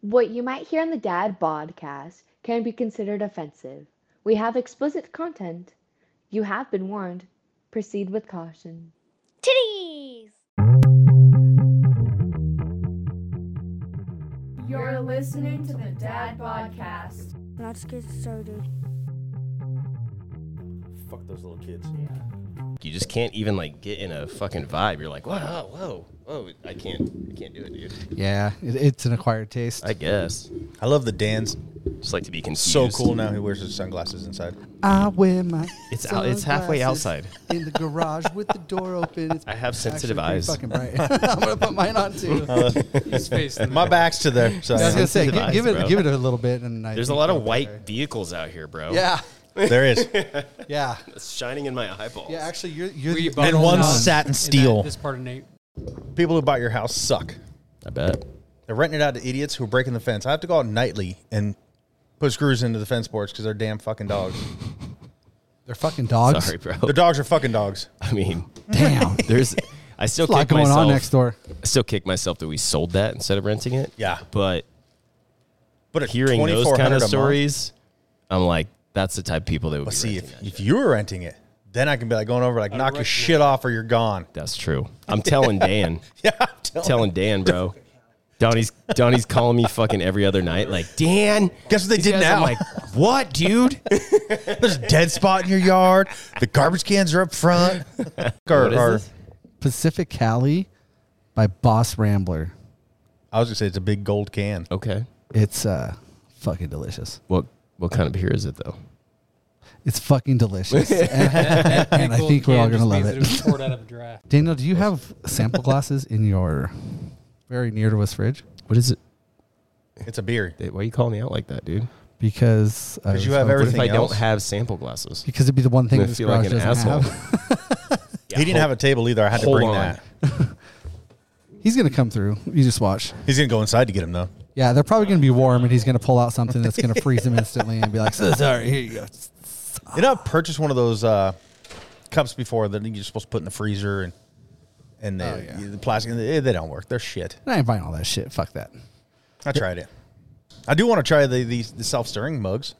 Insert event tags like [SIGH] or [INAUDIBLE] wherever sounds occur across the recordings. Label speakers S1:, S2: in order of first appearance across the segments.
S1: What you might hear on the Dad Podcast can be considered offensive. We have explicit content. You have been warned. Proceed with caution.
S2: Titties!
S3: You're listening to the Dad Podcast.
S2: Let's get started.
S4: Fuck those little kids. You just can't even like get in a fucking vibe. You're like, whoa, whoa, whoa. I can't, I can't do it, dude.
S5: Yeah, it, it's an acquired taste.
S4: I guess.
S6: I love the Dan's.
S4: Just like to be confused.
S6: So cool now he wears his sunglasses inside.
S5: I wear my.
S4: It's out- it's halfway
S5: sunglasses In the garage with the door open. It's
S4: [LAUGHS] I have sensitive
S5: actually
S4: eyes.
S5: pretty Fucking
S4: [LAUGHS]
S5: bright. [LAUGHS] I'm gonna put mine on too. I
S7: His face. in the-
S6: My back's to
S7: [LAUGHS]
S6: there. So
S5: was gonna say,
S4: sensitive
S5: gi-
S4: eyes,
S5: give it,
S4: bro.
S5: give it a little bit, and I
S4: There's a
S5: think
S4: lot of
S5: you'll be
S4: white Ah.
S5: okay.
S4: vehicles out here, bro.
S5: Yeah,
S6: there is.
S5: yeah,
S4: It's shining in my eyeballs.
S5: yeah. Actually, you're you're
S7: We
S5: the
S7: bundled
S5: only
S6: one
S7: up
S5: one.
S6: satin
S7: in that-
S6: steel.
S7: This part of [LAUGHS] Nate.
S6: People who bought your house suck.
S4: I bet.
S6: They're renting it out to idiots who are breaking the fence. I have to go out nightly and put screws into the fence boards because they're damn fucking dogs.
S5: They're fucking dogs.
S4: Sorry, bro.
S6: Their dogs are fucking dogs.
S4: [LAUGHS] I mean,
S5: [LAUGHS]
S4: [LAUGHS]
S5: Damn, there's
S4: there's. I still
S5: a lot
S4: kick
S5: going
S4: myself.
S5: on next door.
S4: I still kick myself that we sold that instead of renting it.
S6: Yeah.
S4: But
S6: But at
S4: hearing those kind
S6: 2400 a
S4: of
S6: month,
S4: stories, I'm like, that's the type of people that would
S6: Let's
S4: be
S6: see
S4: renting
S6: if,
S4: that.
S6: if you were renting it, then I can be like going over like knock your shit off or you're gone. [LAUGHS]
S4: That's true. I'm telling Dan. [LAUGHS]
S6: Yeah, I'm telling.
S4: telling Dan, bro. Donnie's Donnie's calling me fucking every other night, like Dan.
S6: Guess what they
S4: these
S6: did
S4: guys,"
S6: now?
S4: I'm like, what, dude?
S6: [LAUGHS] There's a dead spot in your yard. The garbage cans are up front. Or-
S4: [LAUGHS] What is
S6: or-
S4: this?
S5: Pacific Cali by Boss Rambler.
S6: I was gonna say it's a big gold can.
S4: Okay.
S5: It's uh fucking delicious.
S4: What what kind of beer is it though?
S5: It's fucking delicious,
S4: [LAUGHS]
S5: and, and I
S7: Gold
S5: think we're
S7: can
S5: all gonna
S7: just
S5: love
S7: means
S5: it.
S7: that was poured out of a draft.
S5: Daniel, do you have sample glasses in your very near to us fridge?
S4: What is it?
S6: It's a beer.
S4: Why are you calling me out like that, dude?
S5: Because uh, I
S6: 'Cause
S5: was
S6: you have
S5: hungry.
S4: What if
S6: Everything
S4: I
S6: else?
S4: don't have sample glasses?
S5: Because it'd be the one thing
S4: I
S5: this
S4: feel
S5: garage
S4: like an
S5: doesn't
S4: asshole.
S5: have.
S6: he didn't have a table either. I had to
S4: hold
S6: bring
S4: on.
S6: that.
S5: [LAUGHS] He's gonna come through. You just watch.
S6: He's gonna go inside to get him though.
S5: Yeah, they're probably gonna be warm, and he's gonna pull out something that's
S6: [LAUGHS]
S5: gonna freeze him instantly, and be like, "So "Sorry, here you go."
S6: Did I purchase one of those uh, cups before that you're supposed to put in the freezer and and the, the plastic? and They, they don't work. They're shit.
S5: And I ain't buying all that shit. Fuck that.
S6: I tried it. I do want to try the the, the self stirring mugs.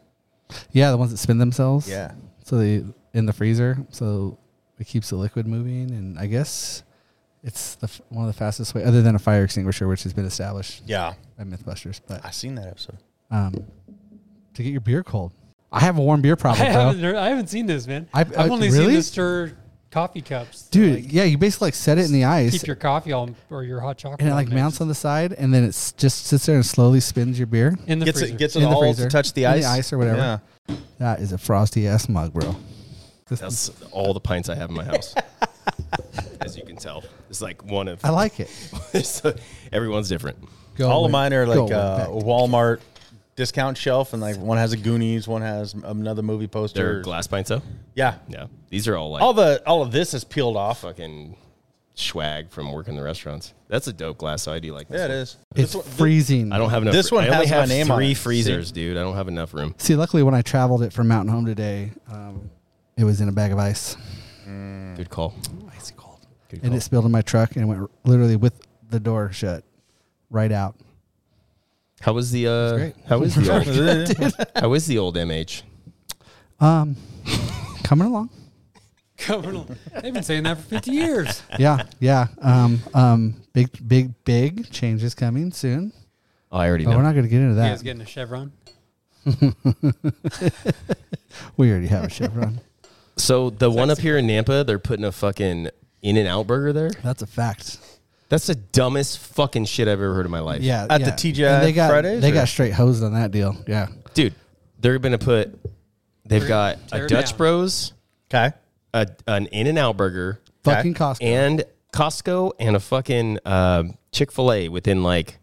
S5: Yeah, the ones that spin themselves.
S6: Yeah.
S5: So they in the freezer, so it keeps the liquid moving, and I guess it's the f- one of the fastest way, other than a fire extinguisher, which has been established
S6: Yeah,
S5: by MythBusters. But
S6: I seen that episode.
S5: um, to get your beer cold. I have a warm beer
S7: [LAUGHS] I
S5: problem, bro.
S7: haven't, [LAUGHS] heard- I haven't seen this, man.
S5: I-
S7: I've
S5: I-
S7: only seen
S5: really?
S7: this stir coffee cups. that,
S5: Dude,
S7: like,
S5: yeah, you basically like set it in the ice
S7: keep your coffee on or your hot chocolate.
S5: and it like
S7: on
S5: mounts
S7: there.
S5: on the side and then it s- just sits there and slowly spins your beer.
S7: in the
S6: gets
S7: freezer.
S6: it gets
S5: In
S6: it
S5: the
S6: all
S5: freezer.
S6: to touch the
S5: In the
S6: ice,
S5: ice or whatever.
S6: Yeah.
S5: That is a frosty ass mug, bro.
S4: That's all the pints I have in my house. [LAUGHS] As you can tell. It's like one of [LAUGHS]
S5: I like it.
S4: everyone's different.
S5: Go
S6: all of
S5: way-
S6: mine are
S5: go
S6: like
S5: way
S6: uh,
S5: back.
S6: Walmart discount shelf, and like one has a Goonies, one has another movie
S4: They're
S6: poster.
S4: glass pints though?
S6: yeah,
S4: Yeah. These are all like
S6: all the all of this is peeled off.
S4: fucking swag from working the restaurants. That's a dope glass, so I do like this.
S6: Yeah, it
S4: one.
S6: is.
S5: It's freezing.
S4: I don't have enough.
S6: This one
S4: I only
S6: has my
S4: have
S6: name on
S4: three
S6: it.
S4: freezers, dude. I don't have enough room.
S5: See, luckily when I traveled it from Mountain Home today, um, it was in a bag of ice.
S4: Good call.
S5: Icy cold.
S4: Good
S5: And
S4: call.
S5: it spilled in my truck and went r- literally with the door shut right out.
S4: How was the uh,
S5: great.
S4: how is the old, [LAUGHS]
S6: Dude.
S4: how is the old MH?
S5: Um, coming along.
S7: [LAUGHS] Covered- They've been saying that for 50 years.
S5: Yeah, yeah. Um, um, big, big, big changes coming soon.
S4: Oh, I already
S5: But
S4: know.
S5: we're not going to get into [LAUGHS]
S7: You
S5: that.
S7: guys getting a Chevron?
S5: We already have a Chevron.
S4: [LAUGHS] so the one up here in Nampa, they're putting a fucking In and Out burger there.
S5: That's a fact.
S4: That's the dumbest fucking shit I've ever heard in my life.
S5: Yeah,
S6: At the
S5: yeah.
S6: TGI
S5: And they got,
S6: Fridays,
S5: They
S6: or-
S5: got straight hosed on that deal. Yeah,
S4: dude, they're gonna put. They've got
S7: tear
S4: a
S7: it
S4: Dutch
S7: down.
S4: Bros,
S6: Okay.
S4: a, an In and Out burger,
S5: fucking Costco.
S4: and Costco, and a fucking um Chick Fil A within like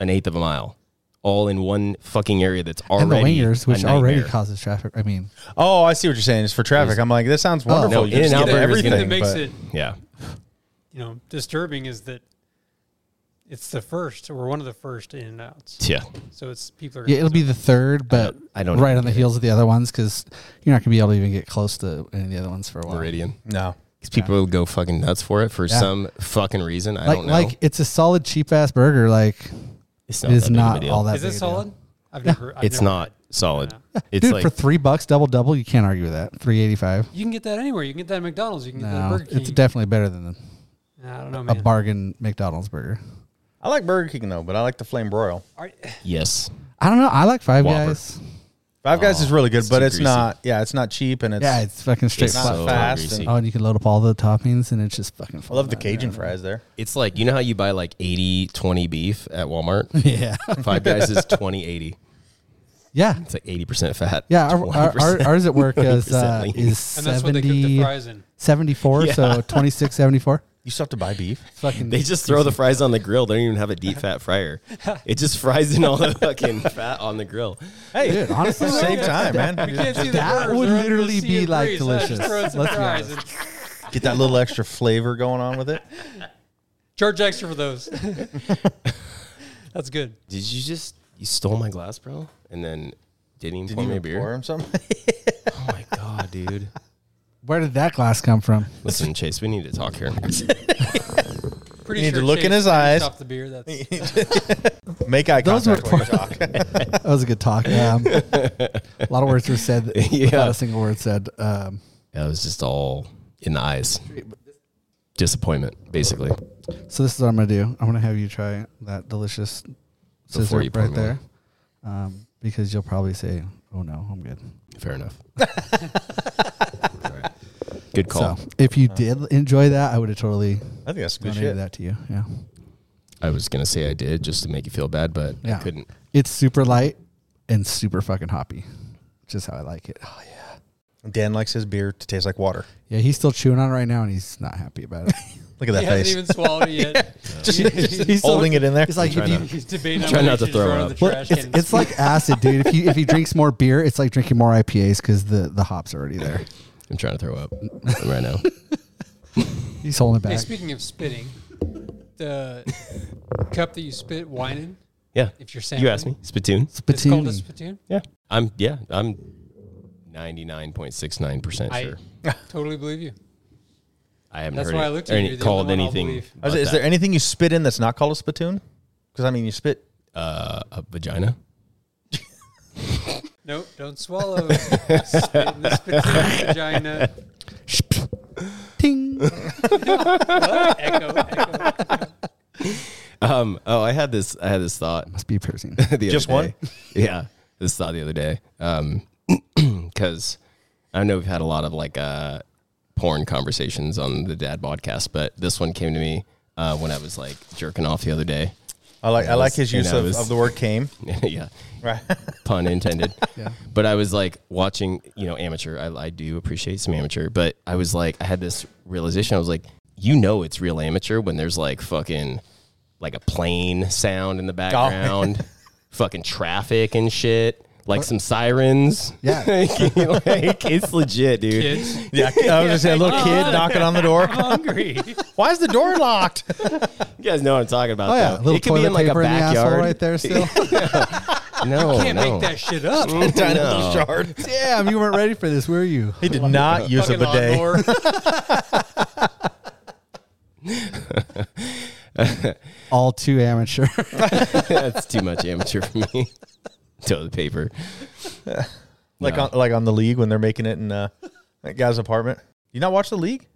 S4: an eighth of a mile, all in one fucking area that's
S5: And the
S4: already
S5: wingers,
S4: a
S5: which already
S4: nightmare.
S5: causes traffic. I mean,
S6: Oh, I see what you're saying. It's for traffic. I'm like, this sounds
S5: Oh.
S6: wonderful.
S4: No,
S6: You just
S4: In-N-Out
S6: get
S4: Burger's
S7: The
S4: gonna-
S7: thing that
S6: everything.
S7: makes
S6: but-
S7: it
S4: yeah.
S7: you know disturbing is that it's the first or one of the first in and outs.
S4: Yeah.
S7: So it's people are
S5: yeah, it'll be the third, but
S4: I don't
S5: right
S4: even
S5: on the
S4: get
S5: heels of the other ones because you're not going to be able to even get close to any of the other ones for a while.
S4: Meridian.
S6: no.
S4: Because people will go fucking nuts for it for
S5: Yeah.
S4: some fucking reason. I
S5: Like,
S4: don't know.
S5: like it's a solid cheap ass burger. Like
S4: It's
S5: It is
S4: that big of a
S5: not
S4: deal.
S5: all that.
S7: Is
S5: big
S7: it
S5: a deal.
S7: solid? I've never. I've
S4: It's
S7: never
S4: not
S7: had-
S4: solid. It's
S5: Dude,
S4: like
S5: for three bucks, double double, you can't argue with that. Three eighty five.
S7: You can get that anywhere. You can get that at McDonald's. You can get that at
S5: No,
S7: Burger King.
S5: it's definitely better than the,
S7: I don't know,
S5: a
S7: man.
S5: bargain McDonald's burger.
S6: I like Burger King though, but I like the flame broil.
S7: Are-
S4: yes,
S5: I don't know. I like Five
S4: Whopper.
S5: Guys.
S6: Five Guys
S5: Oh,
S6: is really good,
S4: it's
S6: but
S4: too
S6: it's
S4: greasy.
S6: not. Yeah, it's not cheap, and it's.
S5: Yeah, it's fucking straight.
S4: it's
S6: not
S5: flat.
S4: so
S6: fast
S4: greasy.
S6: and-
S5: oh, and you can load up all the toppings, and it's just fucking.
S6: I love the Cajun fries there.
S4: It's like you know how you buy like 80 20 beef
S5: [LAUGHS]
S4: at Walmart.
S5: Yeah,
S4: Five Guys is 20 80.
S5: yeah,
S4: It's like 80% fat.
S5: yeah. Our, our,
S4: [LAUGHS]
S5: our,
S4: 20%
S5: ours at work is
S4: 20%
S5: uh,
S4: lean.
S5: is
S7: and that's what they cook the
S5: 70,
S6: [LAUGHS]
S7: fries in.
S5: 74, so twenty six seventy four.
S6: You still have to buy
S5: [LAUGHS]
S6: beef.
S5: Fucking
S4: They just throw the fries on the grill. They don't even have a deep
S5: [LAUGHS]
S4: fat fryer. It just fries in all the fucking fat on the grill.
S6: Hey,
S5: dude. Honestly,
S6: save time, man.
S7: Can't see the
S5: That
S7: burgers,
S5: would
S7: they're under the
S5: literally
S7: sea
S5: be,
S7: of
S5: like,
S7: grease. I just
S5: delicious.
S7: throw in some
S5: Let's be
S7: fries and
S6: Get that little extra flavor going on with it.
S4: [LAUGHS]
S7: Charge extra
S5: [LAUGHS]
S7: for those. that's good.
S4: Did you just you stole my glass, bro? And then didn't even
S6: Didn't
S4: pour
S6: you
S4: me a
S6: even
S4: beer.
S6: pour him something?
S4: Oh my
S5: [LAUGHS]
S4: god, dude.
S5: where did that glass come from?
S4: Listen, Chase, we need to talk here.
S7: Pretty
S6: You need
S7: sure
S6: to look in
S7: Chase
S6: his eyes.
S7: Off the
S6: [LAUGHS]
S7: beer. That's
S6: [LAUGHS] Make eye
S5: Those
S6: contact
S5: were
S6: when you talk.
S5: That was a good talk. Um, a lot of words were said.
S4: Yeah.
S5: Not a single word said. Um,
S4: That was just all in the eyes. Disappointment, basically.
S5: so this is what I'm gonna do. I'm gonna have you try that delicious scissor
S4: Before you
S5: right
S4: pour me
S5: there, um, because you'll probably say, "Oh no, I'm good."
S4: Fair
S5: [LAUGHS]
S4: enough. Alright. Good call.
S5: So if you did enjoy that, I would have totally
S6: [LAUGHS] I think that's good
S5: donated
S6: shit.
S5: that to you. Yeah,
S4: I was gonna say I did just to make you feel bad, but I
S5: Yeah.
S4: couldn't.
S5: it's super light and super fucking hoppy, which is how I like it. Oh yeah.
S6: Dan likes his beer to taste like water.
S5: Yeah, he's still chewing on it right now, and he's not happy about it.
S6: Look at that
S7: he hasn't
S4: [LAUGHS]
S6: face.
S7: even swallowed it yet.
S6: [LAUGHS] just
S7: He's-
S6: he's [LAUGHS] holding it in there.
S5: It's like if you,
S7: He's debating. on
S4: Try
S7: whether
S4: not
S7: he
S4: to
S7: should
S4: throw
S7: throw it in
S4: up.
S7: the
S5: Well,
S7: trash
S5: it's,
S7: can.
S5: it's like acid, dude. If he if he drinks more beer, it's like drinking more IPAs because the the hops are already there.
S4: I'm trying to throw
S7: [LAUGHS]
S4: up right now.
S5: He's holding it
S7: Hey,
S5: back.
S7: speaking of spitting, the cup that you spit wine in,
S4: Yeah.
S7: if you're saying
S4: You asked me. Spittoon.
S7: it's called a
S5: Spittoon.
S7: spittoon.
S4: Yeah. I'm yeah, I'm 99.69%
S7: I
S4: sure.
S7: totally believe you.
S4: I haven't
S7: That's
S4: heard
S7: why
S4: it
S7: I looked
S4: or
S7: at
S4: any-
S7: you, the only
S4: called
S7: one I'll
S4: anything.
S7: believe.
S6: I was-
S4: about
S6: is there
S4: that.
S6: anything you spit in that's not called a spittoon? Because I mean, you spit.
S4: uh, a vagina?
S7: Nope,
S6: [LAUGHS]
S7: don't swallow. spit in the spittoon vagina.
S5: Ting.
S7: Echo, echo.
S4: Um, oh, I had this. I had this thought
S5: Must be piercing.
S4: [LAUGHS] the other
S6: Just one?
S4: day. Yeah, this thought the other day. Um, [CLEARS THROAT] because I know we've had a lot of like uh porn conversations on the dad podcast, but this one came to me uh when I was like jerking off the other day.
S6: I like. I
S4: That
S6: like
S4: was-
S6: his
S4: and
S6: use
S4: that
S6: of,
S4: was-
S6: of the word "came."
S4: [LAUGHS] yeah,
S5: [LAUGHS]
S6: Right.
S4: pun intended.
S5: Yeah.
S4: But I was like watching, you know, amateur. I, I do appreciate some amateur, but I was like, I had this realization. I was like, you know, it's real amateur when there's like fucking like a plane sound in the background,
S5: [LAUGHS]
S4: fucking traffic and shit, like some sirens.
S5: Yeah.
S4: [LAUGHS] like, it's legit, dude.
S7: Kids,
S6: Yeah. I was just saying, a little kid knocking on the door.
S7: [LAUGHS] hungry.
S6: Why is the door locked?
S4: You guys know what I'm talking about.
S5: Oh yeah,
S4: though.
S5: a little
S4: it could
S5: toilet
S4: be in like a
S5: paper in the asshole
S4: backyard.
S5: right there. Still, [LAUGHS]
S4: No,
S7: Can't
S4: no.
S7: make that shit up.
S6: Tiny
S4: [LAUGHS]
S6: little shard.
S5: damn, you weren't ready for this, were you?
S6: He did not use a
S7: Fucking
S6: bidet.
S7: lawnmower.
S5: All too amateur. [LAUGHS]
S4: That's too much amateur for me. [LAUGHS] Toilet paper.
S6: Like
S4: No.
S6: on like on the league when they're making it in uh, that guy's apartment. You not watch the league?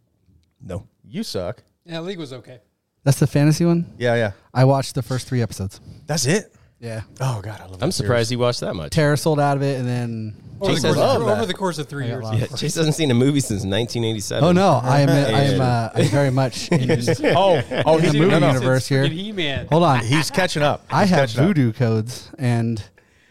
S4: No.
S6: You suck.
S7: Yeah, league was okay.
S5: That's the fantasy one.
S6: Yeah,
S7: [LAUGHS]
S6: yeah.
S5: I watched the first three episodes.
S6: That's it.
S5: Yeah,
S6: Oh god, I love.
S4: I'm surprised you watched that much.
S5: Tara sold out of it, and then
S7: Over, the
S4: Jesus,
S7: course,
S6: love
S7: of,
S6: that.
S7: over the course of three
S5: got
S7: years,
S5: lost.
S4: [LAUGHS] Yeah, Chase hasn't seen a movie since 1987.
S5: oh no, I am I am uh, I'm very
S7: [LAUGHS]
S5: much in,
S6: Oh, oh,
S5: in
S6: he's
S5: the
S6: no,
S5: movie
S6: no.
S5: universe here.
S7: He Man.
S5: Hold on,
S6: He's catching up.
S5: I
S6: He's
S5: have
S6: catching up.
S5: voodoo codes, and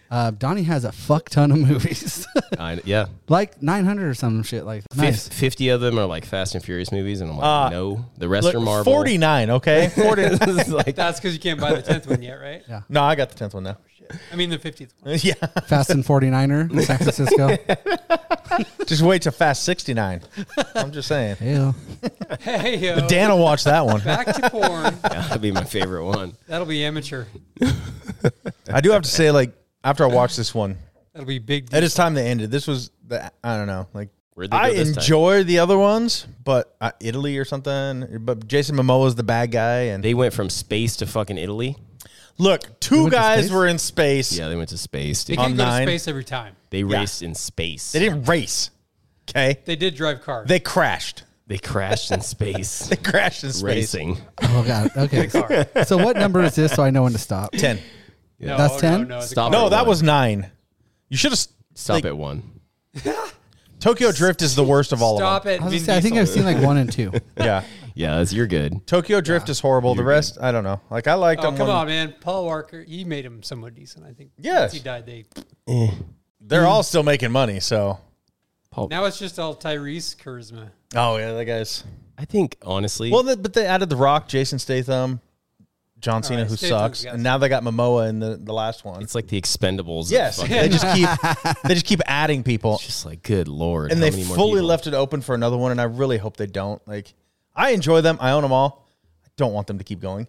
S5: uh, Donnie has a fuck ton of movies, [LAUGHS]
S4: I, yeah.
S5: like 900 or some shit like that.
S4: Fif-
S5: Nice.
S4: 50 of them are like Fast and Furious movies, and I'm like,
S6: Uh,
S4: no. The rest
S6: Look,
S4: are Marvel.
S6: 49,
S7: [LAUGHS]
S6: okay? 49.
S4: It's like,
S7: That's because you can't buy the tenth one yet, right?
S5: Yeah.
S6: no, I got the 10th one now.
S7: I mean the fifteenth
S5: [LAUGHS]
S7: one.
S6: yeah. [LAUGHS]
S5: Fast and
S7: [LAUGHS]
S5: 49er, San Francisco.
S6: Just wait till Fast
S7: [LAUGHS]
S6: 69. I'm just saying.
S5: Ew.
S7: Hey yo,
S6: Dan will watch that one.
S7: back to porn.
S4: [LAUGHS] that'd be my favorite one.
S7: That'll be amateur.
S6: I do have to say, like, after I watched this one,
S7: That'll be big.
S6: it is time they ended. This was, the, I don't know, like,
S4: Where'd they go
S6: I
S4: this time?
S6: enjoy the other ones, but uh, Italy or something. But Jason Momoa is the bad guy, and
S4: They went from space to fucking Italy.
S6: Look,
S5: They
S6: two
S5: went to
S6: guys
S5: space?
S6: were in space.
S4: Yeah, they went to space.
S7: They
S4: Dude.
S7: can't go to
S6: Online.
S7: space every time.
S4: They
S6: Yeah.
S4: raced in space.
S6: They didn't race. Okay.
S7: They did drive cars.
S6: They crashed. [LAUGHS]
S4: They crashed in space.
S6: They crashed in space.
S4: Racing.
S5: Oh god. Okay. so what number is this? So I know when to stop.
S6: Ten.
S7: no,
S5: That's
S7: no,
S5: 10?
S7: No, it's a
S4: Stop.
S7: car.
S6: No,
S4: Or
S6: that
S4: one.
S6: was nine. You should have.
S4: Stop at one.
S6: Tokyo Drift is the worst of all
S7: Stop
S6: of them.
S7: it.
S5: I, was
S7: Vin
S5: gonna say, I think
S7: Diesel.
S5: I've seen like one and two.
S6: Yeah.
S7: [LAUGHS]
S4: Yeah, that's, you're good.
S6: Tokyo Drift is horrible. the rest, I don't know. Like I liked
S7: Oh
S6: them.
S7: come
S6: when-
S7: on, man! Paul Walker, he made him somewhat decent, I think.
S6: Yes.
S7: Once he died. They
S6: They're all still making money, so.
S5: Oh.
S7: now it's just all Tyrese charisma.
S6: Oh yeah, that guy's.
S4: I think honestly,
S6: Well, they, but they added The Rock, Jason Statham, John Cena,
S7: right,
S6: who
S7: Statham's
S6: sucks,
S7: got
S6: and now they got Momoa in the, the last one.
S4: it's like the Expendables. of
S6: yes,
S4: fucking-
S6: they just
S4: [LAUGHS]
S6: keep they just keep adding people,
S4: just like good lord.
S6: and
S4: how
S6: they
S4: many more
S6: fully
S4: people?
S6: left it open for another one. And I really hope they don't. Like, I enjoy them. I own them all. I don't want them to keep going.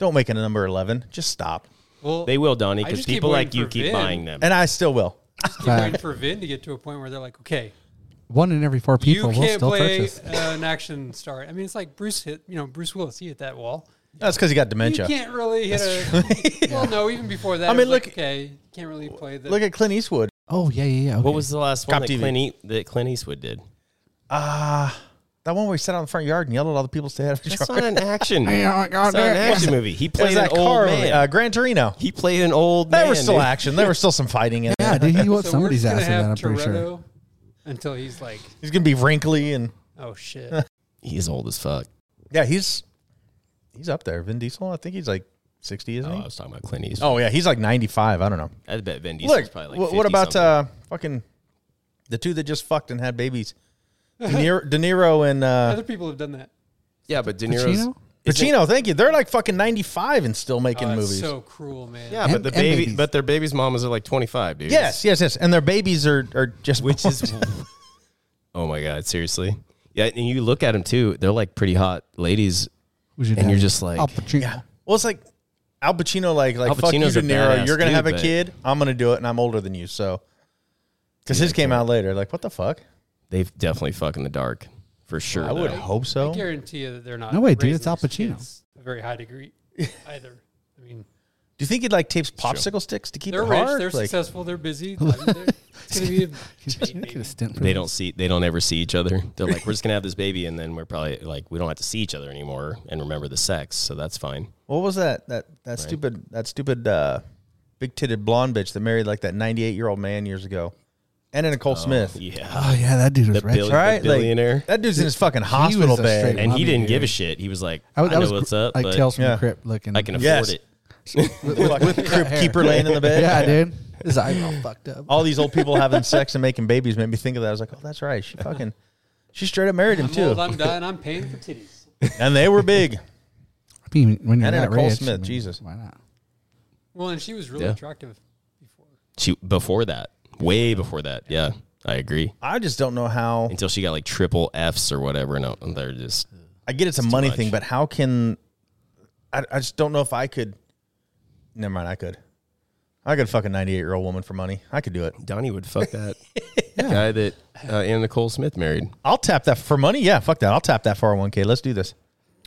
S6: Don't make it a number eleven. Just stop.
S7: Well,
S4: They will, Donnie,
S7: I
S4: because
S7: just keep
S4: people like
S7: waiting
S4: you
S7: for
S4: keep
S7: Vin.
S4: buying them.
S6: And I still will.
S7: keep waiting for Vin to get to a point where they're like, okay,
S5: One in every four people
S7: you
S5: will
S7: can't
S5: still
S7: play
S5: purchase.
S7: uh, an action star. I mean, it's like Bruce hit, you know, Bruce Willis. He hit that wall.
S6: That's because he got
S7: You
S6: dementia. [LAUGHS]
S7: can't really hit a. [LAUGHS] well, no, even before that,
S6: I
S7: I
S6: mean,
S7: mean, look,
S6: look-
S7: okay, you can't really play the.
S6: Look at Clint Eastwood.
S5: Oh yeah, yeah, yeah. okay.
S4: What was the last
S6: Cop
S4: one that
S6: TV.
S4: Clint, e- that Clint Eastwood did?
S6: Ah, that one where he sat out in the front yard and yelled at all the people to stay out of his
S4: That's
S6: yard.
S4: not an
S6: [LAUGHS]
S4: action.
S5: Yeah, I
S4: It's
S6: oh,
S5: got
S4: not an
S5: that.
S4: action movie. He
S6: It was
S4: played an
S6: that
S4: old
S6: car,
S4: man.
S6: uh, Gran Torino.
S4: he played an old
S6: They
S4: man.
S6: were still
S4: dude.
S6: action. There was still some
S4: [LAUGHS]
S6: fighting in
S5: Yeah,
S6: there.
S5: dude, he whooped
S7: [LAUGHS] so
S5: somebody's
S7: we're
S5: ass
S7: just
S5: in
S7: gonna
S5: that. I'm
S7: have
S5: pretty sure.
S7: Toretto Until he's like,
S6: He's gonna be wrinkly and
S7: oh shit,
S5: [LAUGHS]
S4: He's old as fuck.
S6: yeah, he's he's up there. Vin Diesel, I think he's like sixty, isn't
S4: Oh, I
S6: he?
S4: was talking about Clint Eastwood.
S6: Oh yeah, he's like ninety five. I don't know.
S4: I bet Vin Diesel's
S6: Look,
S4: probably
S6: wh-
S4: like
S6: what
S4: 50
S6: about
S4: something.
S6: uh, fucking the two that just fucked and had babies? De Niro, De Niro and uh,
S7: other people have done that.
S4: yeah, but De Niro's
S5: Pacino?
S6: Pacino. Thank you. They're like fucking ninety five and still making
S7: Oh, that's
S6: movies.
S7: so cruel, man.
S4: Yeah,
S5: And-
S4: but the
S5: and
S4: baby,
S5: babies.
S4: but their baby's mamas are like twenty five, dude.
S6: yes, yes, yes. And their babies are are just
S4: which is, [LAUGHS] oh my god, seriously. Yeah, and you look at them too; they're like pretty hot ladies,
S5: Was your
S4: and you're
S5: dad?
S4: just like,
S5: Al Pacino.
S6: [LAUGHS] well, it's like. Al Pacino, like, like
S4: Al
S6: fuck you,
S4: Pacino's
S6: De
S4: a
S6: Niro.
S4: badass
S6: You're gonna
S4: dude,
S6: have a
S4: but-
S6: kid. I'm gonna do it, and I'm older than you, so. Because his came out later. Like, what the fuck?
S4: they've definitely fuck in the dark for sure.
S6: I would
S4: though.
S6: hope so.
S7: I guarantee you that they're not.
S5: No way, dude,
S7: raising
S5: it's Al
S7: these
S5: Pacino.
S7: kids A very
S5: [LAUGHS]
S7: high degree, either. I mean,
S6: Do you think he like tapes popsicle sticks to keep
S7: they're
S6: it
S7: rich,
S6: hard?
S7: they're
S6: Like,
S7: successful,
S5: [LAUGHS]
S7: they're busy. I mean, they're- it's gonna be a
S5: Can you get a stint for
S4: They
S5: this?
S4: don't see. They don't ever see each other. They're like, we're just gonna have this baby, and then we're probably like, we don't have to see each other anymore and remember the sex, so that's fine.
S6: what was that? That that stupid that stupid uh, big titted blonde bitch that married like that ninety eight year old man years ago, Anna Nicole Smith.
S4: Yeah,
S5: Oh yeah, that dude was
S4: the,
S5: rich.
S4: bill-
S6: All right,
S4: the billionaire,
S6: Like, that dude's in his fucking hospital
S5: a
S6: bed.
S5: straight-
S4: and he
S5: Lobby,
S4: didn't
S5: dude.
S4: give a shit. He was like, I,
S5: I, was- that
S4: know
S5: was
S4: what's
S5: gr-
S4: up,
S5: Like
S4: but
S5: Tales from
S6: Yeah.
S5: the Crypt looking.
S4: I can afford
S6: Yes.
S4: it.
S5: [LAUGHS]
S6: with crib keeper laying in the bed.
S5: yeah,
S6: [LAUGHS]
S5: dude. His eyes all fucked up.
S6: All these old people having sex and making babies made me think of that. I was like, oh, that's right. She fucking, she straight up married him
S7: I'm old,
S6: too.
S7: I'm dying, I'm paying for titties.
S6: And they were big.
S5: I mean, when you're
S6: Anna
S5: that
S6: Nicole
S5: rich, I
S6: Smith,
S5: mean,
S6: Jesus.
S5: why not?
S7: Well, and she was really
S4: Yeah.
S7: attractive before.
S4: She before that, way before that. Yeah, I agree.
S6: I just don't know how.
S4: Until she got like triple Fs or whatever, and uh, they're just
S6: I get it's a money
S4: much.
S6: thing, but how can? I, I just don't know if I could. Never mind, I could. I could fuck a ninety-eight-year-old woman for money. I could do it.
S4: Donnie would
S5: [LAUGHS]
S4: fuck that guy that uh, Anna Nicole Smith married.
S6: I'll tap that for money. Yeah, fuck that. I'll tap that four hundred one k. Let's do this.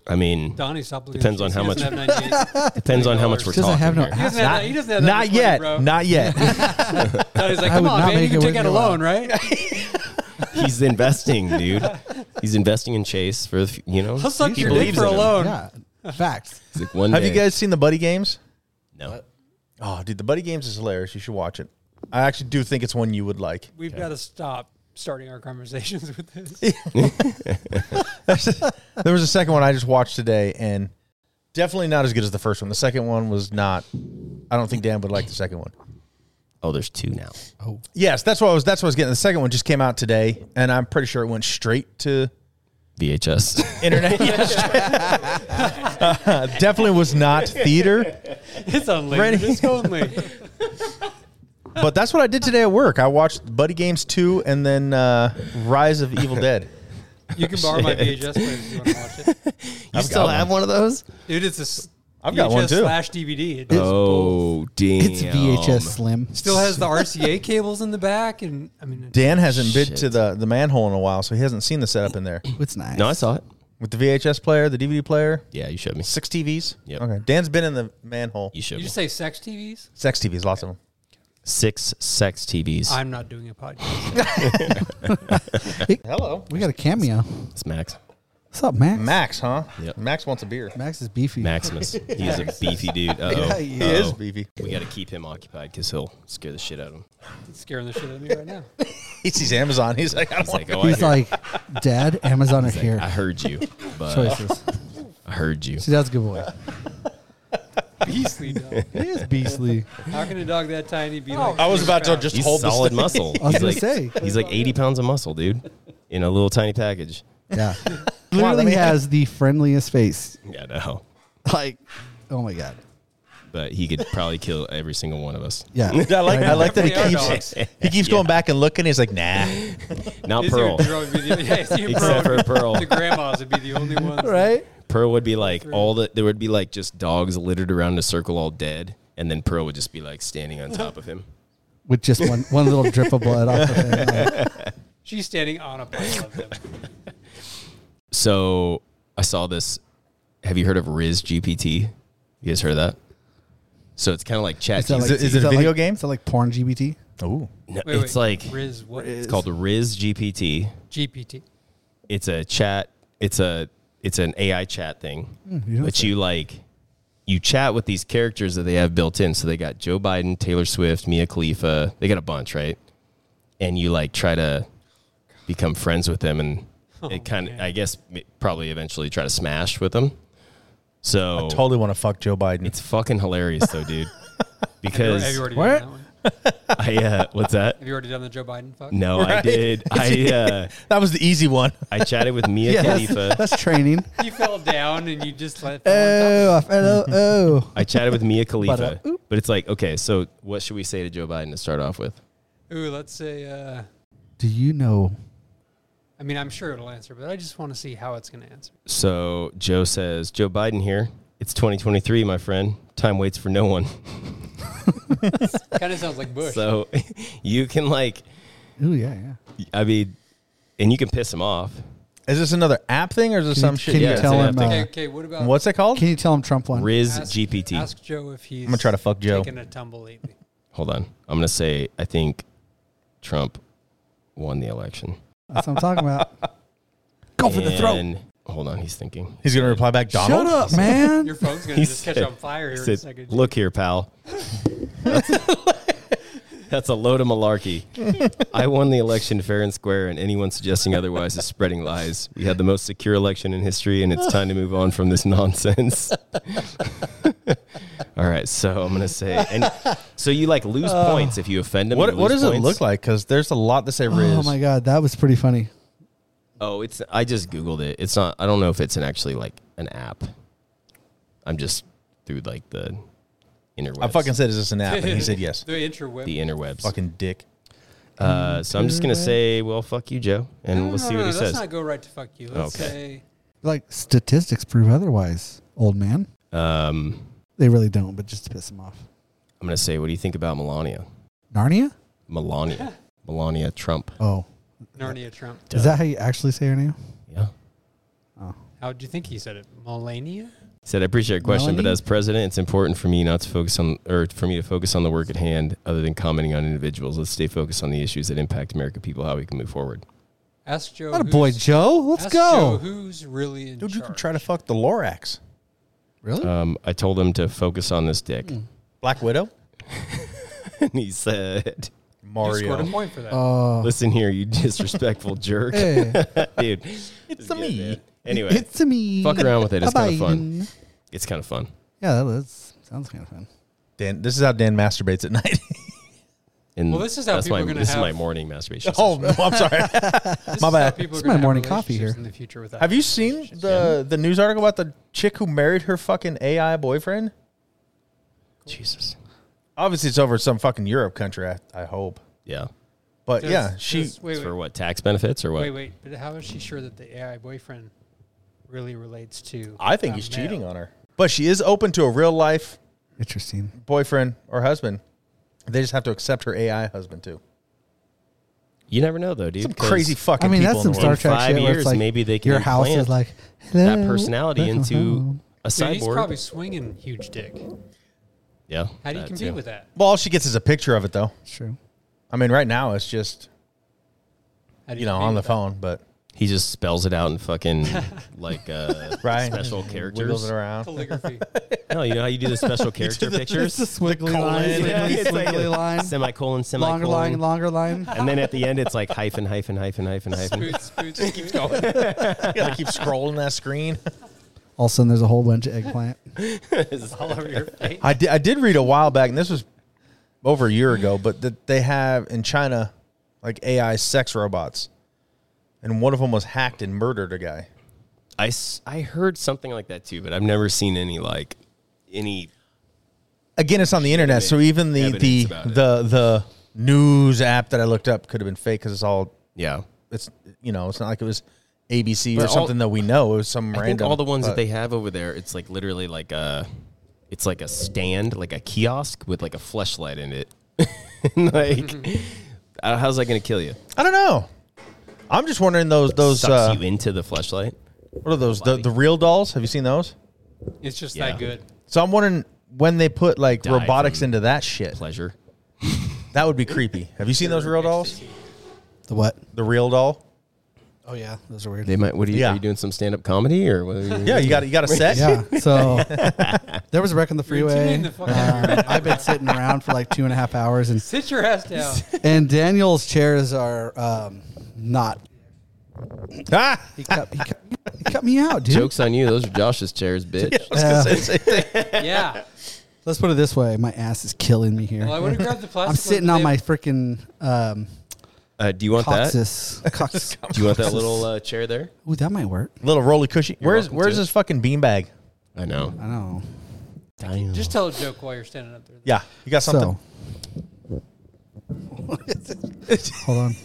S4: I mean,
S7: Donnie, stop looking.
S4: Depends
S7: at
S4: on
S7: me.
S4: how
S7: He
S4: much-
S7: doesn't have 98.
S4: depends on how much we're
S5: She doesn't have
S4: talking.
S5: no
S4: here.
S7: He doesn't have that. He doesn't have that.
S6: Not
S7: much money,
S6: yet.
S7: bro.
S6: Not yet.
S7: Donnie's like,
S5: I
S7: come
S5: would
S7: on,
S5: not
S7: man, you
S5: make
S7: can
S5: it
S7: take
S5: with
S7: out a
S5: your
S7: loan, right?
S4: He's investing, dude. He's investing in Chase for the f- you know.
S7: I'll suck
S4: he
S7: your dick
S4: believes
S7: for a
S4: in him.
S7: loan.
S5: Yeah, facts.
S4: It's like one
S6: Have you
S4: day-
S6: guys seen the Buddy Games?
S4: No.
S6: Oh, dude, the Buddy Games is hilarious. You should watch it. I actually do think it's one you would like.
S7: We've got to stop starting our conversations with this.
S6: There was a second one I just watched today, and definitely not as good as the first one. The second one was not. I don't think Dan would like the second one.
S4: Oh, there's two now.
S6: Yes, that's what I was. That's what I was getting. The second one just came out today, and I'm pretty sure it went straight to
S4: VHS. [LAUGHS]
S6: internet. [LAUGHS] Yes. Uh, definitely was not theater,
S7: It's only
S6: Ready?
S7: It's only.
S6: but that's what I did today at work. I watched Buddy Games two, and then uh, Rise of Evil
S4: [LAUGHS]
S6: Dead.
S7: You can borrow my VHS player if you want to watch it.
S4: you still
S6: got
S4: have one of those?
S7: Dude, it's a s-
S6: I've got one,
S7: VHS
S6: too.
S7: slash DVD. It does both.
S4: Oh, damn.
S5: It's VHS Slim.
S7: Still has the RCA cables in the back, and I mean,
S6: Dan hasn't been
S4: Shit.
S6: to the the manhole in a while, so he hasn't seen the setup in there.
S5: It's nice.
S4: No, I saw it.
S6: with the VHS player, the DVD player,
S4: Yeah, you showed me.
S6: six TVs.
S4: Yep.
S6: Okay. Dan's been in the manhole.
S4: You showed
S7: You
S4: me.
S7: just say sex TVs?
S6: Sex TVs, lots of them.
S4: Six sex TVs.
S7: I'm not doing a podcast.
S6: Hello,
S5: We got a cameo.
S4: It's Max.
S5: What's up, Max?
S6: Max, huh?
S4: Yep.
S6: Max wants a beer.
S5: Max is beefy.
S4: Maximus. He's a beefy dude. Uh-oh.
S6: he
S4: Uh-oh.
S6: is beefy.
S4: We got to keep him occupied because he'll scare the shit out of him.
S7: It's scaring the shit out of me right now.
S6: [LAUGHS] He sees Amazon. He's like, I don't
S4: It's
S6: want
S4: like, oh, I,
S5: He's
S4: hear-
S5: like, Dad, Amazon are here.
S4: I heard you, but
S5: Choices.
S4: I heard you.
S5: See, that's a good boy.
S7: Beastly dog.
S5: He is beastly.
S7: How can a dog that tiny be like?
S6: I was
S7: six
S6: about to
S7: pounds?
S6: just
S4: He's
S6: hold this
S4: solid
S6: thing.
S4: muscle.
S5: I was
S4: he's
S5: gonna
S4: like,
S5: say.
S4: he's like 80 pounds of muscle, dude, in a little tiny package.
S6: [LAUGHS]
S5: Yeah.
S6: on, let
S5: Literally
S6: me-
S5: has the friendliest face.
S4: Yeah, no.
S5: Like, oh my God.
S4: But he could probably kill every single one of us.
S7: [LAUGHS]
S5: Yeah.
S6: I like, I like that he
S7: We are
S6: keeps
S7: dogs.
S6: [LAUGHS] he keeps going back and looking. He's like, nah.
S4: Not
S7: Izzy
S4: Pearl.
S7: would probably be the- yeah,
S4: [LAUGHS]
S7: Izzy and
S4: Except
S7: Pearl.
S4: for Pearl.
S7: The grandmas would be the
S6: [LAUGHS]
S7: only ones. that-
S5: Right?
S4: Pearl would be like all the there would be like just dogs littered around a circle, all dead, and then Pearl would just be like standing on top of
S7: [LAUGHS]
S4: him.
S5: With just one, one little drip of blood off of him. Like,
S7: She's standing on a pile of them.
S4: So I saw this. Have you heard of Riz GPT? You guys heard of that? So it's kind of like chat.
S5: that
S6: Is
S5: like-
S6: it- is it a
S5: that
S6: video
S5: like-
S6: game?
S5: Is that like porn GBT?
S6: Ooh.
S4: No,
S7: Wait,
S4: it's
S7: wait.
S4: like
S7: Riz what?
S4: it's called Riz GPT.
S7: GPT.
S4: It's a chat. It's a it's an AI chat thing,
S5: you don't
S4: but
S5: say.
S4: you like you chat with these characters that they have built in. So they got Joe Biden, Taylor Swift, Mia Khalifa. They got a bunch, right? And you like try to become friends with them, and
S7: Oh,
S4: it kind of I guess m- probably eventually try to smash with them. So
S6: Totally want to fuck Joe Biden. [LAUGHS]
S4: It's fucking hilarious though,
S7: [LAUGHS]
S4: dude. [LAUGHS] Because
S7: Have you already
S5: What?
S7: done that one?
S4: I uh, what's that?
S7: Have you already done the Joe Biden fuck?
S6: Oh,
S4: No, I
S6: [LAUGHS]
S7: [LAUGHS]
S4: did. I uh,
S6: that was the easy one.
S4: I chatted with Mia Khalifa.
S5: That's training. [LAUGHS]
S7: You fell down and you just let. Fall on
S5: oh, I fell- oh, oh.
S4: I chatted
S5: [LAUGHS]
S4: with Mia Khalifa.
S5: But, uh, oop.
S4: But it's like, okay, so what should we say to Joe Biden to start off with?
S7: top. Ooh, let's say. Uh,
S5: Do you know?
S7: I mean, I'm sure it'll answer, but I just want to see how it's going to answer.
S4: So Joe says, Joe Biden here. It's 2023, my friend. Time waits for no one.
S7: kind of sounds like
S4: [LAUGHS]
S7: Bush.
S4: So you can like,
S5: Ooh, yeah, yeah.
S4: I mean, and you can piss him off.
S6: Is this another app thing or is this
S5: Can
S6: some
S5: you-
S6: shit?
S5: can you
S4: yeah, it's
S5: tell
S4: an
S5: him?
S4: app
S7: okay,
S5: Uh,
S7: okay. What about
S6: What's it called?
S5: can you tell him Trump won?
S4: Riz
S7: ask-
S4: GPT.
S7: Ask Joe if he's.
S6: I'm gonna try to fuck Joe.
S7: Taking a tumble lately.
S4: Hold on. I'm going to say, I think Trump won the election.
S5: That's what I'm talking
S4: [LAUGHS]
S5: about. Go for the throat.
S4: And- Hold on, he's thinking.
S6: He's gonna reply back, Donald.
S5: Shut up, man.
S7: Your phone's going to
S4: He
S7: just catch
S4: said-
S7: on fire
S4: He
S7: here in a
S4: said,
S7: second.
S4: Look here, pal. [LAUGHS] That's a load of malarkey. I won the election fair and square, and anyone suggesting otherwise is spreading lies. We had the most secure election in history, and it's time to move on from this nonsense. [LAUGHS] All right, so I'm gonna say, and so you like lose points if you offend him.
S6: Uh, What
S4: you
S6: what
S4: lose
S6: does it
S4: points.
S6: look like? Because there's a lot that say Riz.
S5: Oh my god, that was pretty funny.
S4: Oh, it's I just googled it. It's not. I don't know if it's an actually like an app. I'm just through like the interwebs.
S6: I fucking said, is this
S7: [LAUGHS]
S6: an app? And he said yes.
S7: the interweb.
S4: the interwebs.
S6: fucking dick.
S4: Uh, so I'm just gonna say, well, fuck you, Joe, and
S7: No,
S4: we'll
S7: no,
S4: see
S7: no,
S4: what
S7: no,
S4: he
S7: let's
S4: says.
S7: not go right to fuck you. Let's
S4: Okay.
S7: say
S5: Like statistics prove otherwise, old man.
S4: um,
S5: They really don't, but just to piss him off.
S4: I'm gonna say, what do you think about Melania?
S5: Narnia?
S7: [LAUGHS]
S4: Melania, Melania Trump.
S5: Oh,
S7: Narnia Trump.
S5: is that how you actually say her name?
S4: Yeah.
S7: How do you think he said it? Melania?
S4: He Said I appreciate your question, but
S5: Melanie?
S4: as president, it's important for me not to focus on, or for me to focus on the work at hand, other than commenting on individuals. Let's stay focused on the issues that impact American people, how we can move forward.
S7: Ask Joe.
S5: Not a boy,
S7: who's-
S5: Joe. Let's
S7: ask
S5: go.
S7: Joe who's really in
S6: Dude, you can
S7: charge.
S6: try to fuck the Lorax.
S5: really?
S4: Um, I told him to focus on this dick,
S6: Black Widow?
S4: [LAUGHS] and he said,
S7: You scored a
S6: Mario. Uh,
S7: point for
S4: [LAUGHS]
S7: that.
S5: Oh,
S4: "Listen here, you disrespectful jerk,
S5: hey,
S4: [LAUGHS] dude." It's
S6: a me.
S4: good, man. Anyway,
S5: it's a me.
S4: Fuck around with it. It's kinda
S5: Biden.
S4: fun. it's kind of fun.
S5: Yeah, that was, sounds kind of fun.
S6: Dan, this is how Dan masturbates at night.
S4: And
S7: Well, this is how
S4: that's
S7: people
S4: my,
S7: are gonna
S4: this
S7: have-
S4: is my morning [LAUGHS] masturbation.
S6: oh, no, I'm sorry.
S7: This
S6: my
S7: is how
S6: bad.
S7: people are
S5: It's
S7: gonna
S5: my
S7: have
S5: morning coffee
S7: relationships
S5: here.
S7: In the future
S6: [LAUGHS]
S7: without
S6: Have you seen the, the news article about the chick who married her fucking AI boyfriend?
S4: Jesus.
S6: Obviously, it's over some fucking Europe country, I, I hope.
S4: Yeah.
S6: But
S7: Does-
S6: yeah, she.
S7: does- wait,
S4: It's for
S7: wait,
S4: what tax benefits or what?
S7: wait, wait. But how is she sure that the AI boyfriend really relates to?
S6: I think
S7: a
S6: he's
S7: male?
S6: cheating on her. But she is open to a real life
S5: Interesting.
S6: boyfriend or husband. They just have to accept her AI husband too.
S4: You never know though, dude.
S6: Some
S4: 'cause
S6: crazy fucking
S5: I mean,
S6: people
S5: that's some
S6: in the
S5: Star
S6: world.
S5: Trek
S4: five
S5: shit. where
S4: years,
S5: it's like
S4: maybe they can
S5: your house
S4: implant
S5: is like
S4: that
S5: "Hello,
S4: personality
S5: welcome
S4: into
S5: home."
S4: a
S7: Dude, he's
S4: cyborg.
S7: probably swinging huge dick.
S4: yeah.
S7: How do you
S4: that
S7: compete
S4: too.
S7: with that?
S6: Well, all she gets is a picture of it, though.
S5: It's true.
S6: I mean, right now it's just
S7: How do
S6: you know
S7: compete
S6: on the
S7: with that?
S6: phone, but
S4: He just spells it out in
S7: [LAUGHS]
S4: fucking like uh,
S6: right,
S4: special
S6: wiggles
S4: characters.
S6: it around.
S4: [LAUGHS]
S7: Calligraphy.
S6: [LAUGHS]
S4: No, you know how you do the special
S5: [LAUGHS]
S4: character
S5: It's the
S4: pictures?
S5: squiggly
S6: colon.
S5: line, squiggly,
S6: Yeah,
S4: it's like
S5: squiggly line,
S4: Semicolon,
S5: longer line,
S4: semicolon.
S5: longer line.
S4: And then at the end, it's like hyphen, hyphen, hyphen, hyphen, hyphen.
S7: Boots, boots, boots.
S6: You gotta keep scrolling that screen. [LAUGHS]
S5: All of a sudden, there's a whole bunch of eggplant.
S7: all over your face.
S6: I did, I did read a while back, and this was over a year ago, but that they have in China like AI sex robots, and one of them was hacked and murdered a guy.
S4: I, s- I heard something like that too, but I've never seen any like any.
S6: Again, it's on the internet, so even the
S4: evidence
S6: the
S4: about it.
S6: the the news app that I looked up could have been fake because it's all
S4: Yeah.
S6: it's you know it's not like it was ABC or
S4: But all-
S6: something that we know. It was some
S4: I
S6: random.
S4: think all the ones that
S6: but-
S4: they have over there, it's like literally like a, it's like a stand, like a kiosk with like a fleshlight in it. [LAUGHS] And, like, [LAUGHS] uh, how's that gonna kill you?
S6: I don't know. I'm just wondering those those
S4: Sucks
S6: uh,
S4: you into the fleshlight.
S6: what are those the, the real dolls? Have you seen those?
S7: It's just
S4: Yeah.
S7: that good.
S6: So I'm wondering when they put like
S4: Die
S6: robotics
S4: from
S6: into that shit.
S4: Pleasure.
S6: That would be creepy. Have you seen those real dolls?
S5: The what?
S6: The real doll?
S5: Oh yeah, those are weird.
S4: They might. What are you?
S6: Yeah.
S4: Are you doing some stand up comedy or what? Are [LAUGHS] you
S6: Yeah, you got you got a
S4: [LAUGHS]
S6: set.
S5: yeah. So there was a wreck on the freeway.
S7: in the fucking-
S5: Um, I've been sitting around for like two and a half hours, [LAUGHS] and
S7: [LAUGHS] Sit your ass
S6: [LAUGHS]
S7: down.
S5: and Daniel's chairs are um, not.
S6: [LAUGHS] Ah,
S5: He cut, he, cut, he cut me out, dude. Uh,
S4: Jokes on you. Those are Josh's [LAUGHS] chairs, bitch.
S6: I was gonna say the same thing.
S7: yeah.
S5: Let's put it this way: my ass is killing me here.
S7: Well, I would have grabbed the plastic.
S5: I'm
S7: one,
S5: sitting
S7: but
S5: on
S7: they-
S5: my freaking um,
S4: Uh, do you want that?
S5: coccyx. [LAUGHS] Cox.
S4: Do you want that little uh, chair there?
S5: Ooh, that might work.
S6: Little roly cushy. where's
S4: welcome
S6: where's
S4: to it.
S6: this fucking beanbag?
S4: I know.
S5: I know.
S7: Just tell a joke while you're standing up there.
S6: Yeah, you got something. [LAUGHS]
S5: So, hold on.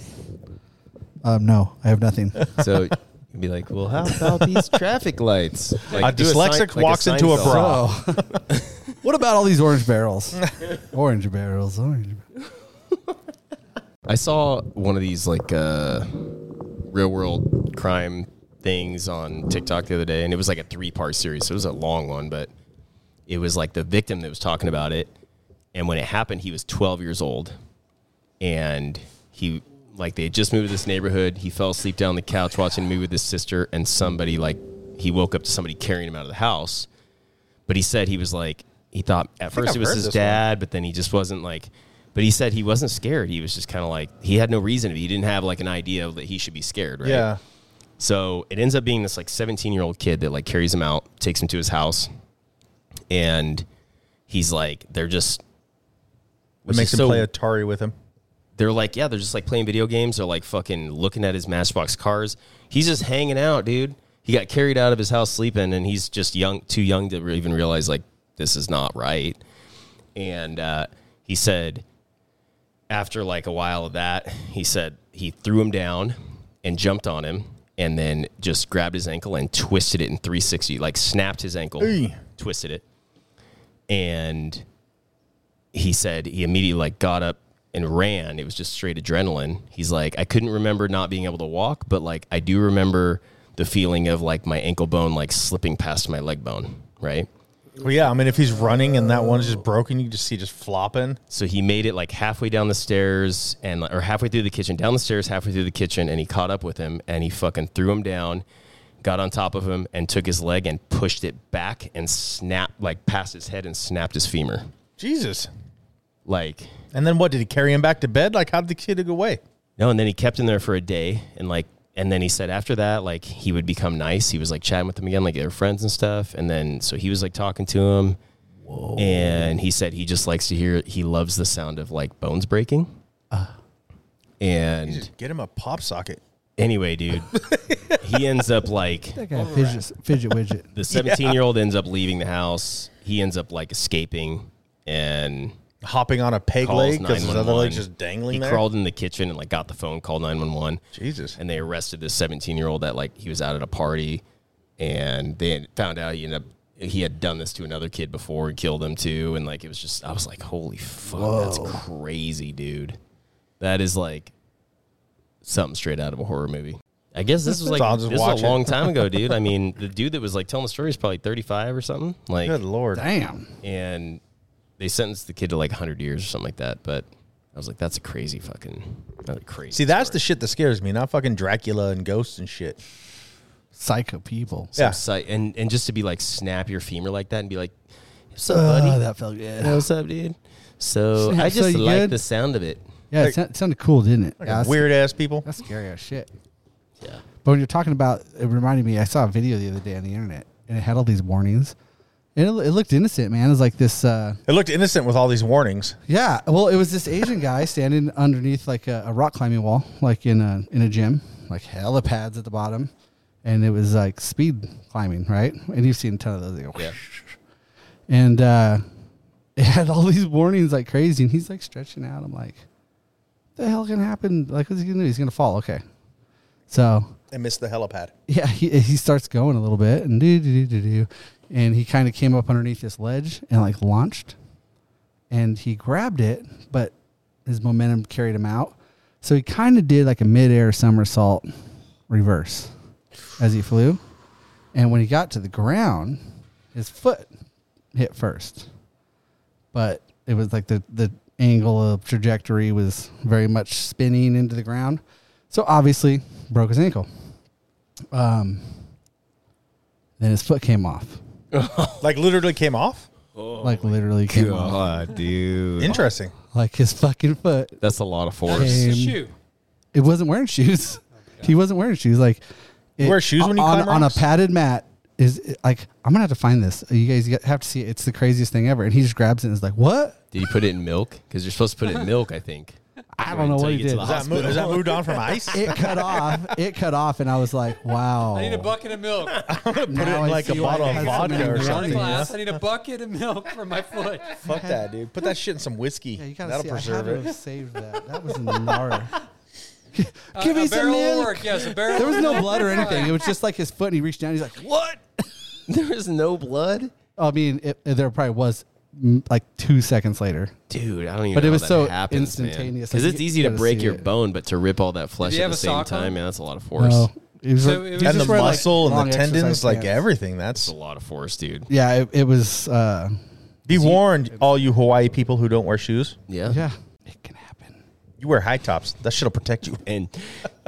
S5: Um, no, I have nothing.
S4: so you'd be like, well, how about these traffic lights?
S6: A
S4: do sign-
S6: dyslexic walks into a
S4: Seinfeld.
S6: bra.
S5: So, [LAUGHS]
S4: [LAUGHS]
S5: what about all these orange barrels? [LAUGHS] orange barrels, orange. barrels.
S4: I saw one of these like uh, real world crime things on TikTok the other day, and it was like a three part series. So it was a long one, but it was like the victim that was talking about it. And when it happened, he was 12 years old, and he like they had just moved to this neighborhood. He fell asleep down on the couch watching a movie with his sister, and somebody like he woke up to somebody carrying him out of the house. But he said he was like he thought at
S6: think
S4: first
S6: I've
S4: it was
S6: heard
S4: his
S6: this
S4: dad bad, but then he just wasn't like. But he said he wasn't scared. He was just kind of like he had no reason to be. He didn't have like an idea that he should be scared, right?
S6: Yeah.
S4: So it ends up being this like 17 year old kid that like carries him out, takes him to his house, and he's like they're just.
S6: It
S4: which
S6: makes
S4: is
S6: him
S4: so-
S6: play Atari with him.
S4: they're like, yeah, they're just like playing video games. They're like fucking looking at his Matchbox cars. He's just hanging out, dude. He got carried out of his house sleeping, and he's just young, too young to even realize like this is not right. And uh, he said, after like a while of that, he said he threw him down and jumped on him, and then just grabbed his ankle and twisted it in 360, like snapped his ankle, twisted it, and he said he immediately like got up and ran. It was just straight adrenaline. He's like, I couldn't remember not being able to walk, but like I do remember the feeling of like my ankle bone like slipping past my leg bone, right?
S6: Well, yeah. I mean, if he's running and that one's just broken, you can just see just flopping.
S4: So he made it like halfway down the stairs and or halfway through the kitchen, down the stairs, halfway through the kitchen, and he caught up with him and he fucking threw him down, got on top of him and took his leg and pushed it back and snapped like past his head and snapped his femur.
S6: Jesus.
S4: Like
S6: And then what? Did he carry him back to bed? Like, how did the kid go away?
S4: No, and then he kept him there for a day, and like, and then he said after that, like he would become nice. He was like chatting with them again, like they were friends and stuff. And then so he was like talking to him, and he said he just likes to hear. He loves the sound of like bones breaking.
S6: Uh.
S4: and
S6: Just get him a pop socket.
S4: anyway,
S6: [LAUGHS]
S4: dude, he ends up like
S5: That guy fidget, fidget widget.
S4: the seventeen-year-old ends up leaving the house. He ends up like escaping and.
S6: Hopping on a peg
S4: calls
S6: leg because his other
S4: 911.
S6: leg's just dangling
S4: He
S6: there.
S4: crawled in the kitchen and like got the phone, called nine one one.
S6: Jesus.
S4: and they arrested this 17 year old that like he was out at a party and they found out he ended up he had done this to another kid before and killed him too and like it was just i was like holy fuck that's crazy dude that is like something straight out of a horror movie. I guess
S6: [LAUGHS]
S4: this was like
S6: So I'll just
S4: this was
S6: watch
S4: a
S6: it.
S4: long time
S6: [LAUGHS]
S4: ago, dude. I mean, the dude that was like telling the story is probably 35 or something. Like,
S6: Good lord.
S5: Damn.
S4: and they sentenced the kid to like 100 years or something like that. But I was like, that's a crazy fucking, that's a crazy.
S6: See, that's the shit that scares me, not fucking Dracula and ghosts and shit.
S5: Psycho [LAUGHS] people.
S6: Yeah.
S4: site, and and just to be like snap your femur like that and be like, what's up, buddy?
S5: Oh, that felt good.
S4: Yeah, what's up, dude? So
S5: Snap, [LAUGHS]
S4: I
S5: so
S4: just
S5: you
S4: like
S5: good?
S4: the sound of it.
S5: Yeah, it, sound- it sounded cool, didn't it?
S6: Like
S5: Yeah, that's-
S6: Weird ass people.
S5: That's scary as shit.
S4: Yeah.
S5: But when you're talking about, it reminded me. I saw a video the other day on the internet, and it had all these warnings, and it, it looked innocent, man. It was like this. Uh,
S6: It looked innocent with all these warnings.
S5: yeah, well, it was this Asian guy standing underneath like a, a rock climbing wall, like in a in a gym, like hella pads at the bottom, and it was like speed climbing, right? And you've seen a ton of those. They go,
S4: Yeah.
S5: [LAUGHS] and uh, [LAUGHS] it had all these warnings like crazy, and he's like stretching out. I'm like, the hell can happen? Like, what's he gonna do? He's gonna fall. Okay, so
S6: I missed the helipad.
S5: yeah, he he starts going a little bit and do do do do do, and he kind of came up underneath this ledge and like launched, and he grabbed it, but his momentum carried him out, so he kind of did like a midair somersault reverse as he flew, and when he got to the ground, his foot hit first, but it was like the the angle of trajectory was very much spinning into the ground, so obviously broke his ankle. Um, then his foot came off,
S6: Like literally came off.
S5: like literally came off,
S4: dude.
S6: Interesting.
S5: like his fucking foot.
S4: That's a lot of force.
S7: It's
S5: Hey.
S7: a
S5: Um,
S7: shoe.
S5: It wasn't wearing shoes. [LAUGHS] he wasn't wearing shoes. Like, it,
S6: wear shoes when Oh you
S5: on,
S6: climb
S5: on a
S6: rocks?
S5: padded mat. Is it- like I'm gonna have to find this. You guys you have to see it. It's the craziest thing ever. And he just grabs it and is like, "What?
S4: Did he put it in milk? Because you're supposed to put it
S5: [LAUGHS]
S4: in milk, I think.
S5: I don't know
S4: Until
S5: what
S4: you
S5: he
S4: get to
S5: did."
S4: the
S6: Is that, mo-
S4: Hospital.
S6: is that moved
S5: [LAUGHS]
S6: on from ice?
S5: It cut
S6: [LAUGHS]
S5: off. It cut off, and I was like, "Wow."
S7: I need a bucket
S5: [LAUGHS]
S7: of milk.
S5: Put
S6: it in, like, a bottle of vodka or
S7: One
S6: something.
S7: glass. I need a bucket of milk for my foot.
S6: Fuck that, dude. Put that shit in some whiskey.
S5: Yeah, you gotta
S6: That'll
S5: see.
S6: preserve
S5: I had to
S6: it.
S5: have saved that. That was an
S6: [LAUGHS]
S5: hour.
S7: A-
S5: [LAUGHS] Give
S7: a
S5: me some
S7: barrel will
S5: milk.
S7: work, Yes, a barrel.
S5: There was
S7: will
S5: no
S7: work.
S5: blood or anything. It was just like his foot, and he reached down. He's like,
S4: What? [LAUGHS] there is no blood,
S5: I mean, it, there probably was mm, like two seconds later.
S4: dude. I don't even.
S5: But it
S4: know
S5: was
S4: how
S5: so
S4: that happens,
S5: instantaneous.
S4: Because
S5: Like,
S4: it's
S5: you
S4: easy to
S5: gotta
S4: break
S5: see
S4: your
S5: it.
S4: bone, but to rip all that flesh
S7: he
S4: at
S7: have
S4: the
S7: a
S4: same
S7: sock on?
S4: time, man, that's a lot of force.
S5: No, it was
S7: So
S5: like-
S7: it
S5: he
S7: was
S5: just
S6: And the
S7: just
S5: wearing, like,
S6: muscle
S5: long
S6: and the
S5: exercise
S6: tendons, like
S5: pants.
S6: everything.
S4: It's
S6: That's
S4: a lot of force, dude.
S5: Yeah, it, it was. Uh,
S6: be warned, all you Hawaii people who don't wear shoes.
S4: Yeah.
S5: yeah, it can happen.
S6: You wear high tops. That
S5: [LAUGHS]
S6: shit'll protect you.
S4: And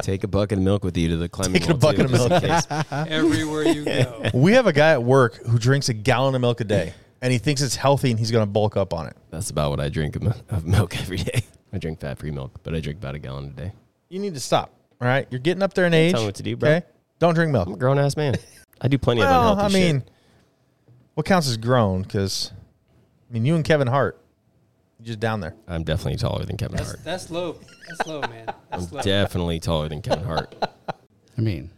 S4: take a bucket of milk with you to the climbing.
S6: Take a
S4: wall,
S6: bucket
S4: too,
S6: of
S4: just in
S5: [LAUGHS]
S4: case.
S7: everywhere you go.
S6: We have a guy at work who drinks a gallon of milk a day, and he thinks it's healthy, and he's gonna bulk up on it.
S4: That's about what I drink of mi- of milk [LAUGHS] every day. I drink fat-free milk, but I drink about a gallon a day.
S6: You need to stop. All right, you're getting up there in age.
S4: tell me what to do, bro.
S6: Don't drink
S4: I'm a
S6: milk.
S4: grown ass man. I do plenty of
S6: Well, I
S4: unhealthy shit.
S6: mean, what counts as grown? Because I mean, you and Kevin Hart, you're just down there.
S4: I'm definitely taller than Kevin
S7: That's,
S4: Hart.
S7: that's low. That's low, man. That's low.
S4: Definitely taller than Kevin
S6: [LAUGHS]
S4: Hart.
S5: I mean,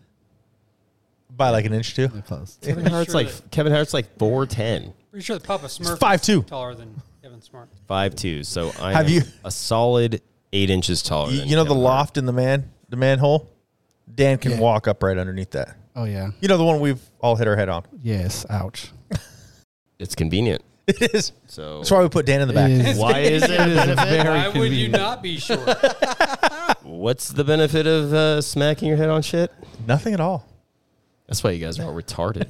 S6: By like an inch or two.
S5: close.
S4: Kevin Hart's
S7: sure
S4: like Kevin Hart's like four ten.
S7: Pretty sure the Papa Smurf
S6: five two.
S7: is taller than Kevin Smart.
S4: Five two. So I
S6: Have
S4: am
S6: you-
S4: a solid eight inches taller.
S6: You,
S4: than
S6: you know the
S4: Kevin Hart.
S6: loft in the man, the manhole. Dan can
S5: Yeah.
S6: walk up right underneath that.
S5: Oh yeah.
S6: You know the one we've all hit our head on. [LAUGHS]
S5: Yes. Ouch.
S4: It's convenient.
S6: It is.
S4: So
S6: That's why we put Dan in the back.
S5: It is-
S4: why is it? a
S5: it is
S4: benefit?
S5: very
S7: Why would you
S5: convenient.
S7: not
S6: [LAUGHS]
S7: be short?
S4: What's the benefit of uh, smacking your head on shit?
S6: Nothing at all.
S4: That's why you guys are all retarded.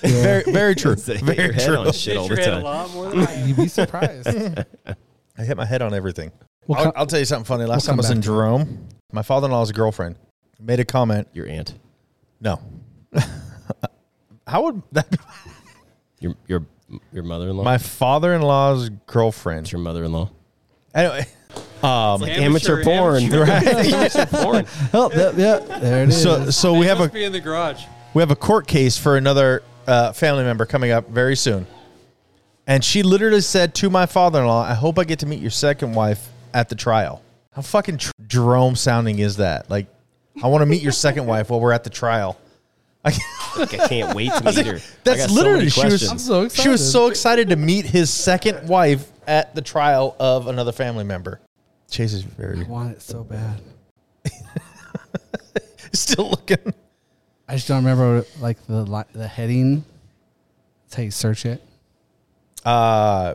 S6: Very,
S4: [LAUGHS]
S6: very true.
S4: They hit your
S6: [LAUGHS] very
S4: head
S6: true.
S4: on shit all the
S7: Hit your head
S4: time.
S7: a lot more than I am.
S5: You'd be [LAUGHS] surprised.
S6: I hit my head on everything.
S5: We'll
S6: I'll,
S5: co-
S6: I'll tell you something funny. Last
S5: we'll
S6: time I was
S5: come
S6: in
S5: back to
S6: Jerome, my father-in-law's girlfriend made a comment.
S4: Your aunt.
S6: No. How would that be?
S4: Your your your mother in law.
S6: my father-in-law's
S4: It's
S6: girlfriend?
S4: your mother in law.
S6: Anyway, [LAUGHS] um,
S4: Amateur porn.
S7: Amateur.
S4: porn.
S5: oh, th- yeah, there it is.
S6: so so we have a
S7: Must be in the garage.
S6: we have a court case for another uh, family member coming up very soon, and she literally said to my father-in-law, "I hope I get to meet your second wife at the trial." How fucking tr- Jerome sounding is that? Like, I want to meet your second wife while we're at the trial. [LAUGHS]
S4: Like, I can't wait to meet her. I
S6: That's
S4: got so
S6: literally
S4: many
S6: she was.
S4: questions.
S5: I'm so
S6: She
S5: excited.
S6: was so excited to meet his second wife at the trial of another family member. Chase is
S5: I [LAUGHS]
S6: very
S5: want it so bad.
S6: still looking.
S5: I just don't remember like the li- the heading. That's how you search it.
S6: Uh,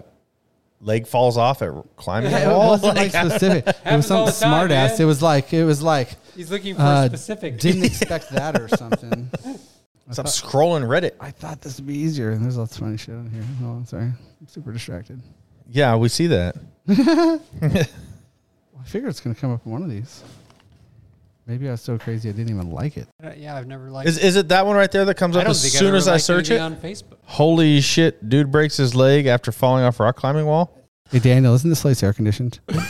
S6: leg falls off at climbing
S5: [LAUGHS] It
S6: the wall. [LAUGHS]
S5: wasn't like specific. It was
S7: Happens all
S5: something
S7: the time,
S5: smart ass.
S7: man.
S5: It was like it was like
S7: He's looking for
S5: uh,
S7: specific.
S5: didn't
S7: [LAUGHS]
S5: expect that or something.
S6: Stop scrolling Reddit.
S5: I thought this would be easier, and there's all this funny shit on here. No, I'm sorry. I'm super distracted.
S6: Yeah, we see that.
S5: I figure it's gonna come up in one of these. Maybe I was so crazy I didn't even like it.
S7: yeah, I've never liked.
S6: Is, is it that one right there that comes
S7: I
S6: up
S7: don't
S6: as
S7: think I've
S6: soon
S7: ever
S6: as I
S7: liked
S6: search it?
S7: anything on Facebook.
S6: Holy shit! Dude breaks his leg after falling off rock climbing wall. [LAUGHS]
S5: Hey Daniel, isn't this place air conditioned?
S6: yeah,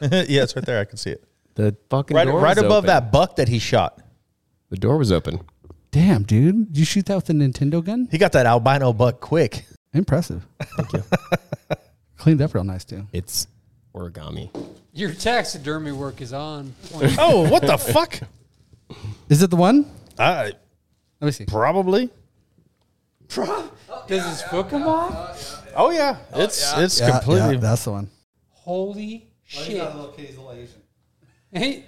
S6: it's right there. I can see it.
S4: The fucking
S6: Right,
S4: door
S6: right
S4: was
S6: above
S4: open.
S6: that buck that he shot.
S4: The door was open.
S5: Damn, dude, Did you shoot that with a Nintendo gun?
S6: He got that albino buck quick.
S5: Impressive. Thank [LAUGHS] you. Cleaned up real nice too.
S4: It's origami.
S7: Your taxidermy work is on.
S6: [LAUGHS]
S7: point.
S6: [LAUGHS] Oh, what the fuck?
S5: Is it the one?
S6: I
S5: Let me see.
S6: probably.
S7: Does his foot come off?
S6: Oh yeah, it's it's completely.
S5: that's the one.
S7: Holy shit! Hey,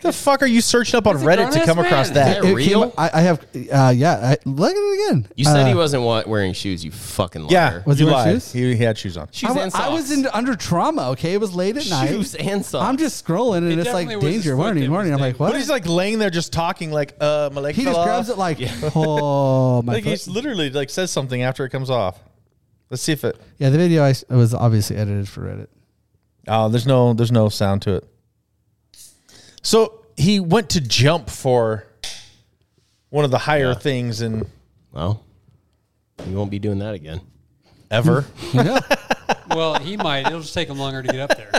S6: The fuck are you searching up on
S7: He's a
S6: Reddit to
S7: grown-ass
S6: come across
S5: [LAUGHS]
S7: man.
S6: that?
S4: Is that
S5: It came-
S4: real?
S5: I, I have. Uh, yeah. I, look at it again.
S4: You said
S5: Uh,
S4: he wasn't wa- wearing shoes. You fucking liar.
S6: Yeah,
S5: Was he
S6: you
S5: wearing
S6: lied.
S5: shoes?
S6: He, he had shoes on.
S4: Shoes
S5: I, wa-
S4: and
S5: I
S4: socks.
S5: was in under trauma. Okay, it was late at night.
S4: shoes and socks.
S5: I'm just scrolling and
S7: It
S5: it's like
S7: definitely was his
S5: danger
S7: foot
S5: warning,
S7: that was
S5: warning. I'm like,
S7: dangerous.
S5: what?
S6: But he's like laying there just talking like uh my leg
S5: he
S6: fell
S5: just
S6: off.
S5: grabs it
S6: [LAUGHS]
S5: like, oh my.
S6: Like
S5: foot.
S6: he's literally like says something after it comes off. Let's see if it.
S5: Yeah, the video I s- was obviously edited for Reddit.
S6: Oh, there's no there's no sound to it. So he went to jump for one of the higher things in
S7: [LAUGHS]
S4: Well, you won't be doing that again.
S6: ever. [LAUGHS]
S5: Yeah.
S7: well, he might. It'll just take him longer to get up there.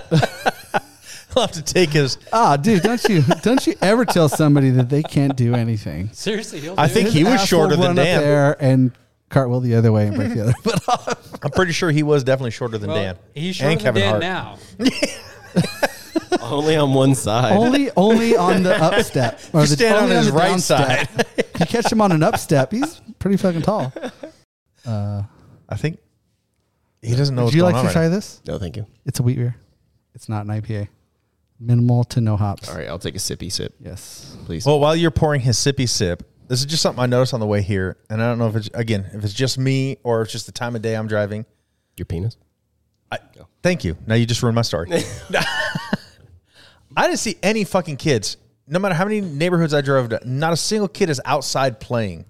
S6: He'll have to take his.
S5: Ah, dude, don't you don't you ever tell somebody that they can't do anything?
S7: Seriously, he'll. Do
S6: I
S7: it.
S6: think he
S5: His
S6: was
S5: ass
S6: shorter
S5: will
S6: than
S5: run up
S6: Dan.
S5: there and cartwheel the other way and break the
S6: [LAUGHS]
S5: other. But
S6: I'm pretty sure he was definitely shorter than
S7: Well,
S6: Dan.
S7: He's shorter than Dan now.
S4: Only on one side.
S5: only only on the up
S6: [LAUGHS]
S5: step or
S6: You
S5: the,
S6: stand on
S5: only
S6: his
S5: the down
S6: right
S5: step.
S6: side.
S5: If [LAUGHS] you catch him on an up step, he's pretty fucking tall.
S6: I think he doesn't know
S5: Would
S6: what's
S5: you
S6: going
S5: like to
S6: on. right
S5: try
S6: now.
S5: this?
S4: No, thank you.
S5: It's a wheat beer. It's not an IPA. Minimal to no hops.
S4: All right, I'll take a sippy sip,
S5: Yes.
S4: please.
S6: Well, while you're pouring his sippy sip, this is just something I noticed on the way here, and I don't know if it's again if it's just me or it's just the time of day I'm driving.
S4: Your penis.
S6: I, thank you. Now you just ruined my story. I didn't see any fucking kids. No matter how many neighborhoods I drove to, not a single kid is outside playing.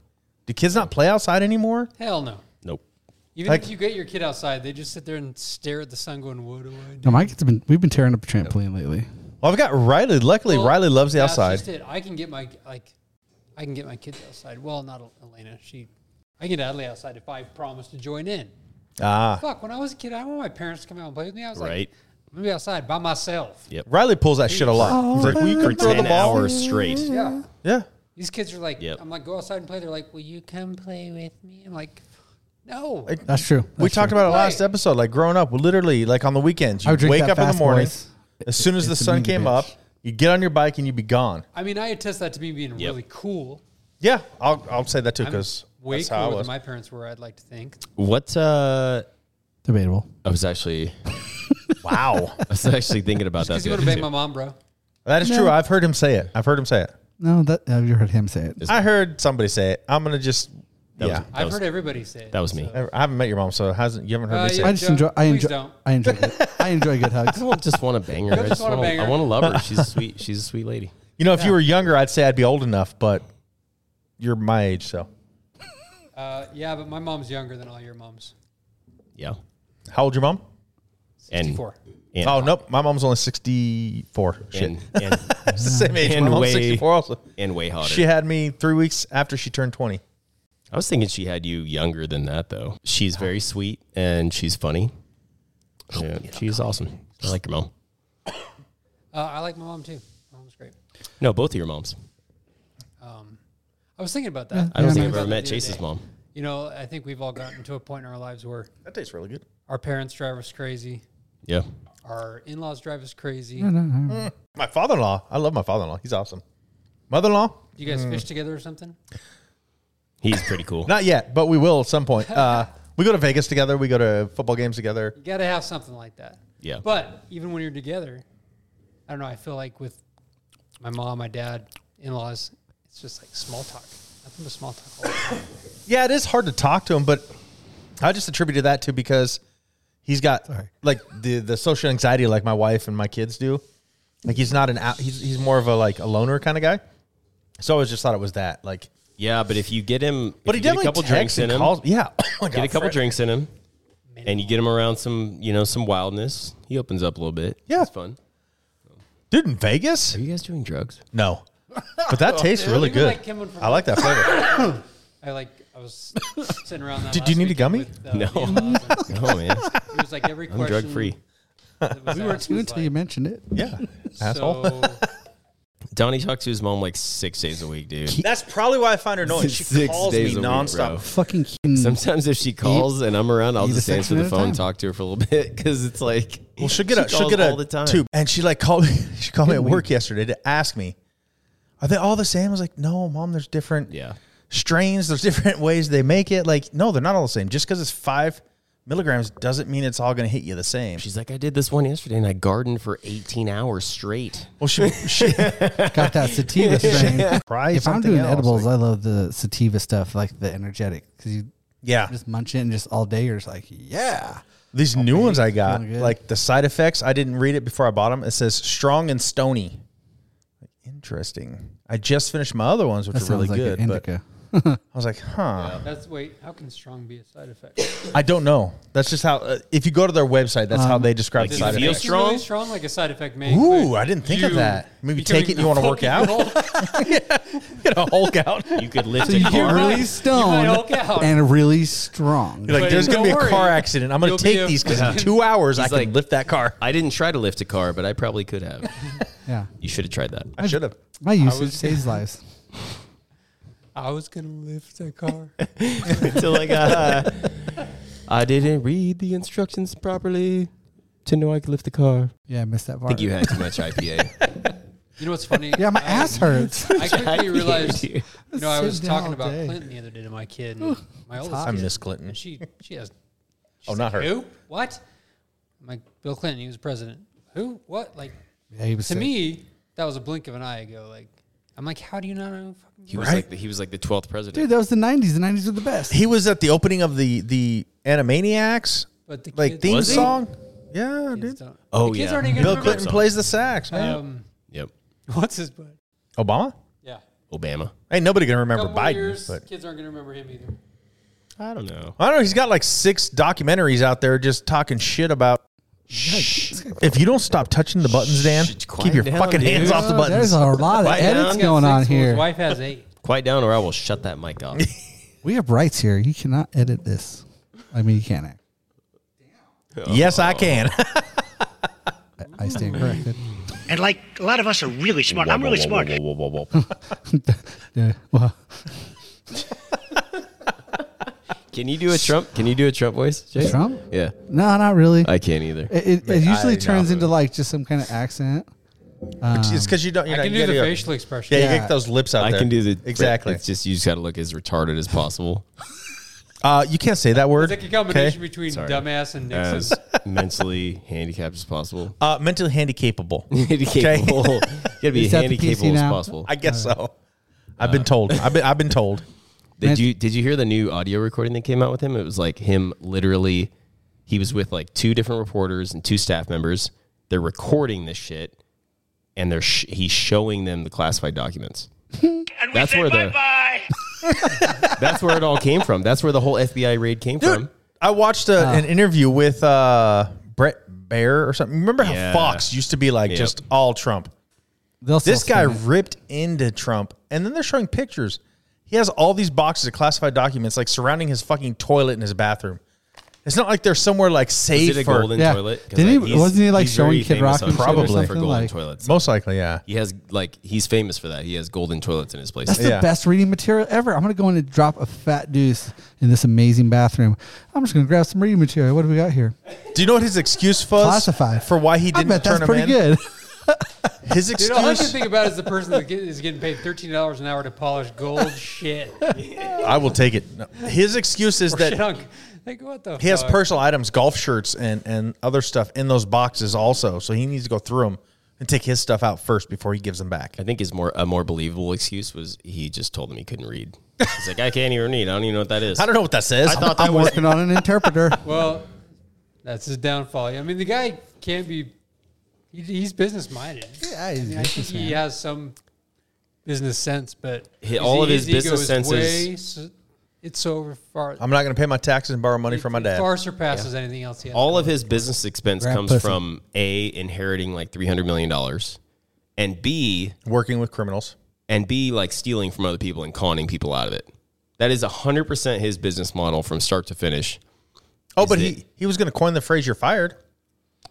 S6: Do kids not play outside anymore?
S7: Hell no.
S4: Nope.
S7: Even
S6: Like-
S7: if you get your kid outside, they just sit there and stare at the sun going, what do I do?
S5: No, Mike's been we've been tearing up the trampoline lately.
S6: Well, I've got Riley. Luckily,
S7: Well,
S6: Riley loves the
S7: that's
S6: outside.
S7: just it. I can get my, like, I can get my kids outside. Well, not El- Elena. She, I can get Adley outside if I promise to join in.
S6: Ah,
S7: Fuck, when I was a kid, I want my parents to come out and play with me. I was
S4: Right.
S7: like, I'm going to be outside by myself.
S6: Riley pulls that shit a lot.
S5: Oh,
S4: For,
S6: Will you
S4: for
S6: come throw the
S4: ten
S6: ball?
S4: hours straight.
S7: Yeah.
S6: Yeah.
S7: These kids are like,
S4: Yep.
S7: I'm like, go outside and play. They're like, will you come play with me? I'm like, no.
S6: Like,
S5: That's true.
S6: we talked about it
S7: Right.
S6: last episode. Like growing up, literally, like on the weekends,
S5: I
S6: you
S5: would drink
S6: wake
S5: that
S6: up in the
S5: Fast
S6: morning.
S5: Boys.
S6: As soon as the
S5: It's a
S6: sun
S5: mean
S6: came
S5: bitch.
S6: up, you get on your bike and you'd be gone.
S7: I mean, I attest that to me being
S4: Yep.
S7: really cool.
S6: Yeah, I'll, I'll say that too
S7: I'm
S6: because
S7: way
S6: that's how I
S7: cooler
S6: was.
S7: than my parents were, I'd like to think.
S4: What? Uh,
S5: Debatable.
S4: I was actually, I
S6: wow,
S4: was actually thinking
S7: [LAUGHS]
S4: about that.
S7: Because you
S4: The other
S7: want to bang
S4: day.
S7: my mom, bro.
S6: that is true. I've heard him say it. I've heard him say it.
S5: No, that uh, you heard him say it.
S6: I heard somebody say it. I'm gonna just
S4: That was-
S6: yeah.
S4: that
S7: I've
S4: was-
S7: heard everybody say it.
S4: that was me.
S7: so-
S6: I haven't met your mom, so it hasn't you haven't heard
S7: Uh,
S6: me say
S7: yeah.
S5: I
S6: it.
S5: just
S7: Joe,
S5: enjoy. I
S7: please
S5: enjoy.
S7: don't.
S5: I enjoy. Good, I enjoy
S7: [LAUGHS]
S5: good hugs.
S4: I don't just want to bang her. I
S7: just
S4: just
S7: wanna
S4: want
S7: bang
S4: I
S7: her.
S4: want to love her. She's sweet. She's a sweet lady.
S6: You know, if you were younger, I'd say I'd be old enough, but you're my age, so
S7: Uh, yeah, but my mom's younger than all your moms.
S4: Yeah.
S6: how old your mom?
S4: And-
S7: 64.
S4: And,
S6: Oh nope, my mom's only sixty four. Shit, [LAUGHS]
S4: and, and,
S6: it's the same age.
S4: and
S6: My mom's
S4: way-
S6: sixty four. Also,
S4: and
S6: [LAUGHS]
S4: way hotter.
S6: she had me three weeks after she turned twenty.
S4: I was thinking she had you younger than that, though. She's
S6: Oh.
S4: very sweet and she's funny. Yeah, she's awesome. I like your mom.
S7: Uh, I like my mom too. My mom's great.
S4: No, both of your moms.
S7: Um, I was thinking about that.
S4: I don't
S5: Yeah,
S4: think
S5: nice.
S4: I've ever met
S7: The other
S4: Chase's
S7: day.
S4: mom.
S7: You know, I think we've all gotten to a point in our lives where
S6: That tastes really good.
S7: our parents drive us crazy,
S4: Yeah.
S7: our in laws drive us crazy.
S6: My father in law, I love my father in law. He's awesome. Mother in law,
S7: You guys fish together or something?
S4: He's pretty cool.
S6: [LAUGHS] Not yet, but we will at
S4: [LAUGHS]
S6: some point. Uh, we go to Vegas together. We go to football games together.
S7: You got to have something like that.
S4: Yeah.
S7: But even when you're together, I don't know. I feel like with my mom, my dad, in laws, it's just like small talk. Nothing but
S6: [LAUGHS]
S7: small talk. all the time.
S6: Yeah, it is hard to talk to him, but I just attributed that to because He's got
S5: Sorry.
S6: like the the social anxiety like my wife and my kids do. Like he's not an out. He's he's more of a like a loner kind of guy. So I always just thought it was that. Like,
S4: Yeah, but if you get him,
S6: but
S4: if you get
S6: he definitely
S4: a couple
S6: texts
S4: drinks in
S6: and
S4: him.
S6: calls. Yeah, [COUGHS] Oh my
S4: get a
S6: God,
S4: couple
S6: Fred.
S4: drinks in him, and you get him around some, you know, some wildness. He opens up a little bit.
S6: Yeah.
S4: it's fun.
S6: dude. In Vegas,
S4: Are you guys doing
S6: [LAUGHS]
S4: drugs?
S6: no,
S4: [LAUGHS]
S6: but that tastes really
S7: Even
S6: good.
S7: like coming from-
S6: I like that flavor.
S7: I like.
S6: [LAUGHS]
S7: I was sitting around. That
S6: Did
S7: last
S6: you need a
S7: weekend
S6: gummy?
S7: With, uh,
S4: No.
S7: the in-laws, and
S4: No, man,
S7: It was like
S6: [LAUGHS]
S7: every
S4: I'm
S7: question.
S4: drug free.
S7: that was
S5: We were
S7: asked
S5: too
S7: was
S5: until you
S7: like,
S5: mentioned it.
S6: Yeah, asshole.
S7: So,
S4: Donnie talks to his mom like six days a week, dude.
S6: That's probably why I find her
S4: [LAUGHS]
S6: annoying. She
S4: Six
S6: calls
S4: days a
S6: me
S4: week,
S6: nonstop.
S4: bro.
S5: Fucking Keaton.
S4: [LAUGHS] Sometimes if she calls and I'm around, I'll
S5: eat a
S4: just answer
S5: section at
S4: the
S5: a
S4: phone,
S5: time.
S4: and talk to her for a little [LAUGHS] bit because it's like,
S6: Well, she'll get a
S4: she
S6: she'll
S4: calls
S6: get a
S4: all the time.
S6: tube, and she like called me. [LAUGHS] She called me at work yesterday to ask me, "Are they all the same?" I was like, "No, mom. There's different
S4: Yeah.
S6: strains. There's [LAUGHS] different ways they make it. Like, no, they're not all the same. Just because it's five milligrams doesn't mean it's all going to hit you the same."
S4: She's like, I did this one yesterday and I gardened for 18 hours straight.
S6: well, she [LAUGHS] she
S5: Got that sativa strain.
S6: try
S5: If I'm
S6: something
S5: doing
S6: else.
S5: edibles,
S6: Like,
S5: I love the sativa stuff, like the energetic, because you
S6: yeah,
S5: just munch it and just all day you're just like, yeah.
S6: these new ones I got,
S5: feeling good.
S6: like the side effects. I didn't read it before I bought them. It says strong and stony. Interesting. I just finished my other ones, which
S5: That
S6: are
S5: sounds
S6: really
S5: like
S6: good.
S5: an
S6: But I
S5: indica.
S6: was like, huh.
S7: that's wait. How can strong be a side effect?
S6: I don't know. That's just how. Uh, if you go to their website, that's how they describe
S4: like
S6: the
S4: you
S6: side
S7: Does it
S4: feel
S7: make
S6: effects.
S7: you really
S4: strong?
S7: strong, like a side effect. May
S6: Ooh,
S7: include
S6: I didn't think of
S7: you
S6: that. Maybe take
S7: becoming
S6: it, you wanna work
S7: fucking [LAUGHS]
S6: out?
S7: Hulk.
S6: Get a Hulk out. [LAUGHS] You're
S4: You [LAUGHS] could lift
S5: So
S4: a
S5: you
S4: car.
S5: get really
S7: might
S5: stoned
S7: Hulk out.
S5: and really strong.
S6: like,
S7: But
S6: there's gonna be a
S7: don't
S6: car
S7: worry.
S6: accident. I'm gonna
S7: You'll be
S6: take
S7: a
S6: these because in
S7: fucking-
S6: two hours I
S4: He's
S6: can
S4: like-
S6: lift that car.
S4: I didn't try to lift a car, but I probably could have.
S5: yeah.
S4: You should have [LAUGHS] tried that.
S6: I should have.
S5: My usage
S7: was-
S5: saves lives.
S7: I was gonna lift a car.
S4: Until I got high. I didn't read the instructions properly to know I could lift the car.
S5: Yeah, I missed that
S4: I
S5: part.
S4: think you had too much IPA. [LAUGHS]
S7: You know what's funny?
S5: [LAUGHS] yeah, my
S7: I-
S5: ass
S6: [LAUGHS]
S5: hurts.
S7: I quickly realized. You know, I
S5: Sit
S7: was
S5: down all
S7: talking about
S5: day.
S7: Clinton the other day to my kid, and my oldest.
S6: I
S7: kid,
S6: miss Clinton.
S7: and She she has.
S6: Oh,
S7: she's
S6: not
S7: like,
S6: her.
S7: Who? What? I'm like Bill Clinton. He was president. Who? What? Like
S5: Yeah, he was
S7: to
S5: sick.
S7: me, that was a blink of an eye ago. Like I'm like, how do you not know? fucking
S4: He was
S6: Right?
S4: like the, he was like the twelfth president.
S5: Dude, that was the 90s. The 90s were the best.
S6: He was at the opening of the the Animaniacs
S7: But the
S6: like
S7: kids-
S6: theme
S4: Was he?
S6: song. Yeah,
S7: kids
S6: dude.
S7: don't-
S4: Oh,
S7: the kids
S4: yeah.
S7: aren't even
S6: Bill
S7: gonna
S6: Clinton
S7: remember.
S6: plays the sax, man.
S7: Um,
S4: yep.
S7: what's his butt?
S6: Obama.
S7: Yeah.
S4: Obama.
S6: Ain't nobody gonna remember
S7: Couple more
S6: Biden,
S7: years,
S6: but
S7: kids aren't gonna remember him either.
S4: I don't know.
S6: I don't know. He's got like six documentaries out there just talking shit about. If you don't stop touching the buttons, Dan,
S4: Shh,
S6: keep
S4: quiet
S6: your
S4: down,
S6: fucking
S4: dude.
S6: hands off the
S5: Oh,
S6: buttons.
S5: There's a lot of
S4: Right
S5: edits
S4: now?
S5: going
S7: Six,
S5: on
S7: his
S5: here.
S7: wife has eight.
S4: Quiet down, or I will shut that mic [LAUGHS] off.
S5: We have rights here. You cannot edit this. I mean, you can't act.
S6: yes, I can.
S4: Um,
S6: [LAUGHS]
S5: I stand
S6: Hmm.
S5: corrected.
S8: And like a lot of us are really smart. I'm really smart.
S5: Yeah, well,
S4: Can you do a Trump? Can you do a Trump voice? Jay?
S5: Trump?
S4: Yeah,
S5: No, not really.
S4: I can't either.
S5: It, it, it
S6: I-
S5: usually
S6: no.
S5: turns into like just some kind of accent.
S6: it's because you don't. You're
S7: I
S6: not-
S7: can
S6: you
S7: do the
S6: gotta-
S7: facial expression.
S6: Yeah,
S5: Yeah.
S6: you get those lips out
S4: I
S6: there.
S4: can do the
S6: [LAUGHS] exactly.
S4: It's just you just got to look as retarded as possible.
S6: Uh, you can't say that word.
S7: It's like a combination
S6: okay?
S7: between
S4: Sorry.
S7: dumbass and Nixon.
S5: Uh,
S4: As [LAUGHS] mentally handicapped as [LAUGHS] possible.
S6: Uh, mentally handicapable.
S4: [LAUGHS] Handicapable. Uh, you gotta be
S5: Is that the PC
S4: handicapable as
S5: now?
S4: possible.
S6: [LAUGHS] I guess so. I've been told. I've been. I've been told.
S4: Did you did you hear the new audio recording that came out with him? It was like him literally he was with like two different reporters and two staff members. They're recording this shit and they're sh- he's showing them the classified documents.
S8: [LAUGHS] And we
S4: That's
S8: say
S4: where the-
S8: bye-bye.
S4: [LAUGHS]
S8: [LAUGHS]
S4: That's where it all came from. That's where the whole FBI raid came [LAUGHS] from.
S6: I watched a, an interview with uh, Brett Baer or something. Remember how
S4: Yeah.
S6: Fox used to be like
S4: Yep.
S6: just all Trump?
S5: They'll
S6: This guy
S5: self-spin it.
S6: ripped into Trump, and then they're showing pictures. He has all these boxes of classified documents like surrounding his fucking toilet in his bathroom. It's not like they're somewhere like
S4: Is
S6: safe
S4: it a
S6: for
S4: golden
S5: Yeah.
S4: toilet? 'Cause,
S5: Didn't he-
S4: he's-
S5: wasn't he, like,
S4: he's very
S5: showing Kid
S4: famous
S5: Rock
S4: on
S5: and shit or
S4: Twitter
S6: something?
S4: for golden
S5: Like-
S4: toilets?
S6: most likely, yeah.
S4: He has like he's famous for that. He has golden toilets in his place.
S5: That's
S6: Yeah.
S5: the best reading material ever. I'm gonna go in and drop a fat deuce in this amazing bathroom. I'm just gonna grab some reading material. What do we got here?
S6: Do you know what his excuse was
S5: Classified.
S6: for why he
S5: I
S6: didn't
S5: bet
S6: turn
S5: that's pretty
S6: him in?
S5: good.
S6: His
S7: Dude, all I can
S6: excuse.
S7: think about is the person that get- is getting paid thirteen dollars an hour to polish
S4: [LAUGHS]
S7: gold shit
S6: [LAUGHS] I will take it. No. His excuse is
S7: or
S6: that
S7: junk. Like what the?
S6: he has
S7: fuck?
S6: personal items, golf shirts, and and other stuff in those boxes also. So he needs to go through them and take his stuff out first before he gives them back.
S4: I think his more a more believable excuse was he just told them he couldn't read. He's like, I can't even read. I don't even know what that is.
S6: I don't know what that says.
S4: I thought that
S5: I'm
S4: [LAUGHS] was
S5: working on an interpreter.
S7: Well, That's his downfall. I mean, the guy can't be. He, he's business minded.
S5: Yeah, he's
S7: I, mean, I think
S5: businessman.
S7: he has some business sense, but e-,
S4: He- all of his
S7: ego
S4: business Oh,
S7: is
S4: sense is-
S7: way su- it's so far.
S6: I'm not going to pay my taxes and borrow money from my
S7: it
S6: dad.
S7: Far surpasses anything else. He had.
S4: all of his business expense
S5: Grab
S4: comes
S5: pussy.
S4: from a inheriting like three hundred million dollars, and b
S6: Working with criminals.
S4: and b like stealing from other people and conning people out of it. That is hundred percent his business model from start to finish.
S6: Oh, but
S4: it-
S6: he, he was going to coin the phrase "you're fired."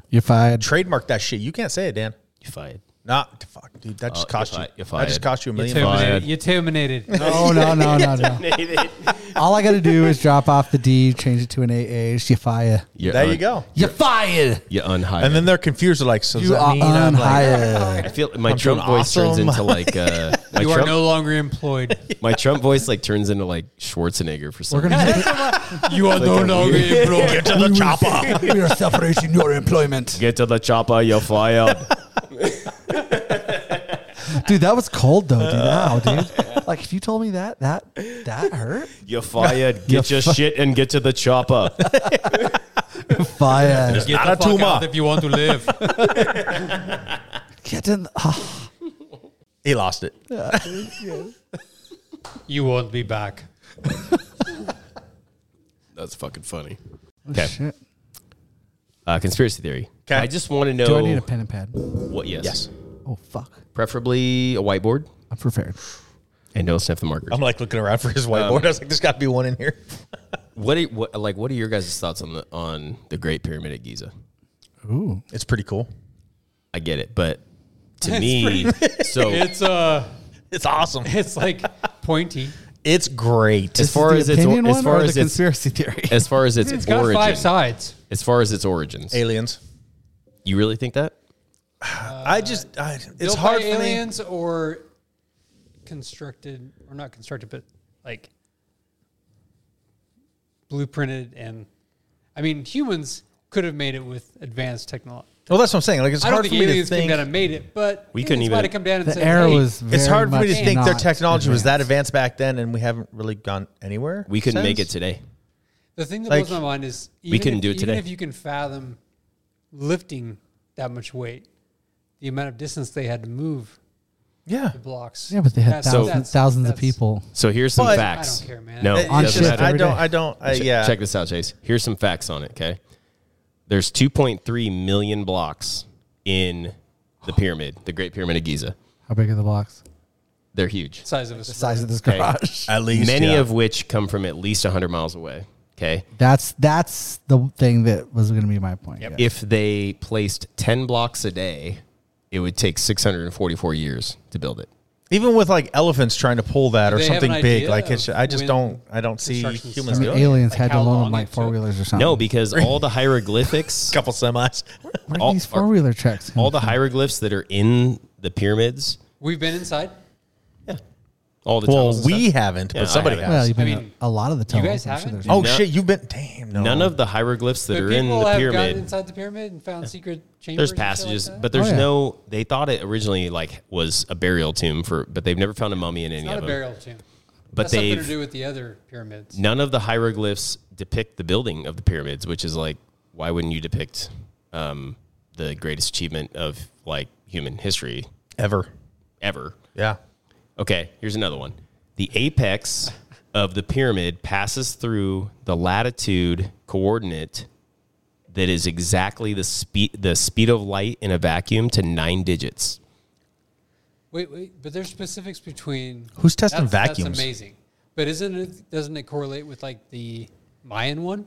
S5: You're
S4: [LAUGHS]
S5: fired.
S6: Trademark that shit. You can't say it, Dan.
S4: You [LAUGHS] fired.
S6: Not fuck, dude. That
S4: Oh,
S6: just
S4: you're
S6: cost you.
S4: fi- you're
S6: That
S4: fired.
S6: just cost you a
S7: You're
S6: million. bucks.
S7: terminated.
S4: Fired.
S7: You're terminated.
S5: Oh no no no no! All I got to do is drop off the D, change it to an AA. You fire.
S4: You're
S6: There
S4: un-
S6: you go.
S5: You fired.
S4: You unhired.
S6: And then they're confused. They're like, so does
S5: You
S6: that
S5: are
S6: mean I'm like,
S5: unhired.
S4: I feel my
S6: I'm
S4: Trump
S6: doing
S4: voice turns
S6: awesome.
S4: into like
S6: [LAUGHS]
S4: uh, my
S7: you are
S4: Trump
S7: no
S4: [LAUGHS]
S7: longer employed.
S4: my Trump voice like turns into like Schwarzenegger for some
S5: We're
S4: reason.
S5: gonna.
S7: you
S5: [LAUGHS]
S7: are no longer employed.
S6: to the chopper.
S5: we are separating your employment.
S4: Get to the chopper, you're fired.
S5: Dude, that was cold though, dude. Wow,
S4: [LAUGHS]
S5: dude. Like if you told me that, that that hurt.
S4: You're fired. Get your shit and get to the chopper.
S5: Fire.
S7: Get
S6: Not a
S7: the fuck
S6: tumor.
S7: out if you want
S4: [LAUGHS]
S7: to live.
S5: Get in. ah.
S6: He lost it.
S7: you won't be back.
S4: That's fucking funny.
S5: Oh,
S4: Okay.
S5: shit.
S4: Uh, conspiracy theory.
S6: Okay.
S4: I just want to know
S5: Do I need a pen and pad?
S4: what yes.
S6: Yes.
S5: Oh fuck.
S4: Preferably a whiteboard
S5: I'm prepared.
S4: and don't sniff the markers.
S6: I'm like looking around for his whiteboard. I was like, there's got to be one in here.
S4: what, are, what like what are your guys' thoughts on the on the Great Pyramid at Giza?
S5: Ooh.
S6: It's pretty cool.
S4: I get it, but to
S7: [LAUGHS]
S4: me so
S7: It's uh,
S6: It's awesome.
S7: [LAUGHS] it's like pointy.
S6: It's great.
S4: as far
S5: the
S4: as its
S5: opinion
S4: as
S5: one
S4: far
S5: or
S4: as
S5: the
S4: its
S5: conspiracy theory.
S4: as far as its,
S7: It's got
S4: origin
S7: five sides.
S4: as far as its origins.
S6: aliens.
S4: You really think that?
S6: I just, I, it's
S7: built
S6: hard
S7: by
S6: for me.
S7: aliens or constructed or not constructed but like blueprinted and i mean humans could have made it with advanced technology
S6: Well, that's what I'm saying. Like, it's
S7: i don't
S6: hard
S7: think
S6: for me to
S7: aliens came
S6: think.
S7: down and made it but
S4: We couldn't
S7: aliens
S4: even-
S7: might have come down and
S5: The
S7: said,
S5: air
S7: "Hey,
S5: was.
S6: It's
S5: very
S6: hard for me to
S5: much
S6: think their
S5: not
S6: technology was that
S5: advanced.
S6: advanced back then, and we haven't really gone anywhere.
S4: We couldn't make it
S6: since.
S4: today.
S7: the thing that
S6: like,
S7: blows my mind is even
S4: couldn't
S7: if,
S4: do it
S7: even
S4: today.
S7: if you can fathom lifting that much weight the amount of distance they had to move
S6: Yeah.
S7: the blocks
S5: Yeah, but they had
S7: That's-
S5: thousands,
S7: that's-
S5: thousands
S7: that's-
S5: of people.
S4: So here's some
S6: But-
S4: facts.
S7: I don't care, man.
S4: No,
S6: It-
S4: it
S6: it's
S4: doesn't
S6: just,
S4: matter.
S6: I
S5: every
S6: don't,
S5: day.
S6: I don't, I,
S4: Ch-
S6: Uh, yeah.
S4: Check this out, Chase. Here's some facts on it. Okay. There's 2.3 million blocks in the pyramid, the Great Pyramid of Giza.
S5: How big are the blocks?
S4: They're huge.
S7: size of a
S5: The size of this
S4: Okay.
S5: garage.
S6: At least
S4: Many
S6: yeah.
S4: of which come from at least 100 miles away. Okay.
S5: [LAUGHS] That's that's the thing that was going to be my point. yeah.
S4: If they placed 10 blocks a day, it would take 644 years to build it.
S6: even with like elephants trying to pull that or
S7: they have an
S6: something big,
S7: idea
S6: like it's,
S7: of
S6: I just
S7: when
S6: don't, I don't see
S7: construction
S6: humans
S5: I mean,
S6: doing it.
S5: aliens
S7: Like
S5: had to
S7: how
S5: loan
S7: long
S5: them like
S7: it took.
S5: four wheelers or something.
S4: No, because all the
S6: [LAUGHS]
S4: hieroglyphics,
S6: Couple semis.
S5: Where are
S4: all-
S5: these four wheeler checks.
S4: all the hieroglyphs that are in the pyramids,
S7: we've been inside
S4: all the tunnels and
S6: Well, we
S4: stuff,
S6: haven't,
S4: Yeah,
S6: but somebody
S4: I
S6: has.
S4: haven't.
S5: well, you've been
S7: I
S5: to
S7: mean,
S5: a lot of the tunnels.
S7: guys
S5: I'm sure
S7: haven't?
S5: there's-
S6: Oh
S4: No.
S6: shit, you've been damn no.
S4: none of the hieroglyphs that
S7: But
S4: are in
S7: people
S4: the
S7: have
S4: pyramid.
S7: gone inside the pyramid and found secret chambers.
S4: There's
S7: and shit like
S4: passages,
S7: that?
S4: but there's
S5: Oh, yeah.
S4: no. They thought it originally like was a burial tomb for, but they've never found a mummy in any
S7: not
S4: of
S7: a
S4: them.
S7: burial tomb.
S4: But
S7: That's something to
S4: they've
S7: do with the other pyramids.
S4: none of the hieroglyphs depict the building of the pyramids, which is like why wouldn't you depict um, the greatest achievement of like human history
S6: ever.
S4: ever?
S6: Yeah.
S4: Okay, here's another one. The apex of the pyramid passes through the latitude coordinate that is exactly the speed the speed of light in a vacuum to nine digits.
S7: Wait, wait, but there's specifics between
S6: Who's testing
S7: that's,
S6: vacuums?
S7: That's amazing. But isn't it? Doesn't it correlate with like the Mayan one?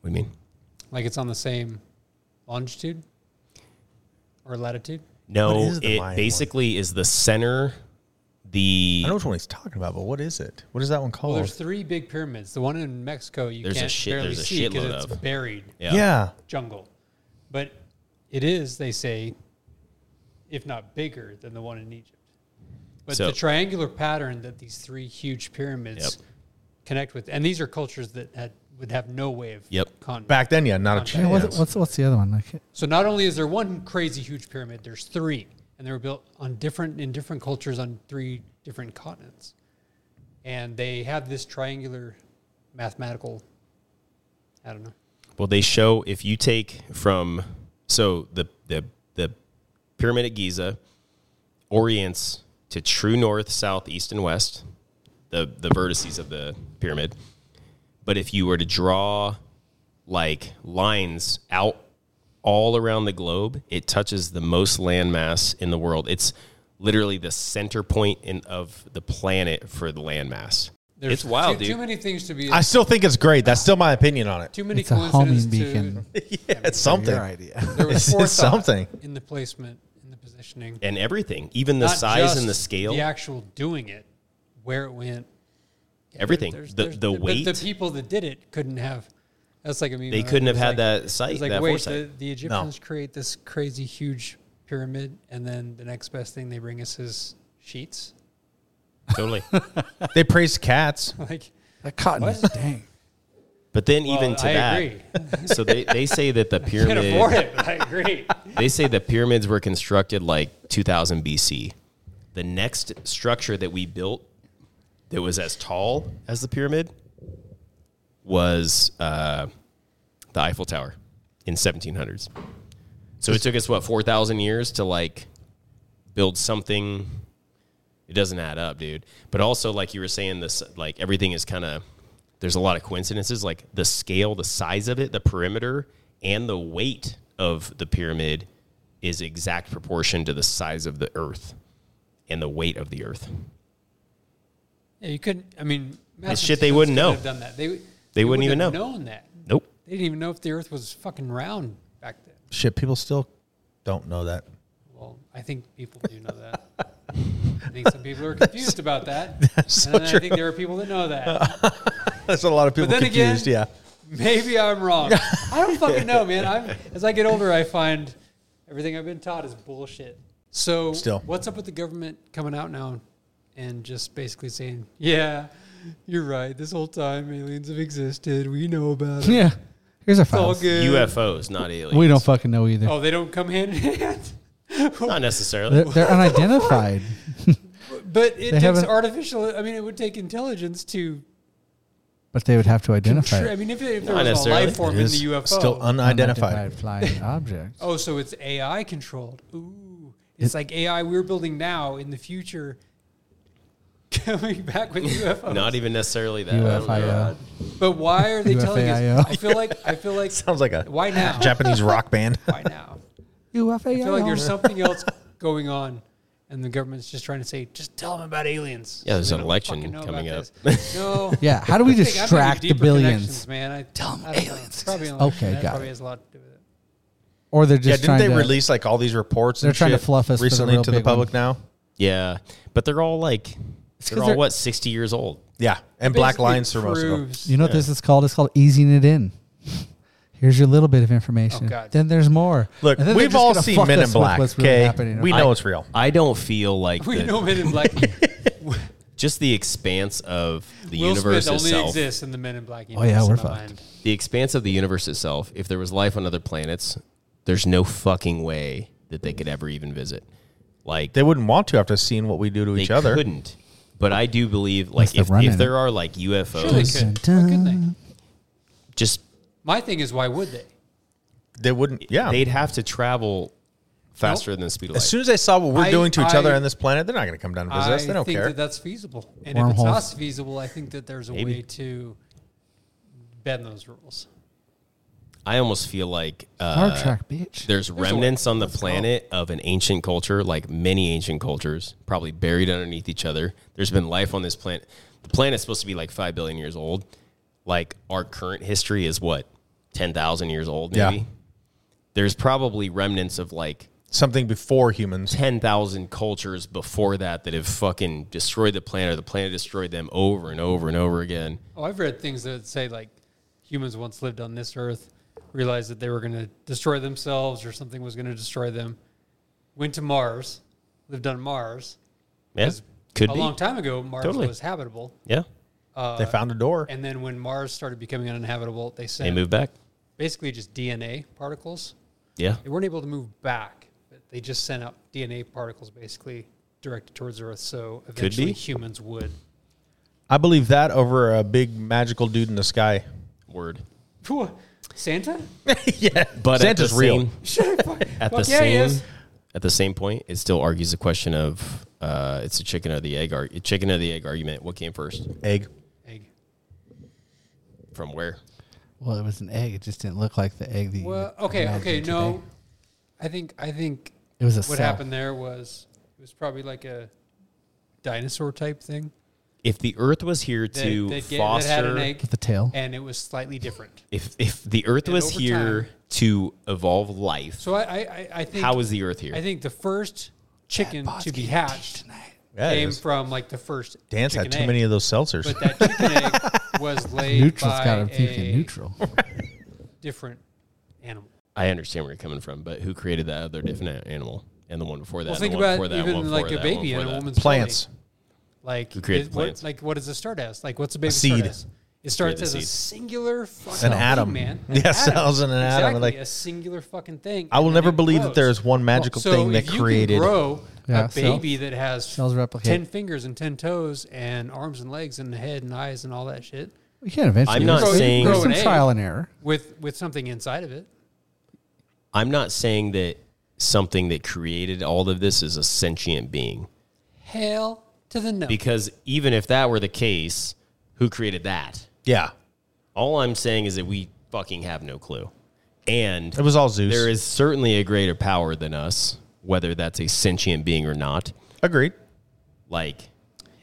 S4: What do you mean?
S7: Like it's on the same longitude or latitude?
S4: No,
S6: What is the
S4: it
S6: Mayan one?
S4: basically is the center. The
S6: I know which one he's talking about, but what is it? What is that one
S7: Well,
S6: called?
S7: there's three big pyramids. The one in Mexico you
S4: There's a
S7: can't
S4: shit-
S7: barely
S4: there's a
S7: see because
S4: shitload
S7: it's
S4: of.
S7: buried
S6: yeah.
S7: jungle, but it is they say, if not bigger than the one in Egypt. But
S4: So-
S7: the triangular pattern that these three huge pyramids
S4: Yep.
S7: connect with, and these are cultures that had, would have no way of
S4: Yep.
S7: con-
S6: Back then, yeah, not a
S7: Contact.
S5: Yeah,
S6: chance.
S5: what's, what's what's the other one? Like,
S7: So not only is there one crazy huge pyramid, there's three, and they were built on different in different cultures on three different continents, and they have this triangular mathematical I don't know.
S4: Well, they show if you take from so the the the pyramid at Giza orients to true north, south, east, and west, the the vertices of the pyramid. But if you were to draw like lines out all around the globe, it touches the most land mass in the world. It's literally the center point in, of the planet for the land mass.
S7: There's
S4: it's wild,
S7: too,
S4: dude.
S7: Too many things to be.
S6: I still think it's great. That's still my opinion on it. [LAUGHS]
S7: too many
S5: It's a homing
S7: coincidences. To,
S5: beacon.
S6: It's something.
S5: Your idea.
S7: there was
S6: It's
S7: forethought
S6: something.
S7: in the placement, in the positioning,
S4: and everything, even the
S7: Not
S4: size
S7: just
S4: and the scale.
S7: the actual doing it, where it went, Yeah,
S4: Everything. The- the
S7: but
S4: weight.
S7: the people that did it couldn't have. That's like a meme.
S4: They
S7: I read.
S4: couldn't have
S7: It was
S4: had
S7: like-
S4: that
S7: it was
S4: sight,
S7: Like,
S4: that
S7: wait, the,
S4: foresight.
S7: the Egyptians create this crazy huge pyramid, and then the next best thing they bring us is sheets. [LAUGHS]
S4: Totally.
S6: They praise cats.
S7: Like,
S5: That cotton is
S7: What?
S5: dang.
S4: But then
S7: well,
S4: even to
S7: I
S4: that, [LAUGHS]
S7: agree.
S4: so they, they say that
S7: [LAUGHS]
S4: the
S7: Can't afford
S4: pyramid
S7: it. but I
S4: [LAUGHS]
S7: agree.
S4: they say the pyramids were constructed like 2000 BC. The next structure that we built that was as tall as the pyramid was uh, the Eiffel Tower in 1700s. So it took us what 4000 years to like build something it doesn't add up, dude. But also, like you were saying, this like everything is kind of there's a lot of coincidences, like the scale, the size of it, the perimeter, and the weight of the pyramid is exact proportion to the size of the Earth and the weight of the Earth.
S7: Yeah, you couldn't. I mean,
S4: shit they wouldn't
S7: Massachusetts couldn't
S4: know.
S7: Have done that. They, they,
S4: wouldn't even
S7: have
S4: know.
S7: Known that.
S4: Nope.
S7: They didn't even know if the Earth was fucking round back then.
S6: Shit, people still don't know that.
S7: Well, I think people do know that. I think some people
S6: [LAUGHS]
S7: are confused about that.
S6: so
S7: and then
S6: true.
S7: I think there are people that know that.
S6: That's a lot of [LAUGHS] people
S7: then again-
S6: confused. yeah.
S7: Maybe
S6: [LAUGHS]
S7: I'm wrong. I don't fucking know, man. I'm, as I get older, I find everything I've been taught is bullshit. So,
S6: Still.
S7: what's up with the government coming out now and just basically saying, yeah, you're right. This whole time, aliens have existed. We know about it.
S5: [LAUGHS] Yeah. Here's our
S7: It's all
S6: [LAUGHS]
S5: files.
S7: good.
S4: UFOs, not aliens.
S5: We don't fucking know either.
S7: Oh, they don't come hand in hand.
S4: Not
S5: They're,
S4: necessarily.
S5: they're unidentified.
S7: [LAUGHS] But it takes
S5: haven't-
S7: artificial, I mean, it would take intelligence to
S5: But they would have to identify
S7: Sure. I
S5: it.
S7: mean, if, if there
S4: Not
S7: was a
S4: necessarily.
S7: life form
S6: It
S7: in
S6: is
S7: the UFO,
S6: Still unidentified.
S5: flying object.
S7: oh, so it's AI controlled. Ooh, it's like AI we're building now in the future, [LAUGHS] coming back with
S4: [LAUGHS]
S7: UFOs.
S4: Not even necessarily that. I don't
S7: Oh,
S4: know.
S5: UFIO.
S7: but why are they telling
S5: UFAIO.
S7: us? I feel like I
S5: [LAUGHS]
S7: feel
S6: [LAUGHS]
S7: like
S6: Sounds like a
S7: why now?
S6: Japanese rock band.
S7: [LAUGHS] Why now?
S5: UFIO.
S7: I feel
S5: [LAUGHS]
S7: like there's something else going on, and the government's just trying to say, just tell them about aliens.
S4: Yeah, there's
S7: They
S4: an
S7: don't
S4: election
S7: fucking know
S4: coming
S7: about
S4: up. [LAUGHS]
S7: this. No.
S5: Yeah, how do we
S7: I think I'm having
S5: distract the
S7: deeper
S5: billions?
S7: connections, Man, I
S5: Tell 'em
S7: I don't know.
S5: aliens
S7: Probably
S5: exist.
S7: on-
S5: Okay,
S7: that
S5: got
S7: probably
S5: it.
S7: has a lot to do with it.
S5: Or they're
S6: Yeah,
S5: just
S6: didn't they
S5: trying to
S6: release like all these reports?
S5: They're
S6: and
S5: trying to
S6: shit
S5: fluff us for the
S6: recently
S5: real
S6: to the
S5: big one.
S6: public now.
S4: Yeah, but they're all like they're
S5: 'cause
S4: all
S5: they're-
S4: what 60 years old.
S6: Yeah, and black
S7: Basically
S6: lines for most of them.
S7: proves-
S5: You know what this is called? It's called easing it in. Here's your little bit of information.
S7: Oh, God.
S5: then there's more.
S6: Look,
S5: And then they're
S6: we've
S5: just
S6: all
S5: gonna
S6: seen
S5: fuck
S6: Men
S5: us
S6: in
S5: with
S6: Black.
S5: what's really
S6: Okay,
S5: happening.
S6: we know it's real.
S4: I don't feel like
S7: We
S4: the,
S7: know Men
S4: [LAUGHS]
S7: in Black.
S4: just the expanse of the
S7: Will
S4: universe
S7: Smith only
S4: itself.
S7: exists in the Men in Black
S5: Oh, yeah,
S7: universe.
S5: we're
S7: in my
S5: fucked.
S7: mind.
S4: the expanse of the universe itself, if there was life on other planets, there's no fucking way that they could ever even visit. Like
S6: They wouldn't want to after seeing what we do to
S4: they
S6: each other.
S4: couldn't. But I do believe, like,
S5: the
S4: if,
S5: run
S4: if
S5: in
S4: there are like
S7: Sure they
S4: UFOs,
S7: could.
S5: Dun,
S7: Why couldn't they?
S4: just
S7: My thing is, why would they?
S6: They wouldn't. Yeah.
S4: they'd have to travel faster than the speed of light.
S6: as soon as they saw what we're
S7: I-
S6: doing to each other
S7: I-
S6: on this planet, they're not going to come down and visit
S7: I
S6: us. They don't
S7: think
S6: care.
S7: that that's feasible. And if it's
S5: Wormholes.
S7: not feasible, I think that there's a
S4: Maybe.
S7: way to bend those rules.
S4: I almost feel like
S5: Star
S4: uh,
S5: Trek, bitch.
S4: there's remnants on the planet of an ancient culture, like many ancient cultures, probably buried underneath each other. There's been life on this planet. The planet's supposed to be like five billion years old. Like our current history is what ten thousand years old,
S6: Yeah.
S4: maybe. There's probably remnants of like
S6: Something before humans.
S4: ten thousand cultures before that that have fucking destroyed the planet, or the planet destroyed them over and over and over again.
S7: Oh, I've read things that say like humans once lived on this earth, realized that they were going to destroy themselves or something was going to destroy them, went to Mars, lived on Mars.
S4: Yeah,
S7: 'Cause
S4: could
S7: a
S4: be.
S7: long time ago, Mars
S4: Totally.
S7: was habitable.
S4: Yeah,
S6: they found a door.
S7: Uh, And then when Mars started becoming uninhabitable, they
S4: they
S7: sent
S4: move back.
S7: basically just DNA particles.
S4: Yeah,
S7: They weren't able to move back, but they just sent out DNA particles basically directed towards Earth. So eventually
S4: be.
S7: humans would.
S6: I believe that over a big magical dude in the sky.
S4: word.
S7: Phew, Santa?
S6: yeah,
S4: But
S6: Santa's
S4: at the
S6: real.
S7: [LAUGHS]
S4: Same, at the
S7: Fuck yeah, he
S4: same
S7: is.
S4: at the same point, it still argues the question of uh, it's a chicken or the egg ar- chicken or the egg argument. What came first?
S6: Egg.
S7: Egg.
S4: From where?
S5: Well, it was an egg. It just didn't look like the egg that you
S7: Well, okay,
S5: imagined
S7: okay,
S5: today.
S7: no. I think I think
S5: It was a
S7: what
S5: cell.
S7: happened there was it was probably like a dinosaur type thing.
S4: If the Earth was here
S7: that-
S4: to
S7: that ga-
S4: foster,
S7: that had an egg
S5: With the tail.
S7: and it was slightly different.
S4: if if the Earth
S7: And
S4: was
S7: over
S4: here
S7: time-
S4: to evolve life,
S7: So I I, I, I think
S4: how is the Earth here?
S7: I think the first chicken to be hatched
S6: Yeah, it
S7: came
S6: is.
S7: from like the first
S6: Dan's
S7: chicken
S6: had too
S7: egg.
S6: many of those seltzers.
S7: But that chicken
S5: [LAUGHS]
S7: egg was laid
S5: Neutral's
S7: by
S5: got to
S7: a
S5: think in neutral.
S7: different animal.
S4: I understand where you're coming from, but who created that other different a- animal and the one before that?
S7: Well,
S4: and
S7: think
S4: the one
S7: about
S4: before that, and
S7: even
S4: one
S7: like
S4: before
S7: a
S4: that, and one
S7: baby in
S4: before
S7: a
S4: that.
S7: woman's
S6: Plants.
S7: belly. Like
S4: Who created
S7: it- what,
S4: plants?
S7: like what does it start as? Like what's a baby
S6: seed.
S7: start as? It starts
S4: a
S7: as a
S4: seed.
S7: singular fucking
S6: an
S7: thing,
S6: atom. [LAUGHS]
S7: man.
S6: Yeah, cells and an atom,
S7: exactly,
S6: like-
S7: a singular fucking thing.
S6: I will
S7: and then
S6: never
S7: it
S6: believe
S7: grows.
S6: that there is one magical
S7: so
S6: thing
S7: if
S6: that
S7: you can
S6: created-
S7: grow
S5: Yeah,
S7: a
S5: cell-
S7: baby that has
S5: cells replicate.
S7: ten fingers and ten toes and arms and legs and a head and eyes and all that shit
S5: We can't eventually.
S4: I'm not
S5: There's-
S4: saying-
S5: There's some
S7: Grow an
S5: trial and error.
S7: with with something inside of it.
S4: I'm not saying that something that created all of this is a sentient being,
S7: Hail to the no.
S4: because even if that were the case, who created that?
S6: yeah,
S4: All I'm saying is that we fucking have no clue. And
S6: it was all Zeus.
S4: there is certainly a greater power than us, whether that's a sentient being or not.
S6: agreed.
S4: Like,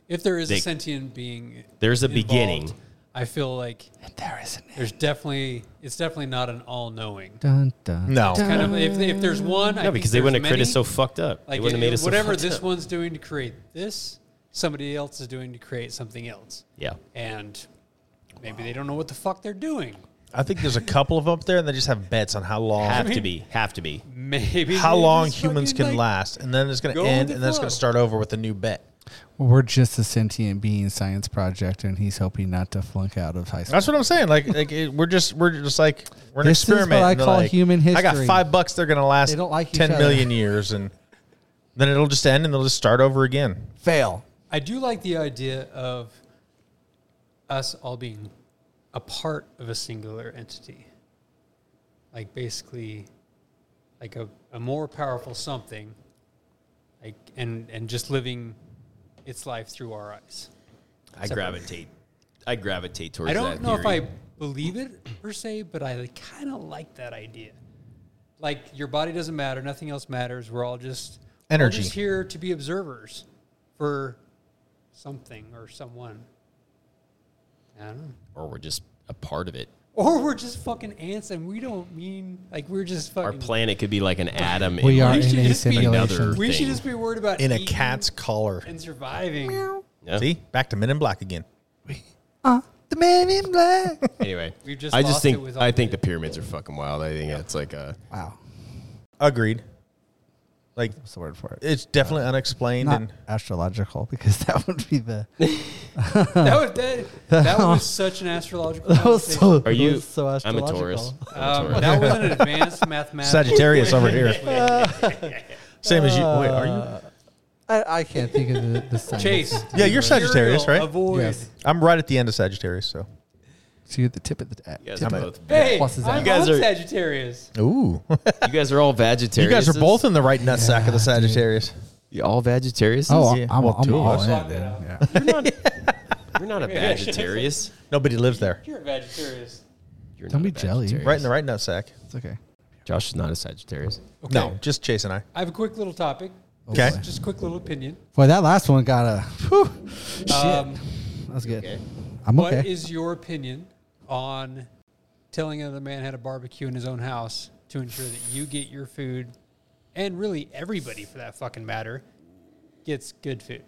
S7: if there is
S4: They-
S7: a sentient being,
S4: There's a
S7: involved,
S4: beginning.
S7: I feel like
S5: There isn't.
S7: there's definitely it's definitely not an all knowing.
S5: Dun, dun.
S6: No,
S7: Kind of if, if there's one,
S4: no,
S7: I think
S4: because they
S7: there's
S4: wouldn't have
S7: many.
S4: created so fucked up. they
S7: like
S4: wouldn't have made
S7: it-
S4: us so
S7: whatever
S4: fucked
S7: this
S4: up.
S7: one's doing to create this, somebody else is doing to create something else,
S4: Yeah,
S7: and maybe they don't know what the fuck they're doing. [LAUGHS]
S6: I think there's a couple of them up there, and they just have bets on how long,
S4: have to be, have to be.
S7: Maybe
S6: how
S7: they
S6: long
S7: just
S6: humans
S7: fucking,
S6: can
S7: like,
S6: last, and then it's going to
S7: go with
S6: end,
S7: the
S6: and then it's going to
S7: flow.
S6: start over with a new bet.
S5: Well, we're just a sentient being science project, and he's hoping not to flunk out of high school.
S6: That's what I'm saying. Like, like it, we're just we're just like we're an
S5: This is what
S6: experiment.
S5: I
S6: and they're
S5: call
S6: like,
S5: human
S6: I got
S5: history.
S6: five bucks. They're going to last
S5: They don't like each
S6: ten
S5: other.
S6: million years, and then it'll just end, and they'll just start over again.
S5: Fail.
S7: I do like the idea of us all being a part of a singular entity. Like basically like a, a more powerful something like and and just living its life through our eyes.
S4: I gravitate. I gravitate towards.
S7: I don't
S4: that
S7: know
S4: theory.
S7: if I believe it per se, but I kind of like that idea. Like your body doesn't matter, nothing else matters. We're all just we're all
S6: Energy.
S7: just here to be observers for something or someone. I don't know.
S4: or we're just a part of it.
S7: Or we're just fucking ants, and we don't mean like we're just fucking.
S4: Our planet could be like an atom.
S5: We
S4: in
S5: are
S4: like
S5: in a
S7: just be
S5: simulation.
S4: another-
S7: We should
S4: thing.
S7: just be worried about
S6: In a
S7: eating
S6: cat's collar.
S7: and surviving.
S4: Yeah.
S6: See, back to Men in Black again.
S5: Uh. The man in black.
S4: [LAUGHS] Anyway,
S7: We've just
S4: I just
S7: lost
S4: think
S7: it with all
S4: I
S7: the-
S4: think the pyramids are fucking wild. I think it's like a
S5: [LAUGHS] wow.
S6: Agreed. Like
S5: What's the word for it?
S6: it's definitely unexplained,
S5: Not
S6: and
S5: astrological, because [LAUGHS] that would be the.
S7: That was that, that was such an astrological.
S5: That was
S7: conversation.
S5: so.
S4: Are
S5: that
S4: you-
S5: was so
S4: I'm a
S5: astrological.
S4: Taurus. I'm a
S7: Um,
S4: Taurus.
S7: that was an advanced mathematical.
S6: Sagittarius over [LAUGHS] here. Same as you. Wait, are you?
S5: I, I can't think of the, the sign.
S7: Chase.
S6: Yeah, you're Sagittarius,
S7: Ariel,
S6: right?
S7: Avoid.
S5: Yes.
S6: I'm right at the end of Sagittarius, so.
S5: So you're at the tip of the at
S4: you guys
S5: tip
S4: are
S5: of
S4: both.
S7: Hey,
S5: Plus is
S7: I'm
S5: out.
S4: You guys
S7: on
S4: are-
S7: Sagittarius.
S6: [LAUGHS] Ooh.
S4: You guys are all vegetarians.
S6: you guys are both in the right nutsack of the Sagittarius.
S4: You're all vegetarians.
S5: Oh, I'm,
S6: Yeah.
S5: I'm,
S6: Well, two of
S5: all
S6: us.
S5: in.
S7: Block
S5: dude.
S7: that out.
S5: Yeah.
S4: you're not a vegetarius.
S6: Nobody lives there.
S7: You're a Sagittarius.
S4: You're
S5: Don't
S4: not a
S5: be jelly.
S4: vegetarian.
S6: Right in the right nutsack.
S5: It's okay.
S4: Josh is not a Sagittarius.
S6: No, just Chase and I.
S7: I have a quick little topic.
S6: Okay.
S7: Just, just a quick little opinion.
S5: Boy, that last one got a. Whew, Oh, shit. [LAUGHS]
S7: Um,
S5: that was good. I'm
S7: What is
S5: okay.
S7: your opinion on telling another man how to barbecue in his own house to ensure that you get your food and really everybody for that fucking matter gets good food?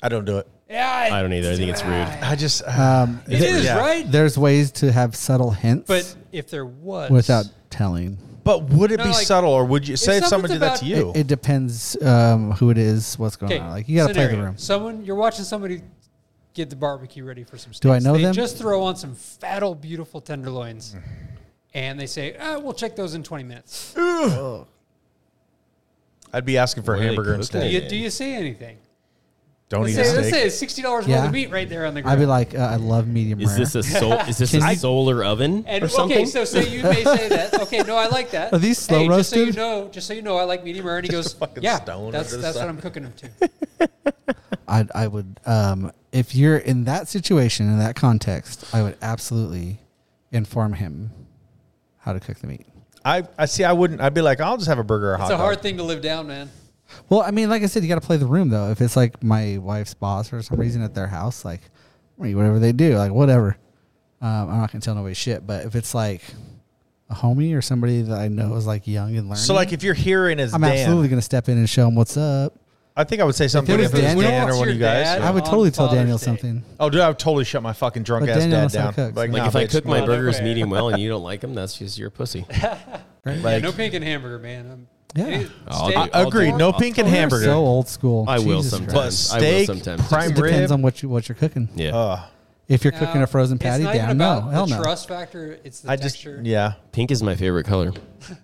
S6: I don't do it.
S7: Yeah,
S4: I don't either. I think it's rude.
S6: I just. uh,
S5: um,
S7: It is,
S6: Yeah.
S7: right?
S5: there's ways to have subtle hints,
S7: But if there was
S5: without telling.
S6: But would it
S7: No,
S6: be
S7: like,
S6: subtle, or would you say if someone
S7: someone's
S6: did that
S7: about-
S6: to
S5: It,
S6: you?
S5: it depends um, who it is, what's going
S7: Okay,
S5: on. uh, Like you got to play the
S7: scenario.
S5: room.
S7: Someone you're watching somebody get the barbecue ready for some steaks.
S5: Do I know
S7: they
S5: them?
S7: Just throw on some fat old beautiful tenderloins, and they say, ah, "We'll check those in 20 minutes."
S6: I'd be asking for a
S4: What are they
S6: hamburger
S4: cooking?
S7: Do
S6: instead.
S7: you, do you say anything?
S6: Don't
S7: Let's
S6: eat
S7: say,
S6: a
S7: let's say
S6: steak.
S7: it's sixty dollars
S5: Yeah.
S7: worth of meat right there on the grill.
S5: I'd be like, uh, I love medium
S4: Is
S5: rare.
S4: this a sol- is this
S5: Can
S4: a
S5: you-
S4: solar oven
S7: and
S4: or something?
S7: okay, so say you may say that. Okay, no, I like that.
S5: Are these slow
S7: hey, Just
S5: roasted?
S7: so you know, just so you know, I like medium rare. And he
S6: Just
S7: goes,
S6: a fucking
S7: yeah,
S6: stone
S7: that's
S6: under the
S7: that's
S6: side.
S7: what I'm cooking them to.
S5: I I would um if you're in that situation in that context, I would absolutely inform him how to cook the meat.
S6: I, I see. I wouldn't. I'd be like, I'll just have a burger or a hot
S7: It's a
S6: dog.
S7: hard thing to live down, man.
S5: Well, I mean, like I said, you got to play the room though. If it's like my wife's boss or some reason at their house, like I mean, whatever they do, like whatever. Um, I'm not gonna tell nobody shit. But if it's like a homie or somebody that I know is like young and learning,
S6: So like, if you're here and it's
S5: I'm
S6: Dan,
S5: absolutely gonna step in and show him what's up.
S6: I think I would say something
S5: was
S6: if it was
S5: Dan-
S6: Dan or
S7: What's
S6: one of
S7: your
S6: you guys.
S7: dad?
S5: I would
S7: on
S5: totally tell
S7: Father's
S5: Daniel
S7: Day.
S5: something.
S6: Oh, dude, I would totally shut my fucking drunk
S5: But
S6: ass
S5: Daniel
S6: dad
S5: knows how to
S6: down.
S5: cook, so-
S4: like
S6: nah,
S4: if I
S6: bitch.
S4: cook my
S7: no
S4: burgers
S7: way.
S4: medium well and you don't like them, that's just your pussy.
S7: Yeah,
S6: Like-
S7: no pink and hamburger, man. I'm,
S5: Yeah.
S7: Any-
S4: I'll
S7: steak-
S4: do- I'll
S6: agreed.
S4: do-
S6: No
S4: I'll-
S6: pink and
S5: Oh, You're
S6: hamburger.
S5: So old school.
S4: I will
S5: Jesus
S4: sometimes.
S5: Christ.
S6: But
S4: I will
S6: steak,
S4: sometimes.
S6: prime
S5: It depends
S6: rib.
S5: on what you what you're cooking.
S4: yeah.
S6: Ugh,
S5: If you're
S7: No,
S5: cooking a frozen
S7: it's
S5: patty,
S7: not even
S5: down no,
S7: about
S5: hell
S7: the
S5: no.
S7: Trust factor. It's the
S6: I just
S7: texture.
S6: yeah.
S4: Pink is my favorite color.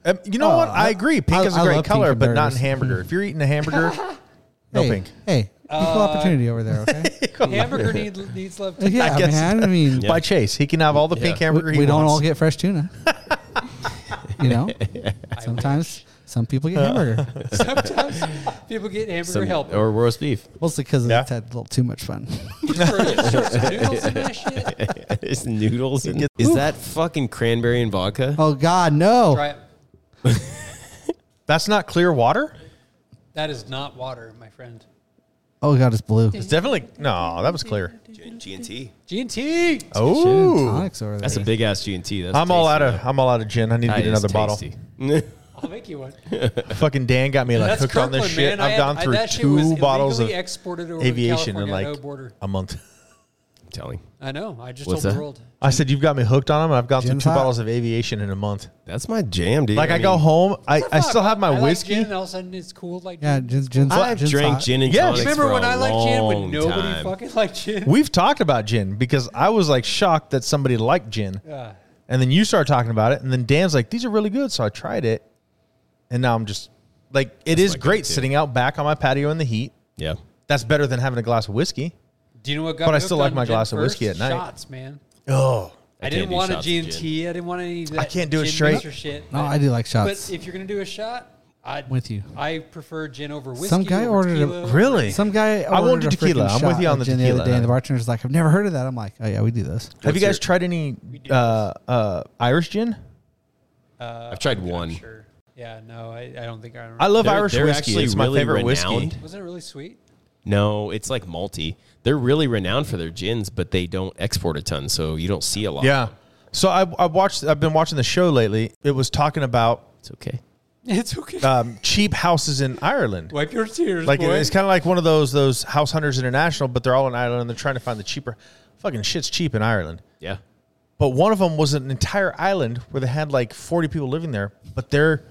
S6: Um, you know
S5: Oh,
S6: what?
S5: I-
S6: I agree. Pink
S5: I-
S6: is a
S5: I
S6: great
S5: love
S6: color,
S5: pink
S6: but not in
S5: burgers.
S6: hamburger. If you're eating a hamburger,
S5: [LAUGHS]
S6: no
S5: hey,
S6: pink. [LAUGHS]
S5: Hey,
S7: Uh,
S5: equal opportunity over there.
S7: [LAUGHS]
S5: Okay.
S7: Hamburger need, needs love.
S5: Like,
S7: Too.
S5: yeah,
S6: I guess-
S5: man. I
S6: [LAUGHS]
S5: mean,
S6: By Chase, he can have all the pink
S4: Yeah.
S5: we,
S6: hamburger.
S5: we
S6: he
S5: don't
S6: wants.
S5: all get fresh tuna. you know, sometimes some people get hamburger.
S7: [LAUGHS] [LAUGHS] Sometimes people get hamburger
S4: Some- [LAUGHS]
S7: help.
S4: or roast beef.
S5: Mostly because
S6: Yeah.
S5: it's had a little too much fun. [LAUGHS]
S7: noodles and that shit.
S4: [LAUGHS] It's noodles. And, is that fucking cranberry and vodka?
S5: oh God, no!
S7: Try it.
S6: That's not clear water.
S7: That is not water, my friend.
S5: Oh God, it's blue.
S6: It's definitely no. That was clear.
S4: G and T.
S7: G and T.
S5: Gin
S6: Oh,
S5: tonics over there.
S4: That's a big ass G and T. That's
S6: I'm all
S4: tasty,
S6: out of.
S4: though.
S6: I'm all out of gin. I need to
S4: That
S6: get
S4: is
S6: another bottle.
S4: tasty.
S7: I'll make you one.
S6: Fucking Dan got me like
S7: That's
S6: hooked on
S7: Kirkland,
S6: this shit.
S7: man. I
S6: I've
S7: had-
S6: gone
S7: I-
S6: through
S7: that shit was
S6: two bottles of
S7: illegally exported over the
S6: aviation in
S7: California
S6: like
S7: no border.
S6: a month.
S4: telling.
S7: I know. I just
S4: What's
S7: told
S4: that?
S7: the world.
S6: I said you've got me hooked on them. I've gone through
S5: Gin's
S6: two
S5: hot.
S6: bottles of aviation in a month.
S4: That's my jam, dude.
S6: Like I, go
S4: mean,
S6: home, I, I still have my
S7: I like
S6: whiskey.
S7: gin, and all of a sudden it's cool. Like
S5: yeah,
S7: gin.
S5: gin's, gin's,
S4: I've
S5: gin's
S4: drank
S5: hot.
S4: gin and
S6: Yes.
S4: tonics
S7: Remember
S4: for
S7: when
S4: a
S7: I liked gin when
S4: long
S7: nobody
S4: time.
S7: fucking liked gin?
S6: [LAUGHS] We've talked about gin because I was like shocked that somebody liked gin.
S7: Yeah.
S6: And then you start talking about it, and then Dan's like, "These are really good," so I tried it, and now I'm just like, it is
S4: my go-to.
S6: great sitting out back on my patio in the heat.
S4: Yeah.
S6: That's better than having a glass of whiskey.
S7: Do you know what got
S6: But
S7: me
S6: I still
S7: hooked
S6: like
S7: on
S6: my
S7: gin
S6: glass of
S7: first?
S6: whiskey at night.
S7: Shots, man.
S6: Oh,
S7: I,
S4: can't
S7: didn't
S4: do
S7: want a
S4: shots of
S7: G and
S4: gin.
S7: T. I didn't want any. Of that
S6: I can't do it
S7: gin
S6: straight.
S7: mixer Shit.
S5: No, I do like shots.
S7: But if you're gonna do a shot, I
S5: With you.
S7: I prefer gin over whiskey.
S5: Some guy
S7: over
S5: ordered a-
S7: tequila.
S6: really?
S5: Some guy.
S6: I won't
S5: ordered
S6: do
S5: a
S6: tequila.
S5: freaking
S6: I'm with
S5: shot
S6: you on
S5: of
S6: the
S5: gin The
S6: tequila.
S5: other day, and the bartender's like, "I've never heard of that." I'm like, "Oh yeah, we do this."
S6: have you guys
S4: What's your-
S6: tried any uh, uh, Irish gin?
S7: Uh,
S4: I've tried
S7: I'm
S4: one.
S7: Sure. Yeah. No, I, I don't think I remember.
S6: I love
S4: They're-
S6: Irish
S4: they're
S6: whiskey.
S4: actually
S6: It's my
S4: really
S6: favorite
S4: renowned.
S6: whiskey.
S7: Wasn't it really sweet?
S4: No, it's like malty. They're really renowned for their gins, but they don't export a ton, so you don't see a lot.
S6: Yeah. So I, I watched. I've been watching the show lately. It was talking about
S4: It's okay.
S7: [LAUGHS] It's okay.
S4: Uh,
S6: um, cheap houses in Ireland.
S7: Wipe your tears,
S6: Like
S7: boy.
S6: it's kind of like one of those those House Hunters International, but they're all in Ireland and they're trying to find the cheaper. Fucking shit's cheap in Ireland.
S4: Yeah.
S6: But one of them was an entire island where they had like 40 people living there, but their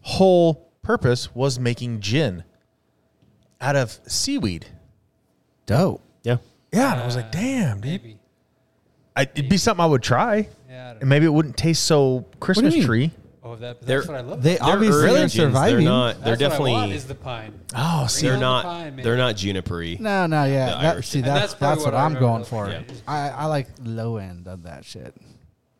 S6: whole purpose was making gin out of seaweed.
S5: Dope.
S4: Yeah.
S6: Yeah, and I was like, damn, dude,
S7: Maybe.
S6: I, it'd be something I would try,
S7: Yeah. I don't
S6: and maybe it wouldn't taste so Christmas
S5: mean?
S6: tree.
S7: know. Oh, that,
S4: They're-
S7: that's what I love.
S5: They
S4: They're
S5: obviously
S4: early
S5: are
S4: gins. They're
S5: surviving.
S4: not. They're
S7: That's
S4: definitely. Ah,
S7: What I want is the pine.
S6: Oh, see,
S4: they're
S7: Real
S4: not.
S7: pine, man.
S4: they're not junipery.
S5: No, no, yeah.
S4: The
S5: that-
S4: Irish
S5: see,
S4: gin.
S7: And
S5: that's
S7: that's
S5: that's,
S7: probably what
S5: what,
S7: I
S5: I'm
S7: really
S5: going
S7: like.
S5: for.
S7: Yeah.
S5: I, I like low end of that shit.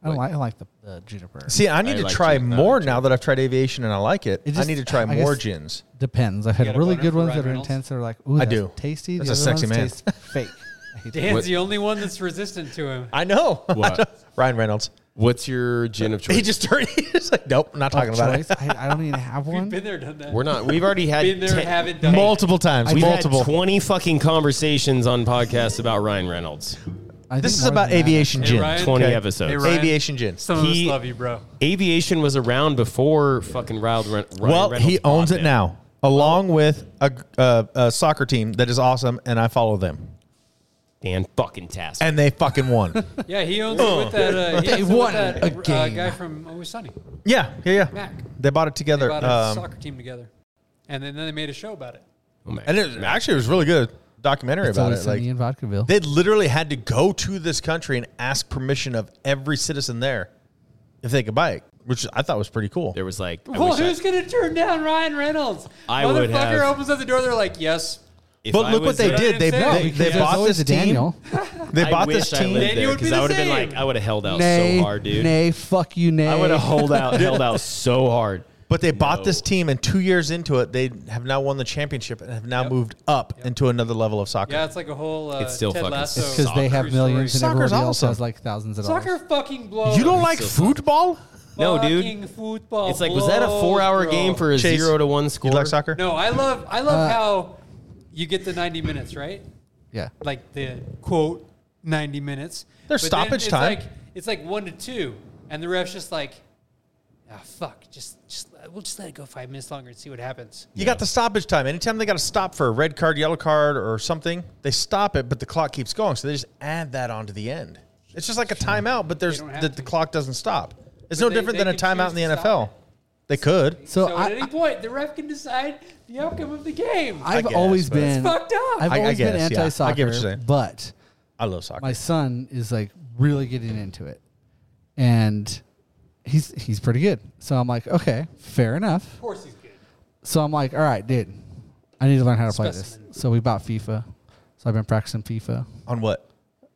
S5: I don't like I like the, the juniper.
S6: see, I need
S4: I
S6: to
S4: like
S6: try
S4: gin, I
S6: more
S4: like
S6: now that I've tried aviation and I like it.
S5: It
S6: I
S5: just-
S6: need to try
S5: I
S6: more
S5: guess-
S6: gins.
S5: Depends. I've
S7: got
S5: had
S7: a
S5: really
S7: boner
S5: good
S7: for
S5: ones
S7: Ryan
S5: that are
S7: Reynolds?
S5: intense. They're like, ooh, that's
S6: do.
S5: tasty.
S6: That's
S5: the
S6: a
S5: other
S6: sexy
S5: ones
S6: man.
S5: Taste [LAUGHS] fake. I hate
S7: Dan's
S5: that.
S4: What-
S7: the only one that's resistant to him.
S6: I know. [LAUGHS]
S4: What?
S6: Ryan Reynolds.
S4: What's your gin of choice?
S6: [LAUGHS] He just turned. He's like, nope, not talking
S5: Oh,
S6: about
S5: choice?
S6: it.
S5: I, I don't even have
S7: We've
S5: one.
S7: been there, done that.
S4: We're not. We've already had
S7: been there,
S4: ten-
S7: haven't done. it.
S6: Multiple times.
S4: We've
S6: multiple.
S4: had twenty fucking conversations on podcasts about Ryan Reynolds.
S5: I
S6: this
S5: think
S6: is
S5: more
S6: about
S5: than that.
S6: aviation
S7: Hey,
S6: gin.
S7: Ryan.
S4: Twenty
S7: Okay.
S4: episodes.
S7: Hey, Ryan.
S6: Aviation gin.
S7: Some of us
S4: He-
S7: love you, bro.
S4: Aviation was around before fucking Ryan Ren- Ryan
S6: Well,
S4: Reynolds
S6: he owns
S4: bought
S6: it now, along with a, uh, a soccer team that is awesome, and I follow them.
S4: Dan fucking task.
S6: And they fucking won.
S7: Yeah, he owns it with that.
S4: [LAUGHS]
S7: Uh, he
S5: They
S7: owns it with
S5: won
S7: that,
S5: a
S7: uh,
S5: game.
S7: guy from Always Sunny.
S6: yeah, yeah, yeah.
S7: Mac.
S6: They bought it
S7: They
S6: together.
S7: bought
S6: um,
S7: a soccer team together, and then, then they made a show about it.
S4: oh my
S6: and it, was- actually, it was really good documentary
S5: It's
S6: about
S5: always
S6: it.
S5: sunny
S6: Like,
S5: in Vodkaville.
S6: they literally had to go to this country and ask permission of every citizen there if they could buy it, which I thought was pretty cool.
S4: there was like. I
S7: well,
S4: wish I-
S7: who's gonna turn down Ryan Reynolds?
S4: I
S7: Motherfucker
S4: would have.
S7: opens up the door. They're like, "Yes,
S4: If
S6: But
S4: I
S6: look what
S4: was
S6: they
S4: there-
S6: did. They,
S7: That's what I'm
S6: they,
S7: saying.
S6: they
S7: Because
S6: bought
S5: always
S6: this
S5: a
S6: team.
S5: Daniel.
S6: They
S4: I
S6: bought
S4: wish
S6: this
S4: I
S6: team.
S4: lived
S7: Then you
S4: there
S7: would be
S4: because I
S7: the
S4: would have been
S7: same.
S4: like, I would have held out
S5: nay,
S4: so hard, dude.
S5: nay, fuck you, nay.
S4: I would
S5: [LAUGHS]
S4: have hold out, held out so hard.
S6: But they bought
S4: No.
S6: this team, and two years into it, they have now won the championship and have now moved up into another level of soccer.
S7: Yeah, it's like a whole. Uh,
S4: It's still
S7: Ted
S4: fucking
S7: Lasso
S5: It's because they have
S7: true
S5: millions and
S7: story.
S5: everybody
S6: Soccer's
S5: else
S6: awesome.
S5: has like thousands of
S7: Soccer
S5: dollars.
S7: fucking blows.
S6: You don't like
S4: so fun.
S6: football?
S4: No, dude.
S7: Fucking Football.
S4: It's like, was that a four-hour
S7: blows,
S4: game
S7: bro.
S4: for a
S6: Chase,
S4: zero to one
S6: You
S4: score?
S6: like soccer?
S7: No, I love I
S6: Uh.
S7: love how you get the 90 minutes, right?
S5: Yeah.
S7: Like the quote 90 minutes.
S6: There's
S7: But then
S6: stoppage
S7: it's
S6: time.
S7: Like, it's like 1 to 2 and the ref's just like ah fuck, just just we'll just let it go 5 minutes longer and see what happens.
S6: You got the stoppage time. Anytime they got to stop for a red card, yellow card, or something, they stop it, but the clock keeps going. So they just add that onto the end. It's just like a timeout, but there's
S7: They don't have
S6: the, the
S7: to.
S6: clock doesn't stop. It's
S7: But
S6: no
S7: they-
S6: different
S7: they
S6: than a
S7: can
S6: timeout in
S7: choose
S6: the
S7: to stop
S6: NFL. They could.
S5: So,
S7: So,
S5: I,
S7: at any point the ref can decide the outcome of the game.
S5: I've
S6: guess,
S5: always
S6: but it's
S5: been
S7: fucked up.
S5: I've
S6: I- I
S5: always been
S6: guess, yeah. I get what
S5: anti-soccer,
S6: you're saying.
S5: but
S6: I love soccer.
S5: my son is like really getting into it, and he's he's pretty good. So I'm like, okay, fair enough.
S7: of course he's good.
S5: So I'm like, all right, dude, I need to learn how to play this.
S7: Specimen.
S5: So we bought FIFA. So I've been practicing FIFA.
S6: on what?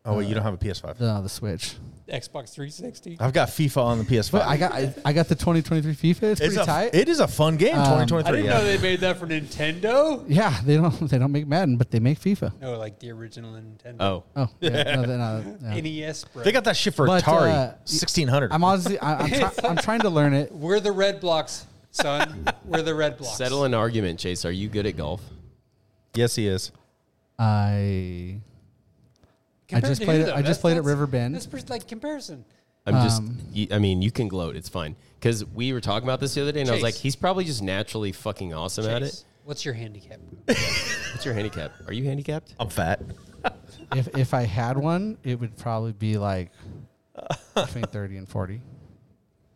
S6: Oh, wait, you don't have a PS5.
S5: No, the Switch.
S7: Xbox 360.
S6: I've got FIFA on the PS5.
S5: But I got I, I got the 2023 FIFA. It's,
S6: it's
S5: pretty
S6: a,
S5: tight.
S6: It is a fun game,
S5: Um,
S7: I
S6: 2023.
S7: didn't
S6: yeah.
S7: know they made that for
S6: [LAUGHS]
S7: Nintendo.
S5: yeah, they don't [LAUGHS] they don't make Madden, but they make FIFA.
S7: No, like the original Nintendo.
S4: Oh,
S7: [LAUGHS]
S5: Oh, yeah, no, they're not- yeah.
S7: NES. Bro.
S6: They got that shit for
S5: But,
S6: Atari
S5: uh,
S6: 1600.
S5: I'm honestly I, I'm,
S7: [LAUGHS]
S5: try, I'm trying to learn it.
S7: We're the red blocks, son. We're the red blocks.
S4: settle an argument, Chase. Are you good at golf?
S6: yes, he is.
S5: I
S7: Compared
S5: just
S7: to
S5: played
S7: who,
S5: it-
S7: though?
S5: I just
S7: That's-
S5: played at
S7: that's-
S5: River Bend.
S7: That's pers- like comparison.
S4: I'm just.
S5: Um,
S4: y- I mean, you can gloat. It's fine because we were talking about this the other day, and I was
S7: Chase.
S4: like, he's probably just naturally fucking awesome at it.
S7: Chase, What's your handicap?
S4: What's your handicap? Are you handicapped?
S6: I'm fat.
S5: if if I had one, it would probably be like between 30 and 40.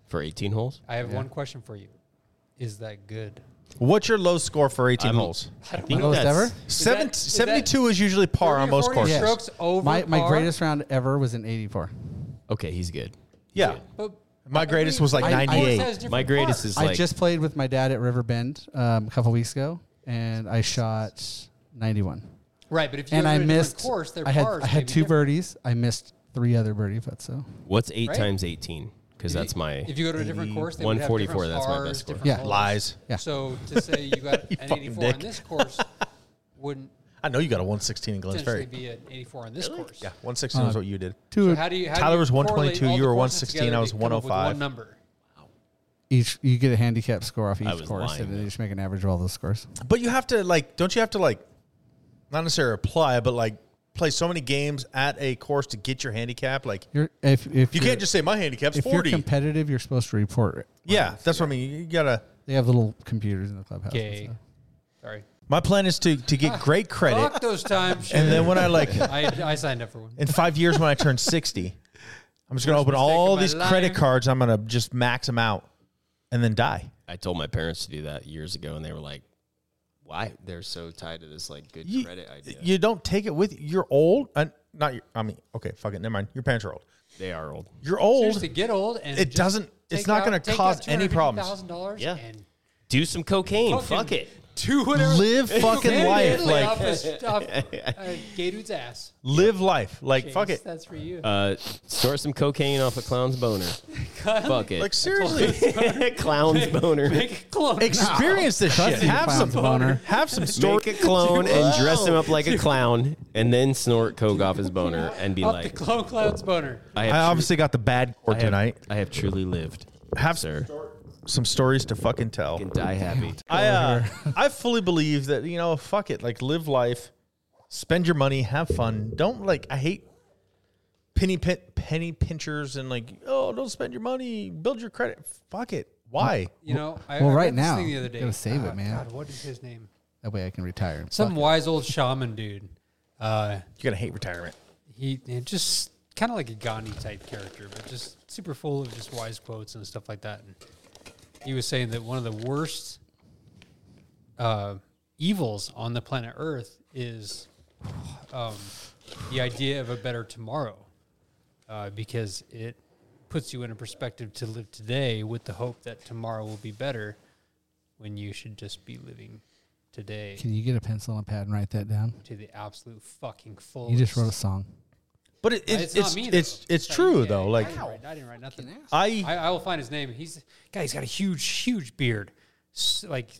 S4: For 18 holes?
S7: I have one question for you. Is that good?
S6: What's your low score for 18
S4: I'm-
S6: holes?
S4: I
S5: My lowest ever?
S6: Seven,
S7: that- is
S6: 72 is usually par
S7: 30
S6: on
S7: or
S6: most
S7: 40
S6: courses.
S7: strokes? over
S5: my my
S7: par?
S5: greatest round ever was an 84.
S4: Okay, he's good.
S6: Yeah.
S7: But
S6: My greatest
S7: every-
S6: was like
S7: every course
S6: 98.
S7: has different
S4: My greatest
S7: parts.
S4: is
S5: I
S4: like
S5: just played with my dad at River Bend um, a couple weeks ago, and I shot 91.
S7: right, but if you
S5: And
S7: go
S5: I
S7: to a different
S5: missed.
S7: Course, their
S5: I had
S7: pars
S5: I
S7: may
S5: had
S7: be
S5: two
S7: different.
S5: birdies. I missed three other birdie putts. So
S4: what's eight
S7: Right?
S4: times 18? Because that's my.
S7: If you go to a different course, they would have
S4: 144,
S7: different
S4: that's my
S7: pars,
S4: best score.
S7: different
S5: Yeah.
S7: holes.
S6: Lies.
S5: Yeah.
S7: So to say you got
S6: You
S7: an
S6: fucking
S7: 84 on
S6: dick.
S7: this course wouldn't
S6: I know you got a 116 in Glens
S7: potentially
S6: Ferry.
S7: be an 84 on this course.
S6: Yeah, 116 is
S5: Uh,
S6: what you did.
S5: two
S7: So how do you? How do
S6: Tyler
S7: you
S6: was
S7: correlate
S6: 122,
S7: all
S6: you
S7: the
S6: were
S7: courses
S6: 116,
S7: together
S6: I
S7: to
S6: was
S7: come up with
S6: 105.
S7: One number.
S5: each you get a handicap score off each
S4: was
S5: course,
S4: lying,
S5: and then
S4: though.
S5: you just make an average of all those scores.
S6: But you have to, like, don't you have to, like, not necessarily apply, but, like, play so many games at a course to get your handicap? Like,
S5: You're, if if
S6: you
S5: you're-
S6: can't just say, my handicap's
S5: if you're
S6: 40.
S5: competitive, you're supposed to report it.
S6: yeah, that's what I mean. You got to.
S5: They have little computers in the clubhouse. and
S7: Okay.
S5: stuff.
S7: Sorry.
S6: My plan is to, to
S7: [LAUGHS]
S6: get great credit.
S7: Fuck those times.
S6: and then
S7: shit.
S6: when I, like,
S7: I, I signed up for one.
S6: in five years when I turn 60, I'm just going to open
S7: mistake
S6: all
S7: of my
S6: these
S7: life.
S6: credit cards. I'm going to just max them out and then die.
S4: I told my parents to do that years ago, and they were like, why? They're so tied to this like good
S6: you,
S4: credit idea.
S6: you don't take it with you. You're old. And not your, I mean, okay, fuck it. Never mind. Your parents are old.
S4: they are old.
S6: You're [LAUGHS] old.
S7: Seriously, get old and
S6: It
S7: just
S6: doesn't- it's
S7: take
S6: not
S7: out-
S6: gonna
S7: take out
S6: cause any problems.
S7: $250,000
S4: Yeah.
S7: and
S4: Do some cocaine.
S7: Fucking-
S4: Fuck it.
S7: do whatever.
S6: Live [LAUGHS]
S7: It's [LAUGHS]
S6: fucking
S7: okay,
S6: life,
S7: Italy
S6: like-
S7: off
S6: [LAUGHS]
S7: his- off, uh, gay dude's ass.
S6: Live life. Like, fuck
S7: James,
S6: it.
S7: That's for you.
S4: Uh, store some cocaine off a clown's boner. Fuck it.
S6: Like, seriously.
S4: [LAUGHS] clown's boner.
S7: [LAUGHS] Make a
S6: [LAUGHS]
S7: clone.
S6: Experience this shit.
S5: Crusty
S6: Have some
S5: clown's boner.
S6: Have some story.
S4: Make a clone and dress him up like a clown, and then snort coke off his boner and be
S7: Off
S4: like,
S7: the clone clown's boner.
S4: "I
S6: I
S4: have
S6: obviously got the bad court
S4: I have-
S6: tonight.
S4: I have truly lived.
S6: Have
S4: sir.
S6: some stories to fucking tell.
S4: And die happy.
S6: I uh, [LAUGHS] I fully believe that you know, fuck it, like live life, spend your money, have fun. Don't like I hate penny pin, penny pinchers and like oh don't spend your money, build your credit. Fuck it, why?
S7: You know, I,
S5: Well,
S7: I read
S5: right
S7: this
S5: now,
S7: thing the other day.
S5: gotta save it,
S7: Ah,
S5: man.
S7: God, what is his name?
S5: That way I can retire. and
S7: Some
S5: fuck
S7: wise old shaman dude. Uh,
S6: You're gonna hate retirement.
S7: he he just kind of like a Gandhi type character, but just super full of just wise quotes and stuff like that. And he was saying that one of the worst uh, evils on the planet Earth is um, the idea of a better tomorrow, uh, because it puts you in a perspective to live today with the hope that tomorrow will be better, when you should just be living today
S5: Can you get a pencil and a pad and write that down?
S7: to the absolute fucking full.
S5: You just wrote a song.
S6: But it, it,
S7: it's,
S6: it's
S7: not
S6: it's
S7: me. though.
S6: it's,
S7: not
S6: true
S7: me.
S6: though.
S7: I-
S6: Like
S7: I didn't, write, I didn't write nothing. I,
S6: I
S7: I will find his name. He's guy. He's got a huge, huge beard. S- Like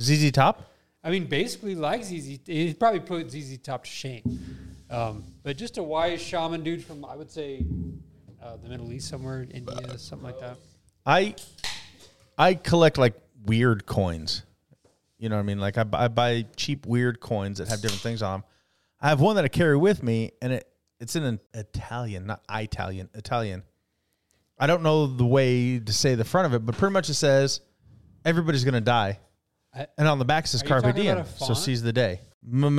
S6: ZZ Top.
S7: I mean, basically like ZZ. He probably put ZZ Top to shame. Um, but just a wise shaman dude from I would say uh, the Middle East, somewhere India, something like that.
S6: I I collect like weird coins. You know what I mean? Like I, bu- I buy cheap weird coins that have different things on them. I have one that I carry with me, and it it's in an Italian, not Italian, Italian. I don't know the way to say the front of it, but pretty much it says everybody's gonna die,
S7: I-
S6: and on the back it says
S7: Are you
S6: Carpe
S7: talking
S6: Diem,
S7: about a
S6: so
S7: font? Ah,
S6: seize the day.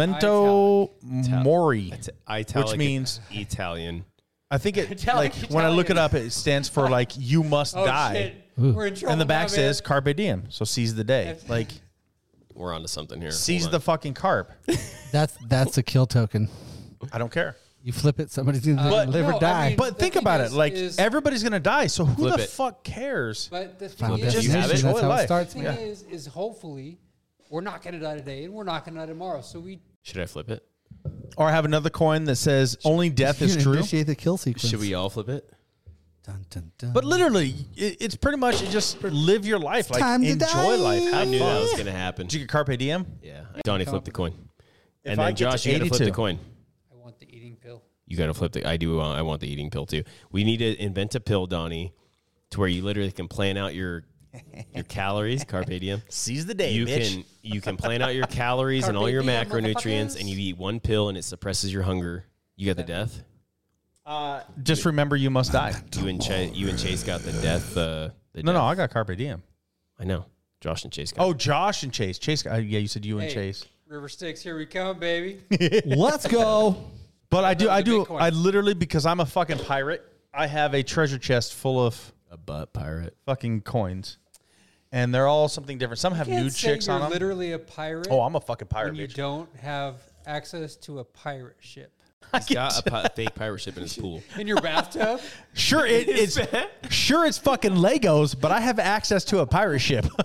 S6: Memento mori.
S4: It's italic,
S6: Which means-
S4: Italian.
S6: I think it
S7: Italian,
S6: like when I look it
S7: Italian.
S6: up, it stands for like you must
S7: Oh
S6: Uh, die.
S7: shit!
S5: Ooh.
S7: We're in trouble.
S6: and the back
S7: now, man.
S6: says carpe diem so seize the day like
S4: We're onto something here.
S6: seize
S4: Hold
S6: the
S4: on.
S6: fucking carp
S5: That's that's a kill token.
S6: i don't
S7: [LAUGHS]
S6: care
S5: You flip it, somebody's gonna
S7: But-
S5: live
S7: Uh, no,
S5: or
S7: I
S5: die.
S7: mean-
S5: but
S6: but
S7: The
S6: think
S7: thing
S6: about
S7: is-
S6: it like
S7: is-
S6: everybody everybody's gonna die so who
S4: Flip
S6: the
S4: it.
S6: fuck cares
S7: But the thing
S5: Final
S7: is,
S6: Just
S5: destination,
S6: have it.
S5: that's how
S6: Enjoy
S5: it
S6: life.
S5: starts.
S7: thing is, is hopefully we're not going to die today, and we're not going to die tomorrow. So we
S4: Should I flip it?
S6: or have another coin that says only death
S5: You
S7: [LAUGHS]
S6: is
S5: can
S6: true
S5: Initiate the kill sequence.
S4: Should we all flip it?
S5: Dun, dun, dun.
S6: but literally it, it's pretty much just live your life like
S5: time to
S6: enjoy
S5: die.
S6: life have
S4: I knew
S6: fun
S4: that was gonna happen.
S6: did you get carpe diem
S4: Yeah. Donnie flipped the coin. and
S6: I
S4: then
S6: get to
S4: Josh, you gotta flip the
S6: 82.
S4: coin.
S7: I want the eating pill.
S4: You gotta flip the. I do. Uh, I want the eating pill too. We need to invent a pill, Donnie, to where you literally can plan out your your calories. Carpe diem.
S6: seize the day
S4: you
S6: bitch.
S4: can you can plan out your calories and
S7: Carpe
S4: all your
S7: diem,
S4: macronutrients, and
S7: motherfuckers.
S4: you eat one pill and it suppresses your hunger. You got the death.
S6: just remember you must die
S4: You and Chase, you and Chase got the death. Uh, the
S6: no no
S4: death.
S6: i got carpe diem
S4: I know. Josh and Chase got.
S6: oh josh and chase chase uh, yeah you said you and
S7: Hey,
S6: chase
S7: River Sticks, here we come, baby.
S5: Let's go.
S6: But I do,
S7: those
S6: I
S7: are
S6: do,
S7: Bitcoin.
S6: I literally because I'm a fucking pirate. I have a treasure chest full of
S4: a butt pirate.
S6: fucking coins, and they're all something different. Some have
S7: Can't
S6: nude
S7: say
S6: chicks
S7: you're
S6: on them.
S7: Literally a pirate.
S6: oh, I'm a fucking
S7: when
S6: pirate,
S7: you
S6: bitch.
S7: don't have access to a pirate ship
S4: He's got a pi- fake pirate ship in his pool.
S7: in your [LAUGHS] bathtub.
S6: Sure, it, it's sure it's fucking Legos, but I have access to a pirate ship. [LAUGHS]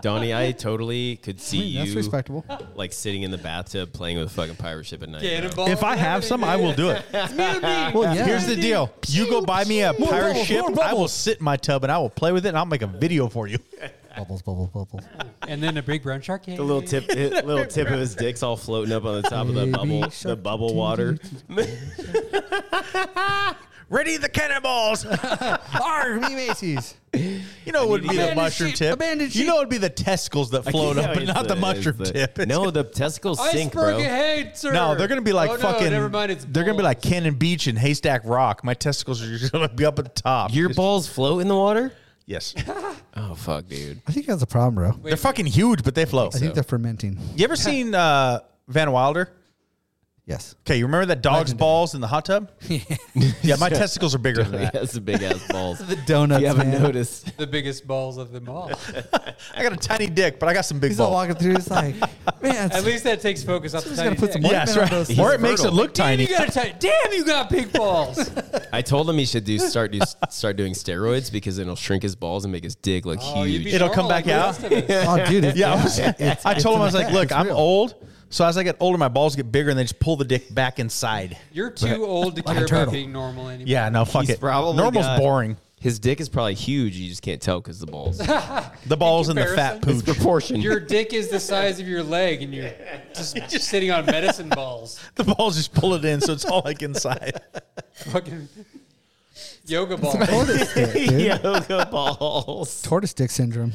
S4: Donnie, I totally could see
S5: That's
S4: you
S5: respectable.
S4: like sitting in the bathtub playing with a fucking pirate ship at night.
S7: Cannonball
S6: if I
S7: and
S6: have some, I will do it.
S7: [LAUGHS]
S5: Well, yeah.
S6: Here's the deal: you go buy me a
S5: More
S6: pirate
S5: bubbles,
S6: ship.
S5: more
S6: I will
S5: bubbles.
S6: sit in my tub and I will play with it, and I'll make a video for you.
S5: bubbles, bubbles, bubbles.
S7: and then a big brown shark.
S4: The little tip, little tip of his dick's all floating up on the top of the
S5: Baby
S4: bubble, the
S5: shark.
S4: bubble water. [LAUGHS]
S6: Ready the
S7: [LAUGHS]
S6: cannonballs!
S5: Arr, me Macy's.
S6: You know, it would be the
S7: Abandoned
S6: mushroom
S7: sheep,
S6: tip.
S5: abandoned
S6: You
S5: sheep.
S6: know, it would be the testicles that float [LAUGHS] up, but
S4: It's
S6: not the,
S4: it's
S6: mushroom
S4: the-
S6: [LAUGHS] tip. It's
S4: No, the testicles sink,
S7: Iceberg
S4: bro.
S7: ahead, sir.
S6: No, they're gonna be like
S7: Oh, no,
S6: fucking.
S7: never mind. It's
S6: they're gonna be like
S7: balls.
S6: Cannon Beach and Haystack Rock. My testicles are [LAUGHS] just gonna be up at the top.
S4: Your
S6: Just-
S4: balls float in the water?
S7: [LAUGHS]
S6: yes.
S4: Oh fuck, [LAUGHS] dude.
S5: I think that's a problem, bro.
S6: they're fucking huge, but they float.
S5: I think they're fermenting.
S6: You
S7: [LAUGHS]
S6: ever seen uh, Van Wilder?
S5: Yes.
S6: Okay, you remember that dog's
S5: Legendary.
S6: balls in the hot
S7: [LAUGHS]
S6: tub? [LAUGHS] Yeah. my testicles are bigger than
S4: He
S6: that.
S4: has the big [LAUGHS] ass balls.
S5: The donuts.
S4: you haven't
S5: man.
S4: noticed.
S7: the biggest balls of
S6: [LAUGHS]
S7: them all.
S6: I got a tiny dick, but I got some big
S5: He's all
S6: balls.
S5: walking through. It's
S7: [LAUGHS]
S5: like, man,
S7: At least that takes focus off the
S5: Somebody's gotta put
S7: tiny
S5: some
S7: dick.
S5: white
S6: Yes,
S5: man on
S6: right.
S5: those
S6: Or
S5: things.
S6: it makes it
S4: fertile.
S6: look
S7: Damn,
S6: tiny.
S7: you got a tiny. Damn, you got
S6: [LAUGHS]
S7: big balls.
S4: I told him he should do start do start doing steroids because then it'll shrink his balls and make his dick look
S7: Oh, you'd be
S4: huge.
S6: It'll come
S7: normal
S6: back
S7: like
S6: out.
S7: the rest of
S5: [LAUGHS]
S7: us.
S6: [LAUGHS]
S5: oh, dude.
S7: [LAUGHS]
S5: It's,
S6: Yeah, I, was-
S5: it's-
S6: I told
S5: it's
S6: him I was
S5: an
S6: like,
S5: effect.
S6: look,
S5: It's
S6: I'm
S5: real.
S6: old, so as I get older, my balls get bigger, and they just pull the dick back inside.
S7: You're too old to
S5: a
S7: care about
S5: turtle.
S7: being normal anymore.
S6: Yeah, no, fuck
S4: He's
S6: it.
S4: probably
S6: Normal's
S4: got-
S6: boring.
S4: His dick is probably huge. You just can't tell because the balls. [LAUGHS]
S6: The balls and the fat
S7: comparison,
S6: pooch. [LAUGHS]
S4: It's proportion.
S7: Your dick is the size of your leg, and you're
S6: [LAUGHS]
S7: just, just sitting on medicine balls.
S6: The balls just pull it in, so it's all like
S5: [LAUGHS]
S6: inside.
S7: Fucking yoga balls.
S5: [LAUGHS]
S7: [LAUGHS]
S5: Tortoise dick, dude.
S4: yoga balls.
S5: Tortoise dick syndrome.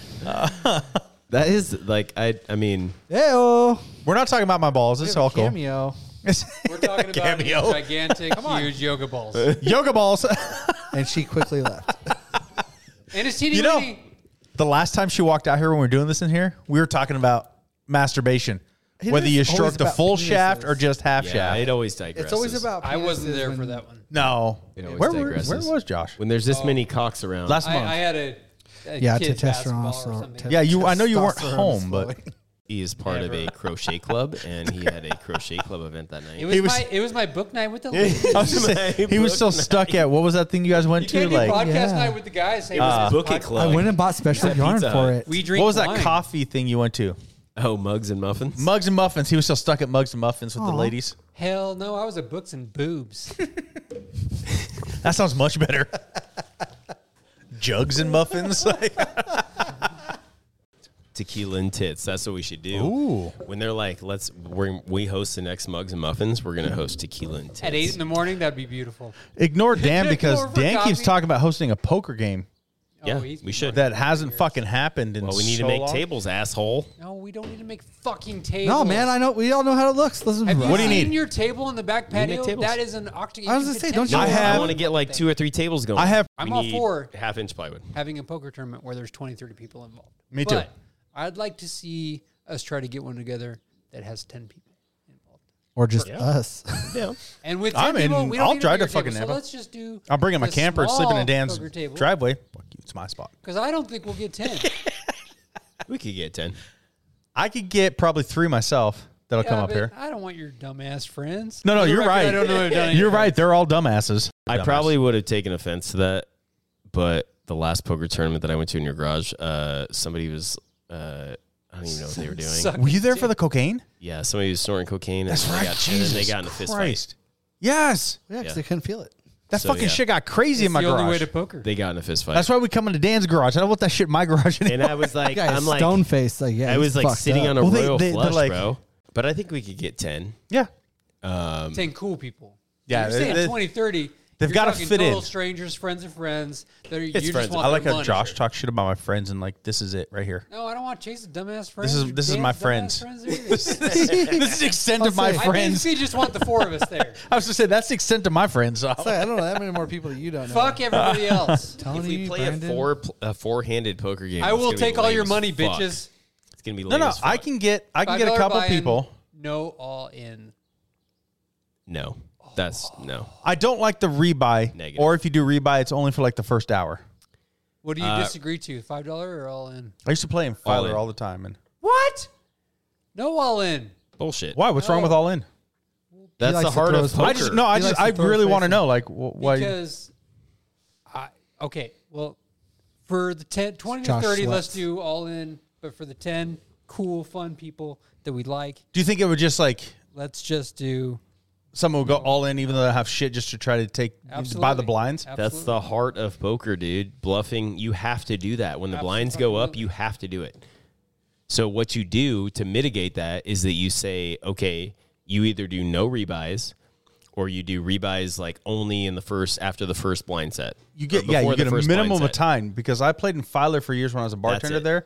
S4: That is like I. I mean,
S5: Ew.
S6: We're not talking about my balls. It's all cool.
S5: Cameo.
S7: We're talking
S6: [LAUGHS]
S7: about
S6: Cameo. Uh,
S7: gigantic, huge yoga balls.
S6: [LAUGHS]
S7: And
S6: Yoga balls. [LAUGHS]
S5: And she quickly
S7: [LAUGHS]
S5: left.
S7: it's teeny
S6: You know-
S7: weeny.
S6: the last time she walked out here when we were doing this in here, we were talking about masturbation.
S5: It
S6: Whether
S5: is
S6: you
S5: always
S6: stroke the
S5: about
S6: full
S5: penises.
S6: shaft or just half
S4: yeah,
S6: shaft.
S4: it always digresses.
S5: It's always about.
S7: I wasn't
S5: penises
S7: there for
S5: when-
S7: that one.
S6: No.
S4: It always
S6: Where, were,
S4: digresses.
S6: where was Josh?
S4: when there's this many cocks around.
S6: Last
S7: I,
S6: month.
S7: I had a, a
S5: Yeah,
S7: kid's
S5: testosterone
S7: basketball or
S5: also.
S6: [LAUGHS]
S7: something.
S6: yeah, you. I know you weren't
S5: Testosterone is
S6: home, but
S5: flowing.
S7: [LAUGHS]
S4: he is part of a crochet club, and he had a crochet club event that night.
S7: It was,
S6: was-
S7: my it was my book night with the ladies.
S6: I was gonna say, he was still stuck at what was that thing you guys went
S7: You can't
S6: to?
S7: do podcast
S6: Like,
S5: Yeah.
S7: night with the guys. Hey,
S4: it was
S7: what's up,
S4: book it
S7: podcast?
S4: club.
S5: I went and bought special
S4: Except
S5: yarn
S4: Pizza
S5: for
S4: Hut.
S5: it.
S7: We drink
S6: what was that
S7: wine.
S6: coffee thing you went to?
S4: Oh, mugs and muffins.
S6: Mugs and Muffins. He was still stuck at Mugs and Muffins with the
S5: Aw.
S6: ladies.
S7: Hell no, I was at Books and Boobs.
S6: That sounds much better. [LAUGHS] Jugs and
S7: [LAUGHS]
S6: Muffins.
S4: Tequila and tits. That's what we should do.
S5: Ooh.
S4: When they're like, let's we're, we host the next mugs and muffins. We're gonna host tequila and tits.
S7: at 8 in the morning, that'd be beautiful.
S6: Ignore Dan because
S7: Ignore for
S6: Dan keeps
S7: coffee.
S6: talking about hosting a poker game
S4: Yeah,
S7: oh, he's
S4: we
S7: been
S4: should.
S6: that hasn't fucking happened in
S4: well, we need
S6: so
S4: to make
S6: long.
S4: tables, asshole.
S7: No, we don't need to make fucking tables.
S5: No, man, I know we all know how it looks. Listen,
S7: Have you
S6: What do you
S7: seen
S6: need?
S7: your table in the back
S4: make
S7: patio?
S4: tables.
S7: That is an octagon.
S5: I was gonna say, don't you-
S4: No, I,
S6: I have-
S4: want to get like two or three tables going.
S6: I have.
S7: I'm all for
S4: half inch plywood.
S7: having a poker tournament where there's 20, 30 people involved.
S6: Me too.
S7: But I'd like to see us try to get one together that has 10 people involved.
S5: or just us. [LAUGHS]
S4: Yeah.
S7: And with 10
S6: I'm in.
S7: people, we don't
S6: I'll
S7: need
S6: try
S7: a bigger
S6: to fucking
S7: table,
S6: have
S7: So
S6: a-
S7: let's just do.
S6: I'm bringing my camper, sleeping in Dan's
S7: drive
S6: driveway. Fuck you, it's my spot.
S7: because I don't think we'll get
S6: [LAUGHS]
S7: 10.
S4: We could get ten.
S6: I could get probably three myself that'll come
S7: Yeah,
S6: up
S7: Uh, but
S6: here.
S7: I don't want your dumbass friends.
S6: No, no,
S7: For the
S6: you're
S7: record,
S6: right.
S7: I don't know. I've done
S6: You're
S7: anything.
S6: right. They're all dumbasses.
S4: I
S6: Dumbass.
S4: probably would have taken offense to that, but the last poker tournament that I went to in your garage, uh, somebody was uh, I don't even know what they were doing.
S7: Suck
S6: Were you there for the cocaine?
S4: Yeah, somebody was snorting cocaine. And
S6: That's
S4: they
S6: right.
S4: Got, and
S6: Jesus
S4: then they got in a fist
S6: Christ. Yes.
S5: Yeah, because
S4: Yeah.
S5: they couldn't feel it.
S6: That
S4: So,
S6: fucking
S4: yeah.
S6: shit got crazy in
S7: It's
S6: my
S7: the
S6: garage.
S7: only way to poker.
S4: fight. They got in a fist fight.
S6: That's why we come into Dan's garage. I don't want that shit in my garage anymore.
S4: and I
S6: [LAUGHS]
S4: was like,
S5: Guy
S4: I'm
S5: is
S4: like,
S5: stone faced. Like yeah,
S4: I
S5: he's
S4: was like
S5: fucked
S4: sitting
S5: up.
S4: on a
S6: Well, they-
S4: royal
S6: they- they're
S4: flush,
S6: like-
S4: bro. But I think we could get ten.
S6: yeah.
S7: 10 cool people.
S6: Yeah,
S7: You're
S6: they-
S7: saying
S6: they-
S7: 20, 30.
S6: they've
S7: you're
S6: gotta
S7: talking
S6: fit in.
S7: total strangers, friends of friends. They're, you just
S4: friends.
S7: want
S6: I like
S7: their
S6: how
S7: money.
S6: Josh talks shit about my friends and like this is it right [LAUGHS] here.
S7: No, I don't want to chase the dumbass friends.
S6: is-
S7: or
S6: this is
S7: Dan's
S6: my
S7: dumbass
S6: friends. [LAUGHS]
S7: either.
S6: this is the extent of my
S5: I'll say-
S7: I
S6: friends.
S7: basically just want the four of us
S6: [LAUGHS]
S7: there.
S6: I was gonna say that's the extent of my friends. So.
S5: Sorry, I don't know that many more people that you don't know.
S7: Fuck everybody else.
S5: [LAUGHS] Tony,
S4: If we play
S5: Brandon.
S4: a four pl- a four handed poker game,
S7: I
S4: it's
S7: will
S4: gonna be
S7: take all
S4: lame
S7: your
S4: as
S7: money,
S4: fuck.
S7: bitches.
S4: It's gonna be lame
S6: No, no,
S4: as fuck.
S6: I can get I can get a
S7: $5
S6: couple
S7: buy-in,
S6: people.
S7: No, all in.
S4: No, that's no.
S6: I don't like the rebuy,
S4: Negative.
S6: or if you do rebuy, it's only for like the first hour.
S7: What do you
S4: Uh,
S7: disagree to? Five dollar or all in?
S6: I used to play in Filer
S4: in.
S6: all the time. And
S7: What? No, all in.
S4: Bullshit.
S6: why? What's wrong with all in?
S5: He
S4: That's
S5: likes
S4: the
S5: to
S4: heart
S5: throw
S4: of
S5: his-
S4: poker.
S6: I just no. I
S5: He
S6: just I
S5: likes to throw
S6: really
S5: his
S6: want to
S5: face
S6: know like wh- why.
S7: Because I okay. Well, for the 10, 20
S5: Josh
S7: to thirty, let's
S5: Sweats.
S7: do all in. But for the ten cool, fun people that we like,
S6: Do you think it would just like
S7: let's just do.
S6: someone would go all in even though they have shit just to try to take
S7: Absolutely.
S6: buy the blinds?
S4: That's the heart of poker, dude. Bluffing, you have to do that. When the blinds go up, you have to do it. So what you do to mitigate that is that you say, okay, you either do no rebuys or you do rebuys like only in the first after the first blind set.
S6: You
S4: Or
S6: get yeah,
S4: before
S6: you
S4: the
S6: get a
S4: first blind
S6: minimum of
S4: set.
S6: time because I played in Filer for years when I was a bartender
S4: it.
S6: there,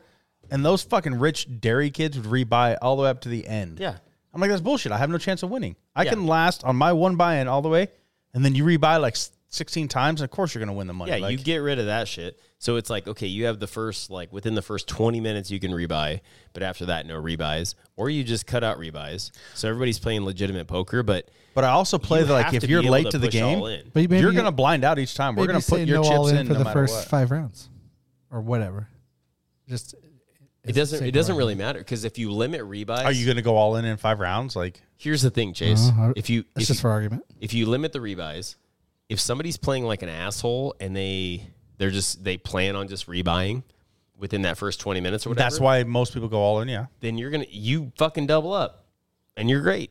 S6: and those fucking rich dairy kids would rebuy all the way up to the end.
S4: Yeah.
S6: I'm like that's bullshit. I have no chance of winning. I
S4: Yeah.
S6: can last on my one buy-in all the way, and then you rebuy like s- 16 times, and of course you're gonna win the money.
S4: Yeah,
S6: like,
S4: you get rid of that shit. So it's like, okay, you have the first like within the first 20 minutes you can rebuy, but after that no rebuys or you just cut out rebuys. So everybody's playing legitimate poker, but
S6: But I also play
S4: you
S6: that like
S4: have
S6: if
S4: to
S6: you're
S4: be able
S6: late to, the
S4: push all
S6: game,
S4: in.
S5: But maybe
S6: you're gonna blind out each time. We're
S5: maybe
S6: gonna put
S5: say
S6: your
S5: no all
S6: chips
S5: in
S6: in,
S5: for
S6: no
S5: the
S6: matter
S5: first
S6: what.
S5: five rounds, or whatever. Just
S4: It doesn't.
S5: same
S4: It doesn't
S5: way.
S4: really matter because if you limit rebuys,
S6: Are you gonna go all in in five rounds? Like
S4: here's the thing, Chase.
S5: Uh, I-
S4: if you
S5: That's
S4: if,
S5: just
S4: you-
S5: for argument.
S4: if you limit the rebuys, if somebody's playing like an asshole and they they're just they plan on just rebuying within that first twenty minutes or whatever,
S6: that's why most people go all in. Yeah.
S4: Then you're gonna you fucking double up, and you're great.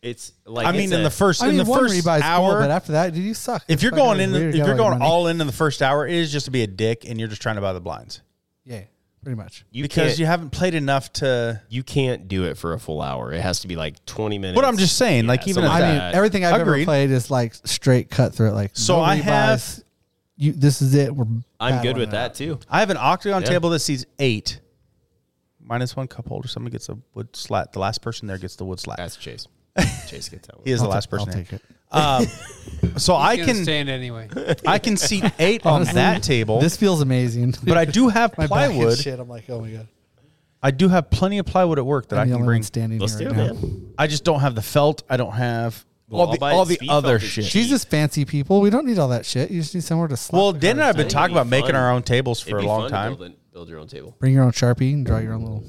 S4: It's like
S6: I
S4: it's
S6: mean, in
S4: a-
S6: the first in the first
S5: rebuy is cool,
S6: hour,
S5: but after that, dude, you suck.
S6: if
S5: It's
S6: you're
S5: fucking
S6: going in,
S5: weird.
S6: if
S5: You got
S6: you're
S5: a lot
S6: going
S5: of money.
S6: all in in the first hour, it is just to be a dick, and you're just trying to buy the blinds
S5: yeah, pretty much.
S4: you
S6: because
S4: can't,
S6: you haven't played enough to.
S4: you can't do it for a full hour. It has to be like twenty minutes.
S6: But I'm just saying, like even
S4: something
S6: if
S5: I mean,
S4: that.
S5: everything I've
S6: Agreed.
S5: ever played is like straight cutthroat. Like
S6: So
S5: no
S6: I
S5: rebuys.
S6: have-
S5: you. This is it. We're
S4: I'm
S5: battling
S4: good with
S5: it
S4: that
S5: out.
S4: too.
S6: I have an octagon
S4: Yeah.
S6: table that sees eight, minus one cup holder. Someone gets a wood slat. The last person there gets the wood slat.
S4: That's
S6: [LAUGHS]
S4: Chase. Chase gets that one.
S6: He is the
S5: I'll
S6: last
S5: ta-
S6: person.
S5: I'll
S6: there. Um,
S5: take it.
S6: [LAUGHS] So I
S7: I can
S6: can
S7: stand anyway.
S6: I can seat eight on
S5: Honestly,
S6: that table.
S5: This feels amazing.
S6: [LAUGHS] but I do have
S5: My back is
S6: plywood.
S5: Shit, I'm like, oh my god.
S6: I do have plenty of plywood at work that
S5: I'm
S6: i
S5: the
S6: can
S5: only
S6: bring.
S5: one standing
S4: Let's
S5: here
S4: do
S5: right
S4: it,
S5: now.
S4: man.
S6: I just don't have the felt. I don't have
S4: Well,
S6: all
S4: I'll
S6: the
S4: buy
S6: all
S4: it.
S6: the
S4: Speed
S6: other
S4: felt is
S6: shit.
S4: cheap.
S5: Jesus, fancy people. We don't need all that shit. You just need somewhere to slap.
S6: Well,
S5: the
S6: Dan and I
S5: cards.
S6: have been
S4: It'd
S6: talking
S4: be
S6: about making
S4: fun.
S6: our own tables for
S4: It'd
S6: a
S4: be
S6: long
S4: fun
S6: time.
S4: To build, it- build your own table.
S5: bring your own sharpie and draw your own little.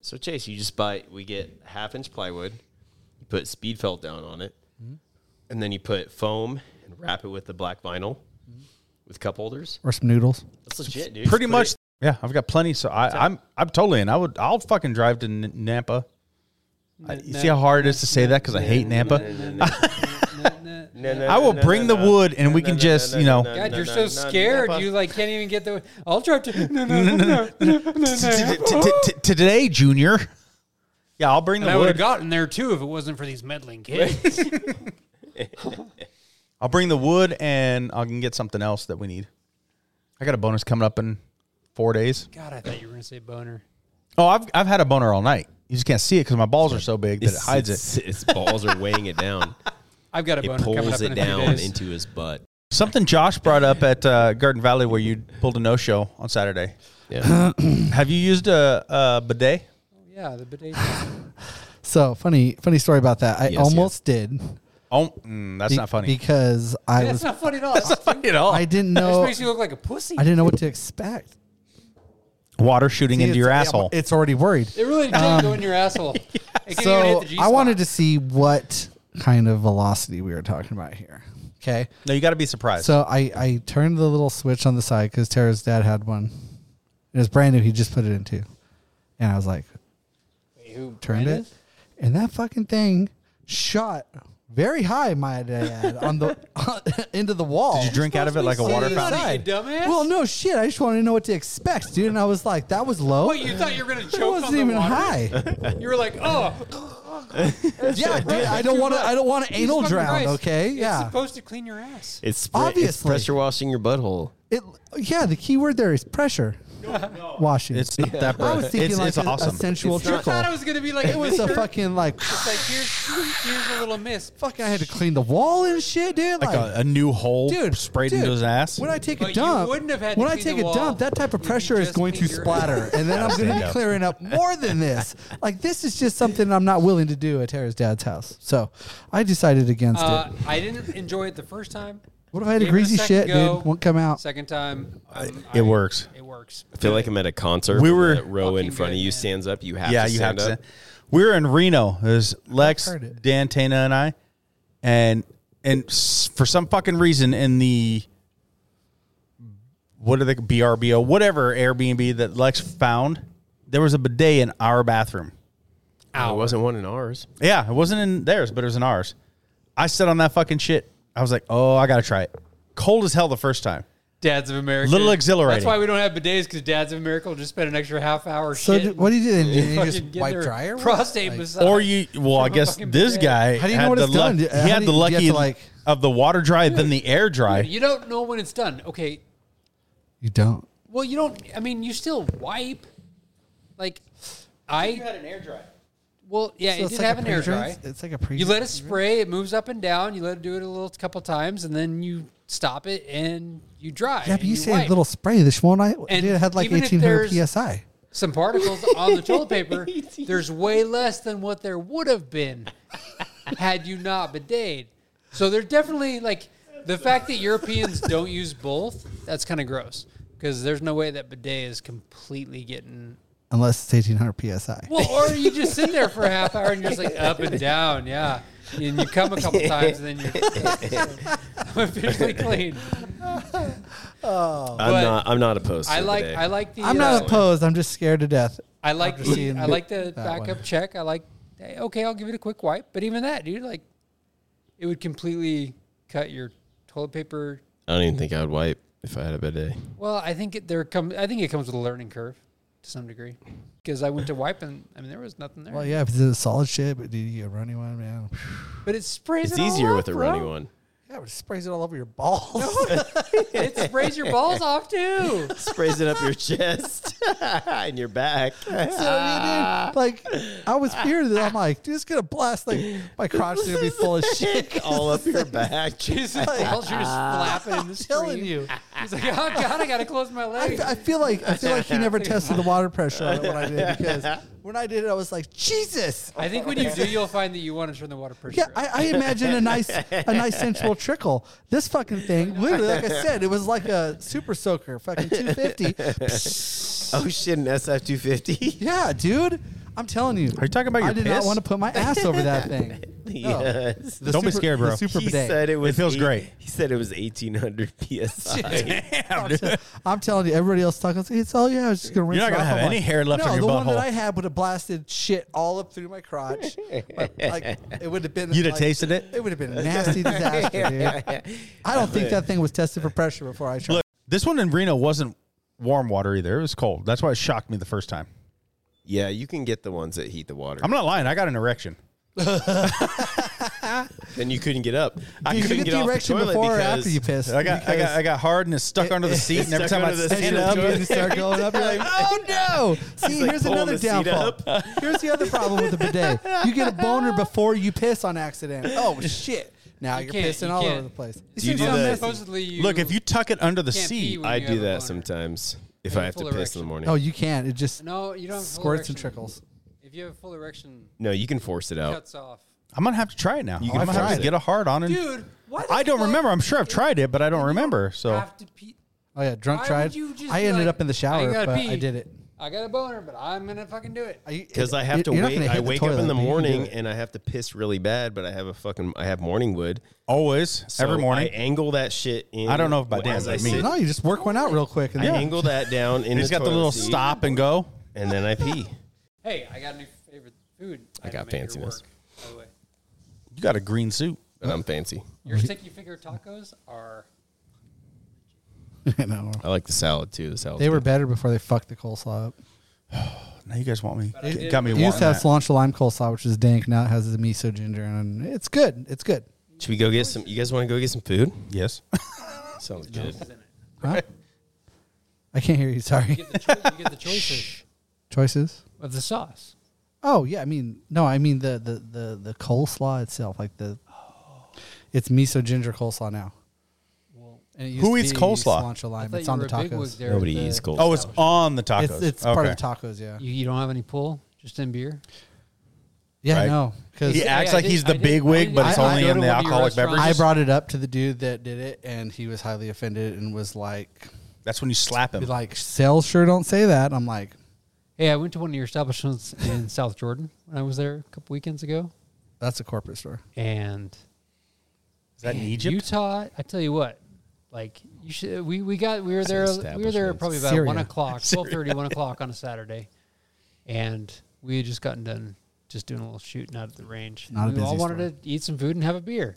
S4: So Chase, you just buy we get half inch plywood, you put speed felt down on it,
S6: Mm-hmm.
S4: and then you put foam and wrap it with the black vinyl with cup holders.
S5: or some noodles.
S4: That's legit, dude.
S6: Mm-hmm. Pretty
S4: Put
S6: much
S4: it-
S6: Yeah, I've got plenty. So I, I'm I'm totally in. I would I'll fucking drive to N- Napa. I- you see how hard it is to say that because I hate Napa. I will bring the wood and we can just
S4: [LAUGHS]
S6: you know.
S7: God, you're so scared. you like can't even get the. I'll drive to. [LAUGHS] No, no, no, no, no, no,
S9: T- t-
S7: no.
S9: t- t- Today, Junior.
S6: Yeah, I'll bring
S7: And
S6: the
S7: I would have
S6: wood.
S7: gotten there too if it wasn't for these meddling kids.
S6: I'll bring the wood and I can get something else that we need. I got a bonus coming up in four days.
S7: God, I thought you were gonna say boner.
S6: Oh, I've I've had a boner all night. You just can't see it because my balls are so big that it
S4: It's-
S6: hides it.
S4: it's- Its balls are weighing it
S6: [LAUGHS]
S4: down.
S7: I've got a
S4: It
S7: boner coming up
S4: pulls
S7: in
S4: it
S7: a few
S4: down
S7: days.
S4: into his butt.
S6: Something Josh brought up at uh, Garden Valley where you pulled a no show on Saturday.
S4: Yeah.
S6: [CLEARS THROAT] Have you used a, a bidet?
S7: yeah, the [LAUGHS] bidet.
S5: So funny, funny story about that. I
S4: Yes, yes.
S5: almost did.
S6: Oh, mm, that's
S5: be-
S6: not funny.
S5: because I
S7: [LAUGHS] That's
S5: was
S7: not funny at all. Austin.
S6: funny at all.
S5: I didn't
S7: [LAUGHS] That just
S5: know
S7: makes you look like a pussy.
S5: I didn't know what to expect.
S6: Water shooting
S5: See,
S6: into
S5: it's-
S6: your
S5: yeah,
S6: asshole.
S5: It's already worried.
S7: It really did not go in
S5: [LAUGHS]
S7: your asshole. It can even hit
S5: Um, So
S7: the
S5: I
S7: G-spot.
S5: wanted to see what kind of velocity we were talking about here. Okay.
S6: no, you got to be surprised.
S5: So I, I turned the little switch on the side because Tara's dad had one. It was brand new. He just put it in too. And I was like,
S7: Who
S5: turned
S7: Brandon?
S5: it, and that fucking thing shot very high, might I add, on the [LAUGHS] into the wall.
S6: Did you drink out of it like a
S7: Supposed
S6: water
S7: to be
S6: fountain?
S7: sunny, You dumbass.
S5: Well, no shit. I just wanted to know what to expect, dude. And I was like, that was low.
S7: What you thought you were gonna
S5: [LAUGHS] it
S7: choke on
S5: wasn't
S7: the
S5: even
S7: water? [LAUGHS]
S5: high.
S7: You were like, oh,
S5: yeah, dude. I don't want to. I don't want to
S7: Jesus
S5: anal
S7: fucking
S5: drown.
S7: Christ.
S5: Okay.
S7: It's
S5: Yeah.
S7: supposed to clean your ass.
S4: It's, spray- it's
S5: Obviously.
S4: pressure washing your butthole.
S5: It. Yeah. The key word there is pressure. Washing.
S6: It's not that
S5: I was
S6: bad.
S5: thinking
S6: It's,
S5: like
S6: it's
S5: a, a
S6: awesome.
S5: sensual
S7: I
S5: trickle.
S7: thought it was gonna be like
S5: it was a fucking like.
S7: It's like here's here's a little miss.
S5: Fucking, I had to clean the wall and shit, dude.
S6: like a, a new hole
S5: dude,
S6: sprayed
S5: dude,
S6: into his ass.
S5: When I take
S7: But
S5: a
S7: you
S5: dump,
S7: wouldn't have had to
S5: when I
S7: clean
S5: take
S7: the
S5: a
S7: wall
S5: dump, that type of
S7: if you
S5: pressure is
S7: just
S5: going to
S7: cleaned your-
S5: splatter, and then I'm going to
S6: stand
S5: be
S6: up.
S5: clearing up more than this. Like this is just something I'm not willing to do at Tara's dad's house. So I decided against
S7: Uh,
S5: it.
S7: I didn't enjoy it the first time.
S5: What if I had a
S7: gave it
S5: greasy
S7: second
S5: shit,
S7: go.
S5: dude? Won't come out.
S7: Second time, um,
S6: it works.
S7: It works.
S4: I feel like I'm at a concert.
S6: We
S4: when
S6: were-
S4: that row in
S7: Fucking
S4: front of
S7: good,
S4: you
S7: man.
S4: stands up. You have
S6: yeah,
S4: to
S6: you have
S4: stand
S6: to.
S4: up.
S6: stand- We were in Reno. It was Lex,
S5: heard it.
S6: Dan, Tana, and I, and and s- for some fucking reason in the what are they BRBO whatever Airbnb that Lex found, there was a bidet in our bathroom.
S4: It wasn't one in ours.
S6: Yeah, it wasn't in theirs, but it was in ours. I sat on that fucking shit. I was like, oh, I gotta try it. Cold as hell the first time.
S7: Dads of America.
S6: Little exhilarating.
S7: That's why we don't have bidets because Dads of America will just spend an extra half hour.
S5: So
S7: shit
S5: do, what do you do? Then? Do you
S7: fucking
S5: just
S7: get
S5: wipe
S7: their
S5: dry or what?
S7: prostate
S5: Like,
S7: massage.
S6: Or you, well, I
S7: From a
S6: guess
S7: fucking
S6: this
S7: bidet.
S6: guy.
S5: How do you know
S6: had
S5: when
S6: the
S5: it's done?
S6: luck-
S5: Do- how
S6: He had
S5: do you-
S6: the
S5: do you have
S6: lucky
S5: to, like-
S6: of the water dry, then the air dry.
S7: [LAUGHS] you don't know when it's done. Okay.
S5: you don't.
S7: Well, you don't. I mean, you still wipe. Like, I.
S6: an air dry.
S7: Well, yeah,
S5: So
S7: it did have an air dry.
S5: It's like a pre.
S7: You let it spray. It moves up and down. You let it do it a little couple times, and then you stop it and you dry.
S5: Yeah, but
S7: and
S5: you say a
S7: wipe.
S5: little spray. This one I
S7: And
S5: dude, it had like
S7: even if
S5: 1800
S7: there's-
S5: psi.
S7: some particles on the
S5: [LAUGHS]
S7: toilet paper. There's way less than what there would have been had you not bidet. So they're definitely like the fact that Europeans don't use both. That's kind of gross because there's no way that bidet is completely getting.
S5: Unless it's 1800 psi.
S7: Well, or you just sit there for a half hour and you're just like up and down, yeah. And you come a couple times and then you're [LAUGHS] I'm officially clean.
S4: I'm not. I'm not opposed. To
S7: I like
S4: bidet.
S7: I like the
S5: I'm not
S7: uh,
S5: opposed. I'm just scared to death.
S7: I like
S5: After
S7: the
S5: seeing
S7: I like the
S5: that
S7: backup
S5: one.
S7: check. I like hey, okay, I'll give it a quick wipe. But even that, dude, like it would completely cut your toilet paper.
S4: I don't even think I would wipe if I had a bidet.
S7: Well, I think it there comes I think it comes with a learning curve to some degree. Because I went to wipe and I mean there was nothing there.
S5: Well, yeah, if it's a solid shit, but do you get a runny one, man?
S7: But it sprays
S4: It's
S7: it all
S4: easier
S7: off,
S4: with a
S7: bro.
S4: runny one.
S5: Yeah, but it sprays it all over your balls.
S7: It sprays your balls off too.
S4: Sprays it up
S7: [LAUGHS]
S4: your chest [LAUGHS] and your back.
S5: So, I mean, dude, [LAUGHS] like, I was fearing that. I'm like, dude, it's gonna blast. Like, my crotch is gonna
S4: [LAUGHS]
S5: be full of shit.
S4: all
S5: [LAUGHS]
S4: up your back.
S7: Jesus balls are just flapping in the stream.
S5: Uh-huh. telling you.
S7: He's like, Oh god, I gotta close my
S5: I,
S7: legs.
S5: I feel like I feel like he never tested the water pressure on it when I did because when I did it, I was like, Jesus.
S7: I think when you do you'll find that you want to turn the water pressure
S5: Yeah,
S7: up.
S5: I, I imagine a nice, a nice sensual trickle. This fucking thing, literally, like I said, it was like a super soaker, fucking 250.
S4: [LAUGHS] Oh shit! An SF 250.
S5: Yeah, dude. I'm telling you.
S6: Are you talking about
S5: I
S6: your
S5: did not
S4: [LAUGHS]
S6: piss? [LAUGHS]
S5: want to put my ass over that thing. Oh.
S4: yes.
S5: The
S10: Don't be
S5: super-
S10: scared, bro.
S5: The super
S4: he
S5: bidet.
S4: said it was.
S10: feels great.
S4: He said it was
S5: [LAUGHS]
S4: 1800
S6: [LAUGHS]
S4: psi.
S10: Damn,
S5: I'm
S10: dude.
S5: t- [LAUGHS] I'm telling you, everybody else talking. It's all yeah. I was just gonna rinse.
S10: not
S5: it
S10: gonna
S5: off.
S10: have
S5: I'm
S10: any
S5: like,
S10: hair left
S5: no,
S10: on your
S5: the one
S10: butthole.
S5: that I had would have blasted shit all up through my crotch. Like, like, it would have been.
S10: You'd have
S5: like-
S10: tasted it?
S5: It would have been a nasty disaster, dude. I don't think that thing was tested for pressure before I tried.
S10: Look, this one in Reno wasn't warm water either. It was cold. That's why it shocked me the first time.
S4: yeah, you can get the ones that heat the water.
S10: I'm not lying. I got an erection.
S4: then you couldn't get up. I
S5: you get the erection before or after you piss.
S10: I got, I got, I got hard and it's stuck under the seat. And every
S4: stuck
S10: time I
S4: under the
S10: stand
S4: seat.
S10: up,
S4: Enjoy
S5: and you start going up. You're like,
S10: [LAUGHS]
S5: oh no! See,
S4: like
S5: here's
S4: pulling
S5: another
S4: the seat
S5: downfall. Here's the other problem with the bidet. You get a
S10: [LAUGHS]
S5: boner before you piss on accident. Oh shit! Now you are
S7: can't-
S5: pissing
S7: you
S5: all
S7: can't.
S5: over the place. These
S4: Do you
S5: things
S4: do
S5: sound
S4: the-
S5: messy.
S7: Supposedly, you
S10: look, if you tuck it under the
S7: can't pee
S10: seat,
S7: when
S4: I
S7: you have
S4: do
S7: a boner.
S4: that sometimes if
S7: And
S4: I
S7: a
S4: have to
S7: full
S4: piss in
S7: erection.
S4: the morning.
S5: No, Oh, you can't. It just
S7: No, you don't. Have a full
S5: squirts and
S7: erection.
S5: trickles.
S7: If you have a full erection,
S4: No, you can force it out.
S7: cuts off.
S10: I'm gonna have to try it now.
S4: can
S10: I'm gonna
S4: try
S10: have
S4: it.
S10: to get a hard on. And
S7: Dude, why the
S10: I don't
S7: fuck
S10: remember. I'm sure I've tried it, but I don't
S7: you
S10: remember. So
S7: have to pee?
S5: Oh yeah, drunk
S7: Why
S5: tried.
S7: would you just
S5: I
S7: be
S5: ended
S7: like,
S5: up in the shower,
S7: I gotta
S5: but I
S7: pee?
S5: did it.
S7: I got a boner, but I'm gonna fucking do it.
S4: Because I have
S5: You're
S4: to
S5: not
S4: wait.
S5: gonna hit
S4: I
S5: the
S4: wake up
S5: toilet,
S4: in the
S5: but you can do
S4: morning
S5: it.
S4: and I have to piss really bad, but I have a fucking I have morning wood
S10: always,
S4: So
S10: every
S4: I
S10: morning,
S4: angle that shit in.
S10: I don't know if by
S4: as
S10: damn,
S4: I
S10: but me.
S4: sit.
S5: No, Oh, you just work one out real quick. And
S4: I angle that down in
S10: he's
S4: the
S10: got the little
S4: toilet seat,
S10: stop and go.
S4: and then I pee.
S7: Hey, I got a new favorite food.
S4: I
S7: can
S4: got
S7: make here
S4: fanciness.
S7: work, by the way.
S10: You got a green suit.
S4: But I'm fancy.
S7: Your sticky finger tacos are
S5: [LAUGHS] I know.
S4: I like the salad too. The salad.
S5: They were better before they fucked the coleslaw up.
S10: Now you guys want me?
S7: I
S10: G-
S7: did-
S10: Got me.
S5: It used
S10: wanting
S5: to have
S10: that.
S5: cilantro lime coleslaw, which is dank. Now it has the miso ginger, and it's good. It's good.
S4: Should we go get some? You guys want to go get some food?
S10: Yes. [LAUGHS]
S4: Sounds good.
S7: is in it.
S5: Huh? I can't hear you. Sorry.
S7: [LAUGHS] You get the, cho- you get the choices
S5: Choices.
S7: of the sauce.
S5: Oh yeah, I mean no, I mean the the the the coleslaw itself, like the it's miso ginger coleslaw now.
S7: Well,
S5: And it used
S10: Who
S5: to
S10: eats
S5: be
S10: coleslaw?
S5: Cilantro
S7: I
S5: lime.
S7: thought
S5: It's
S7: you
S5: on the
S7: were a big wig
S5: tacos.
S7: there at
S4: Nobody
S7: the-
S4: eats cold.
S10: Oh, it's on the tacos.
S5: It's it's part of tacos. Yeah.
S7: You, you don't have any pull, just in beer.
S5: Yeah.
S10: Right.
S5: No. Because
S10: He
S7: Yeah,
S10: acts
S7: I
S10: like
S7: did-
S10: he's
S7: I
S10: the
S7: did-
S10: big
S7: I
S10: wig,
S7: did-
S10: but it's
S5: I- I
S10: only
S7: go
S10: in
S7: to
S10: the
S7: one of your
S10: alcoholic
S7: restaurants.
S5: I
S10: beverages.
S5: brought it up to the dude that did it, and he was highly offended, and was like,
S10: That's when you slap him.
S5: "Like sales sure don't say that." And I'm like,
S7: Hey, I went to one of your establishments in [LAUGHS] South Jordan when I was there a couple weekends ago,
S5: "That's a corporate store."
S7: and
S10: Is that in
S7: man,
S10: Egypt?
S7: Utah. I tell you what, like you should. We, we got we were there. We were there
S4: establishments.
S7: probably about
S5: Syria.
S7: one o'clock, twelve
S5: [LAUGHS]
S7: thirty, one o'clock on a Saturday, and we had just gotten done just doing a little shooting out at the range.
S5: Not a
S7: we all
S5: busy
S7: wanted
S5: store.
S7: to eat some food and have a beer.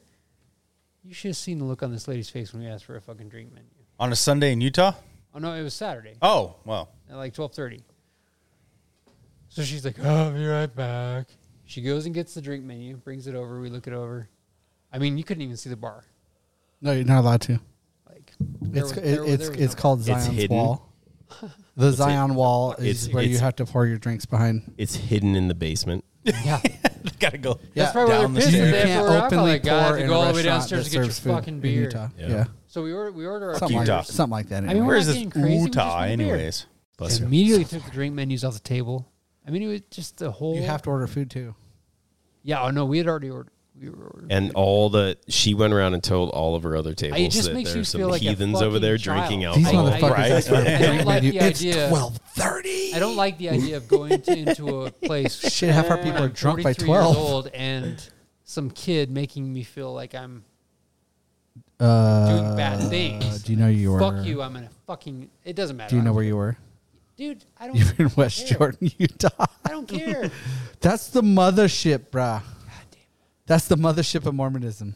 S7: You should have seen the look on this lady's face when we asked for a fucking drink menu.
S10: on a Sunday in Utah?
S7: Oh no, it was Saturday
S10: Oh,
S6: [LAUGHS]
S10: well.
S7: at like twelve thirty. So she's like, "I'll be right back." She goes and gets the drink menu, brings it over. We look it over. I mean, you couldn't even see the bar.
S5: No, you're not allowed to.
S7: Like,
S5: It's
S7: was-
S5: it,
S7: there was-
S5: it's
S7: there was
S5: it's
S7: no
S5: called
S4: It's
S5: Zion's
S4: hidden.
S5: wall. The Zion wall is
S4: It's-
S5: where you
S4: it's-
S5: have to pour your drinks behind.
S4: It's hidden in the basement.
S7: yeah.
S10: Gotta go.
S7: That's probably where
S10: down the
S7: they're pissed.
S10: stairs.
S7: They have
S5: can't
S7: to order
S5: openly
S7: alcoholic guy. I have
S5: pour
S7: to
S5: in
S7: go
S5: a
S7: all the way
S5: restaurant
S7: downstairs
S5: that
S7: to get your
S5: serves food
S7: fucking
S5: in
S7: beer.
S5: Utah. Yeah.
S7: So we order we order our
S5: Something,
S7: beers.
S10: Utah.
S5: Like, something like that.
S7: mean,
S5: Anyway.
S7: we're
S10: Where is
S7: not
S10: this
S7: getting crazy, we're just
S10: Utah,
S7: having beer.
S10: anyways?
S4: Bless you.
S7: Immediately took the drink menus off the table. I mean, it was just the whole.
S5: you have to order food too.
S7: Yeah. Oh no, we had already ordered. We were ordering.
S4: And all the she went around and told all of her other tables
S7: just
S4: that
S7: makes you
S4: there's
S7: feel
S4: some
S7: like a
S4: heathens over there drinking
S7: fucking child.
S5: These
S7: I-
S4: alcohol.
S5: motherfuckers asked for a
S7: I don't
S5: drink
S7: like
S5: menu.
S7: the
S5: it's
S7: idea.
S5: twelve thirty.
S7: I don't like the idea of going to,
S5: [LAUGHS]
S7: into a place.
S5: Shit, half our
S7: when
S5: people are
S7: I'm
S5: drunk by
S7: 43 years
S5: 12.
S7: old and some kid making me feel like I'm
S5: Uh,
S7: doing bad things.
S5: do you know you were?
S7: Fuck you! I'm in a fucking. It doesn't matter.
S5: Do you know where you were? [LAUGHS]
S7: dude? I don't.
S5: You were in West
S7: care.
S5: Jordan, [LAUGHS] Utah.
S7: I don't care.
S5: That's the mothership, bruh. That's the mothership of Mormonism.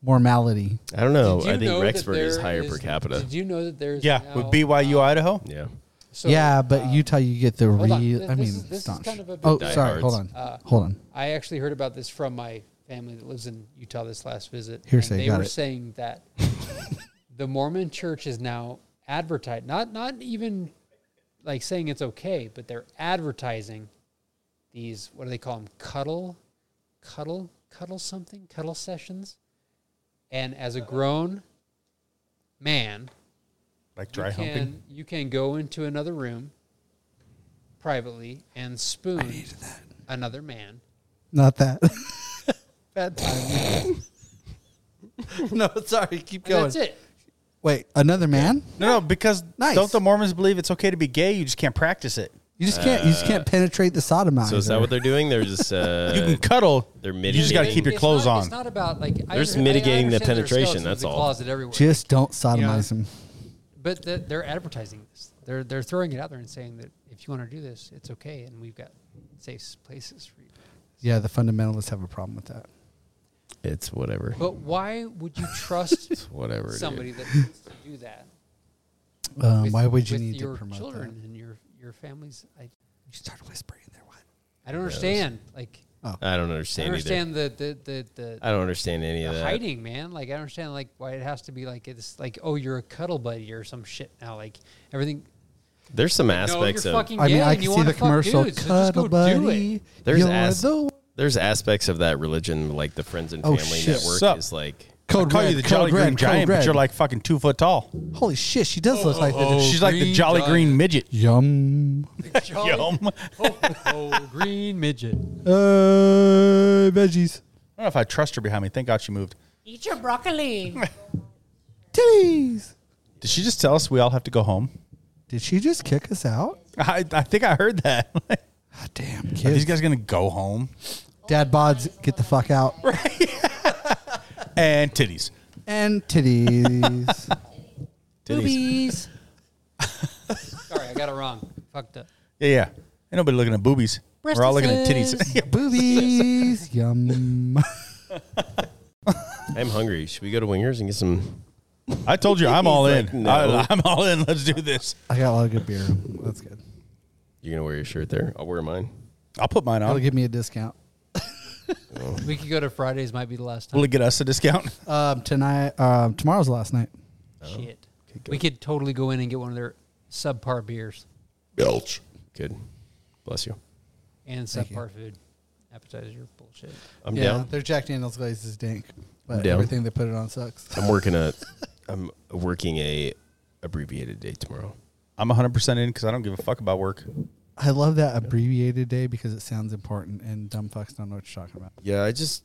S5: Mormality.
S4: I don't know.
S7: Did you
S4: Oh, I think
S7: know that
S4: Rexburg is
S7: there
S4: higher per
S7: is-
S4: capita.
S7: Did you know uh, that there's
S10: Yeah,
S7: now,
S10: with BYU Idaho?
S4: yeah.
S7: so,
S5: yeah, but
S7: uh,
S5: Utah, you get the
S7: hold
S5: real.
S7: on.
S5: I
S7: This
S5: mean,
S7: is- this is
S5: staunch.
S7: kind of a Uh, bit
S5: oh,
S7: Die
S5: sorry. Hold on.
S4: Hards.
S5: hold on.
S7: I actually heard about this from my family that lives in Utah this last visit. and
S5: Hearsay,
S7: they
S5: got
S7: were
S5: it.
S7: saying that
S5: [LAUGHS]
S7: the Mormon Church is now advertised not not even like saying it's okay, but they're advertising these what do they call them? Cuddle, cuddle, cuddle something, cuddle sessions. And as a grown man,
S10: Like dry
S7: you
S10: humping?
S7: can you can go into another room privately and spoon another man.
S5: Not that. [LAUGHS]
S7: Bad time. [LAUGHS]
S5: no, sorry. Keep
S7: And that's it.
S5: Wait, another man?
S10: No, no, because
S5: Nice.
S10: don't the Mormons believe it's okay to be gay? You just can't practice it.
S5: You just can't. You just
S7: Uh,
S5: can't penetrate the sodomizer.
S4: So is that what they're doing? They're just uh,
S6: [LAUGHS] You can cuddle.
S4: they're
S6: You
S4: mitigating.
S6: just got to keep your
S7: It's
S6: clothes
S7: not-
S6: on.
S7: It's not about like I
S4: They're just
S7: under- I- I
S4: mitigating the
S7: understand there are
S4: penetration,
S7: skeletons in
S4: that's
S7: the
S4: all.
S7: Closet everywhere.
S5: Just don't sodomize
S7: Yeah.
S5: him.
S7: But the, they're advertising this. They're they're throwing it out there and saying that if you want to do this, it's okay, and we've got safe s- places for you.
S5: Yeah, the fundamentalists have a problem with that.
S4: It's whatever.
S7: But why would you
S4: [LAUGHS]
S7: trust
S4: Whatever. dude.
S7: somebody that wants to do that?
S5: Um,
S7: with-
S5: why would you
S7: with
S5: need
S7: your
S5: to promote
S7: children and your your families? I
S5: that? You started whispering in there. What?
S7: I don't understand. Like
S4: I don't
S7: I
S4: understand,
S7: don't
S4: either.
S7: understand the the the, the
S4: I don't understand any of
S7: the
S4: that.
S7: hiding, man. Like I don't understand like why it has to be like it's like oh you're a cuddle buddy or some shit now. Like everything.
S4: There's some
S7: No, you're
S4: aspects of
S7: fucking
S5: I mean,
S7: gay
S5: I
S7: and
S5: can
S7: you
S5: see
S7: wanna
S5: the
S7: fuck
S5: commercial.
S7: dudes, so just
S5: Cuddle
S7: go do it.
S5: buddy.
S4: There's
S5: You're
S4: ass-
S5: the
S4: there's aspects of that religion like the friends and
S5: Oh,
S4: family
S5: shit.
S4: network
S6: Sup?
S4: is like
S5: code
S6: I call
S5: red,
S6: you the
S5: code
S6: Jolly
S5: red,
S6: Green
S5: code
S6: Giant,
S5: red.
S6: but you're like fucking two foot tall.
S5: Holy shit, she does look like
S6: Oh,
S5: the
S6: She's like the
S7: Green
S6: Jolly
S7: Giant.
S6: Green midget.
S5: yum.
S7: [LAUGHS] Jolly-
S6: Yum.
S7: Oh, oh, green midget.
S5: Uh, veggies.
S6: I don't know if I trust her behind me. Thank God she moved.
S11: Eat your
S6: [LAUGHS]
S11: broccoli.
S5: Titties.
S6: Did she just tell us we all have to go home? [LAUGHS]
S5: Did she just kick us out?
S6: I, I think I heard that. [LAUGHS] Are
S5: God damn
S6: these
S5: kids.
S6: guys gonna go home?
S5: Dad bods, get the fuck out.
S6: [LAUGHS] And titties.
S5: And
S6: [LAUGHS]
S5: titties.
S11: Boobies.
S7: [LAUGHS] Sorry, I got it wrong. Fucked up.
S6: Yeah, yeah. Ain't nobody looking at boobies. We're all looking at
S5: [LAUGHS]
S6: titties. Yeah,
S5: Boobies. Yum.
S4: I'm hungry. Should we go to Wingers and get some?
S6: [LAUGHS] I told you I'm all
S4: He's like,
S6: in.
S4: "No."
S6: I, am all in. Let's do this.
S5: I got a lot of good beer. That's good.
S4: You're gonna wear your shirt there. I'll wear mine.
S6: I'll put mine
S5: That'll
S6: on.
S5: give me a discount.
S7: We could go to Fridays. Might be the last time.
S6: Will it get us a discount?
S5: Um, tonight, um, tomorrow's the last night.
S6: Oh.
S7: Shit. we could totally go in and get one of their subpar beers
S4: Belch. Good. Bless you.
S7: and
S5: Thank you.
S7: subpar food. Appetizer bullshit.
S4: I'm
S5: yeah,
S4: down.
S5: their Jack Daniels glaze is dank, but
S4: down.
S5: everything they put it on sucks.
S4: I'm working a. I'm working a abbreviated day tomorrow.
S6: I'm 100% in because I don't give a fuck about work.
S5: I love that abbreviated day because it sounds important and dumb fucks don't know what you're talking about.
S4: Yeah, I just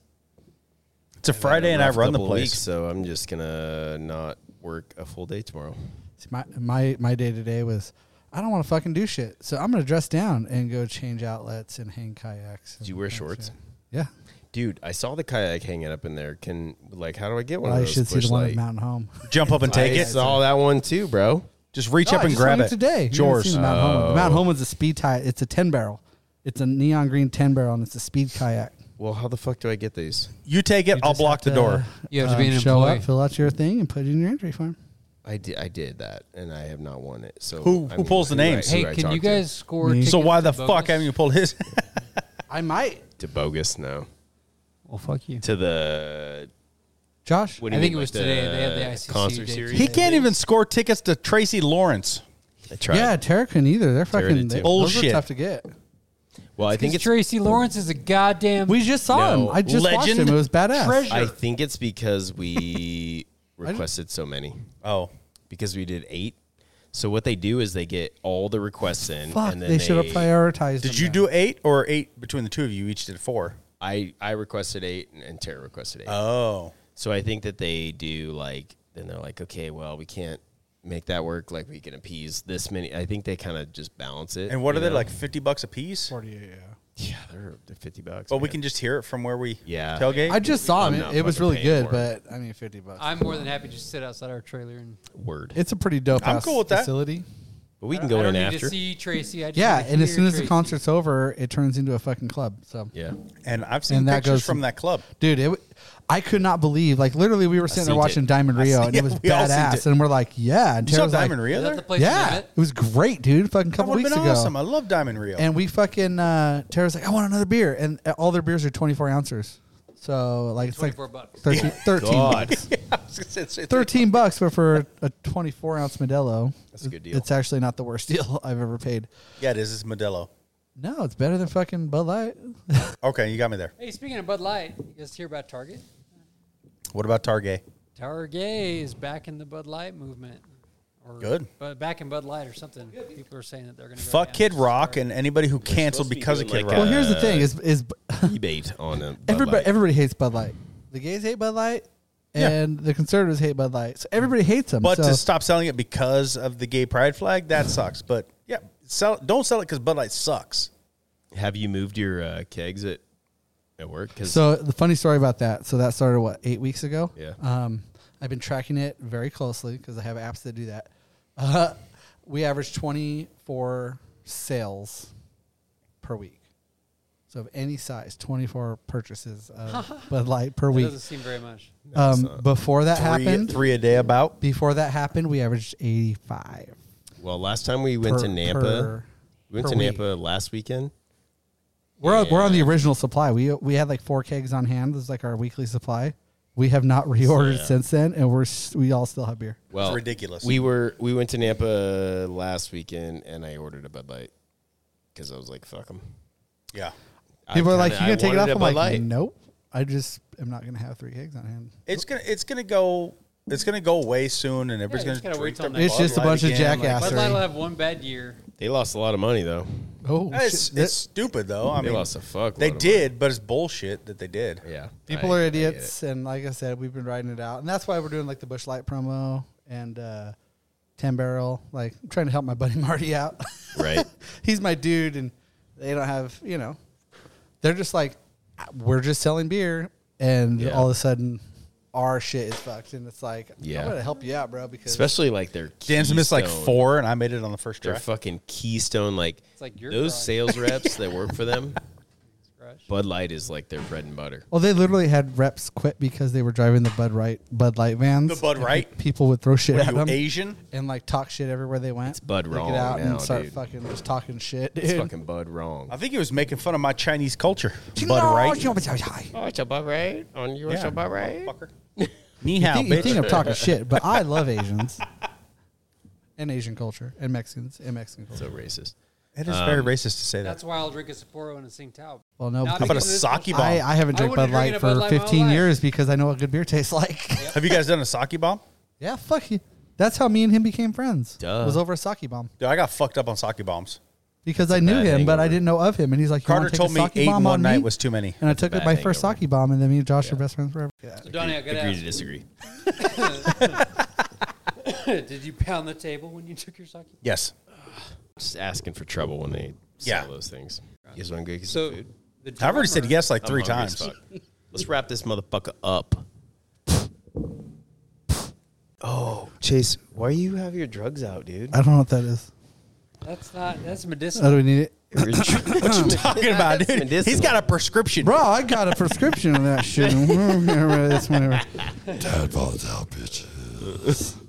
S6: It's a Friday and I
S4: rough
S6: run the
S4: couple of
S6: place.
S4: weeks, so I'm just gonna not work a full day tomorrow.
S5: See, my my my day to day was I don't want to fucking do shit, so I'm gonna dress down and go change outlets and hang kayaks.
S4: Did you
S5: and
S4: wear
S5: that
S4: shorts?
S5: shit. Yeah,
S4: Dude, I saw the kayak hanging up in there. Can like, how do I get one of
S5: I
S4: those?
S5: should see the one at
S4: Pushlight?
S5: Mountain Home.
S6: Jump up and take
S4: I
S6: it.
S4: saw that one too, bro.
S6: Just reach
S5: No, I
S6: up and
S5: just
S6: grab
S5: hung
S6: it.
S5: today.
S6: It's
S5: You haven't
S6: yours.
S5: seen The Mount Home. The Mount Home is a speed tie. It's a ten barrel. It's a neon green ten barrel and it's a speed kayak.
S4: Well, how the fuck do I get these?
S6: You take it.
S5: You
S6: I'll
S5: just
S6: block
S5: have
S6: the door.
S7: You have to be an
S5: Uh, Um, show
S7: employee.
S5: up, fill out your thing, and put it in your entry form.
S4: I did. I did that, and I have not won it. So
S6: Who-
S4: I
S6: who pulls the
S4: who I-
S6: names?
S4: who
S7: hey,
S4: I
S7: can
S4: talk
S7: you
S4: to?
S7: guys score?
S5: Me.
S6: So
S7: tickets
S6: why
S7: to
S6: the fuck
S7: Bogus?
S6: haven't you pulled his?
S5: I might,
S4: to bogus? No,
S7: Well, fuck you.
S4: to the
S5: Josh.
S4: what do
S7: I
S4: you
S7: think
S4: mean,
S7: it was
S4: like the
S7: today. They had the ICC
S4: concert
S7: date
S4: series.
S6: [LAUGHS] he can't even score tickets to Tracy Lawrence.
S4: I tried.
S5: Yeah, Tara couldn't either. They're
S4: Tara
S5: fucking
S4: did
S5: they,
S4: too.
S5: Those are
S6: Bullshit.
S5: tough to get.
S4: Well, I think
S7: Because
S4: it's.
S7: Tracy Lawrence is a goddamn.
S5: We just saw
S4: No.
S5: him. I just watched
S6: Legend.
S5: him. It was badass.
S7: Treasure.
S4: I think it's
S5: [LAUGHS]
S4: because we requested so many
S6: Oh.
S4: because we did eight. So what they do is they get all the requests in,
S5: Fuck,
S4: and
S5: they,
S4: then
S5: should have prioritized.
S6: Did
S5: him
S6: you
S5: then.
S6: do eight or eight between the two of you? Each did four.
S4: I I requested eight, and, and Tara requested eight.
S6: Oh.
S4: So I think that they do like then they're like, okay, well, we can't make that work. Like we can appease this many. I think they kind of just balance it.
S6: And what
S4: you
S6: are they
S4: know?
S6: like? Fifty bucks a piece.
S4: Yeah, they're, they're fifty bucks.
S6: But we
S4: man.
S6: can just hear it from where we
S4: Yeah.
S6: tailgate.
S5: I just saw
S4: I'm
S5: him.
S4: not
S5: It, it was
S4: fucking
S5: really
S4: paying
S5: good,
S4: for it.
S5: but I mean, fifty bucks.
S7: I'm more than happy to just sit outside our trailer and.
S4: word.
S5: it's a pretty dope.
S6: I'm
S5: ass
S6: cool with that.
S5: facility.
S4: but we can
S7: I
S4: go
S7: don't
S4: in
S7: need
S4: after.
S7: to see Tracy. I just
S5: Yeah,
S7: need to
S5: and as
S7: hear
S5: soon as the
S7: Tracy.
S5: concert's over, it turns into a fucking club. So,
S4: yeah.
S6: and I've seen
S5: And that
S6: pictures
S5: goes-
S6: from that club.
S5: dude, it. w- I could not believe, like, literally, we were sitting there
S4: seen
S5: watching
S4: it.
S5: Diamond Rio,
S6: seen
S5: and it
S4: [LAUGHS]
S6: it.
S5: was
S6: We all seen
S5: badass,
S6: it.
S5: and we're like, yeah. And
S6: You saw
S5: Tara's like,
S6: Diamond Rio
S7: Is
S6: there?
S7: that the place you
S5: Yeah,
S7: met?
S5: it was great, dude. Fucking
S6: That
S5: couple
S6: would have
S5: weeks
S6: been
S5: ago.
S6: awesome. I love Diamond Rio. [LAUGHS]
S5: and we fucking uh Tara's like, I want another beer, and uh, all their beers are twenty four ounces. So like it's like
S7: 24 bucks.
S5: 13,
S4: [LAUGHS]
S5: 13 bucks.
S6: I was gonna say, it's- it's-
S5: Thirteen bucks, but for a twenty four ounce Modelo,
S4: That's a good deal.
S5: It's actually not the worst [LAUGHS] deal I've ever paid.
S6: Yeah, it is. It's Modelo.
S5: No, it's better than fucking Bud Light.
S6: Okay, you got me there.
S7: Hey, speaking of Bud Light, you guys hear about Target?
S6: What about Target?
S7: Target is back in the Bud Light movement. Or
S6: Good.
S7: But back in Bud Light or something. People are saying that they're going to
S6: Fuck Kid Rock and anybody who canceled
S4: supposed to be
S6: because of
S4: doing
S6: Kid
S4: like
S6: Rock.
S5: well, here's the
S4: Uh,
S5: thing: is is
S4: Debate on a Bud
S5: [LAUGHS] everybody
S4: Light.
S5: everybody hates Bud Light. The gays hate Bud Light,
S6: Yeah.
S5: and the conservatives hate Bud Light. So everybody hates them.
S6: but
S5: so
S6: to stop selling it because of the gay pride flag, that sucks. But Yeah, sell. Don't sell it because Bud Light sucks.
S4: Have you moved your uh, kegs at at work? Cause
S5: So the funny story about that. So that started what eight weeks ago.
S4: Yeah.
S5: Um, I've been tracking it very closely because I have apps that do that. [LAUGHS] Uh, we average twenty four sales per week. So of any size, twenty four purchases of Bud Light per
S7: It
S5: week.
S7: doesn't seem very much.
S5: Um, before that
S6: Three,
S5: happened,
S6: three a day about.
S5: before that happened, we averaged eighty five.
S4: well, last time we went to Nampa, we went
S5: per
S4: to
S5: week.
S4: Nampa last weekend.
S5: We're we're on the original supply. We we had like four kegs on hand. This is like our weekly supply. We have not reordered since then, and we're s- we all still have beer.
S4: Well,
S6: ridiculous.
S4: We were we went to Nampa last weekend, and I ordered a Bud Light because I was like, "Fuck them."
S6: Yeah,
S5: People are like, "You gonna take it off?" I'm like,
S4: Light.
S5: "Nope." I just am not gonna have three kegs on hand.
S6: it's gonna it's gonna go it's gonna go away soon, and
S7: Yeah, you
S6: everybody's
S7: just gotta
S6: gonna
S7: wait
S6: drink
S7: till
S6: their
S7: next
S5: It's
S7: Bud
S5: just a
S7: Light
S5: bunch of
S6: again, like-
S7: Bud Light will
S5: jackassery.
S7: have one bad year.
S4: They lost a lot of money though.
S5: Oh,
S6: It's,
S5: shit.
S6: it's stupid though. I
S4: They
S6: mean,
S4: lost a fuck.
S6: they
S4: load of
S6: did, but it's bullshit that they did.
S4: money. Yeah,
S5: people
S4: I-
S5: are
S4: I get it.
S5: idiots, and like I said, we've been riding it out, and that's why we're doing like the Bush Light promo and uh, Ten Barrel. Like, I'm trying to help my buddy [LAUGHS] Marty out. [LAUGHS]
S4: right?
S5: he's my dude, and they don't have, you know, they're just like, we're just selling beer, and
S4: Yeah.
S5: all of a sudden, our shit is fucked, and it's like,
S4: Yeah.
S5: I'm gonna help you out, bro, because
S4: Especially like their
S10: Dan missed like
S4: Keystone.
S10: four, and I made it on the first
S4: Their
S10: try.
S4: fucking Keystone, like,
S7: like your
S4: those
S7: product. [LAUGHS]
S4: sales reps that work for them.
S7: Crush.
S4: Bud Light is like their bread and butter.
S5: well, they literally had reps quit because they were driving the Bud Right Bud Light vans.
S6: The Bud
S5: and
S6: Right?
S5: pe- people would throw shit at
S6: You
S5: them
S6: Asian?
S5: and like talk shit everywhere they went. It's
S4: Bud wrong
S5: out
S4: now,
S5: and start
S4: dude.
S5: fucking just talking shit.
S4: It's
S5: dude.
S4: fucking Bud wrong.
S10: I think he was making fun of my Chinese culture.
S5: You
S10: Bud
S5: know,
S10: right?
S5: you
S6: [LAUGHS]
S5: know,
S4: Oh, it's a Bud Right on your
S10: Yeah.
S4: Bud Right.
S10: Ni hao,
S5: You think
S10: bitch.
S5: I'm talking shit, but I love Asians. And Asian culture, and Mexicans, and Mexican culture.
S4: So racist.
S10: It is
S4: Um,
S10: very racist to say that.
S7: That's why I'll drink a Sapporo and a Tsingtao.
S5: Well, no,
S7: Not
S5: because-
S10: How about a
S7: because of this-
S10: sake bomb?
S5: I, I haven't
S7: I
S5: drank
S7: wouldn't
S5: Bud
S7: drink
S5: Light
S7: a
S5: for
S7: Bud Light in my
S5: 15
S7: life.
S5: yeves because I know what good beer tastes [LAUGHS] like.
S10: Have you guys done a sake bomb?
S5: yeah, fuck you. That's how me and him became friends.
S4: Duh.
S5: Was over a sake bomb
S10: Dude, I got fucked up on sake bombs.
S5: because I knew him,
S4: bad
S5: but I
S4: hangover.
S5: didn't know of him. And he's like, you wanna
S10: Carter
S5: take
S10: told
S5: a
S10: me
S5: sake
S10: eight
S5: bomb
S10: in one
S5: on
S10: night
S5: me?
S10: was too many.
S5: And I took
S4: bad
S5: it my first
S4: hangover.
S5: sake bomb, and then me and Josh are best friends forever.
S7: Donnie, I
S4: Agree to
S7: gotta
S4: disagree.
S7: ask, [LAUGHS] did you pound the table when you took your sake?
S10: Yes.
S4: Just asking for trouble when they
S10: Yeah.
S4: sell those things. You guys want to go get some
S7: So
S4: food?
S7: the
S10: I've already said
S7: drummer-
S10: yes like
S4: I'm
S10: three
S4: hungry as
S10: times.
S4: fuck. Let's wrap this motherfucker up. Oh, Chase, why do you have your drugs out, dude?
S5: I don't know what that
S10: [LAUGHS]
S5: is.
S7: That's not. That's medicinal.
S5: How do we need it?
S4: [COUGHS] what you
S10: [LAUGHS]
S5: [LAUGHS]
S10: Talking about, dude. He's got a prescription.
S5: Bro, I got a prescription of that
S10: [LAUGHS]
S5: shit. It's whatever.
S12: Dad balls out, bitches.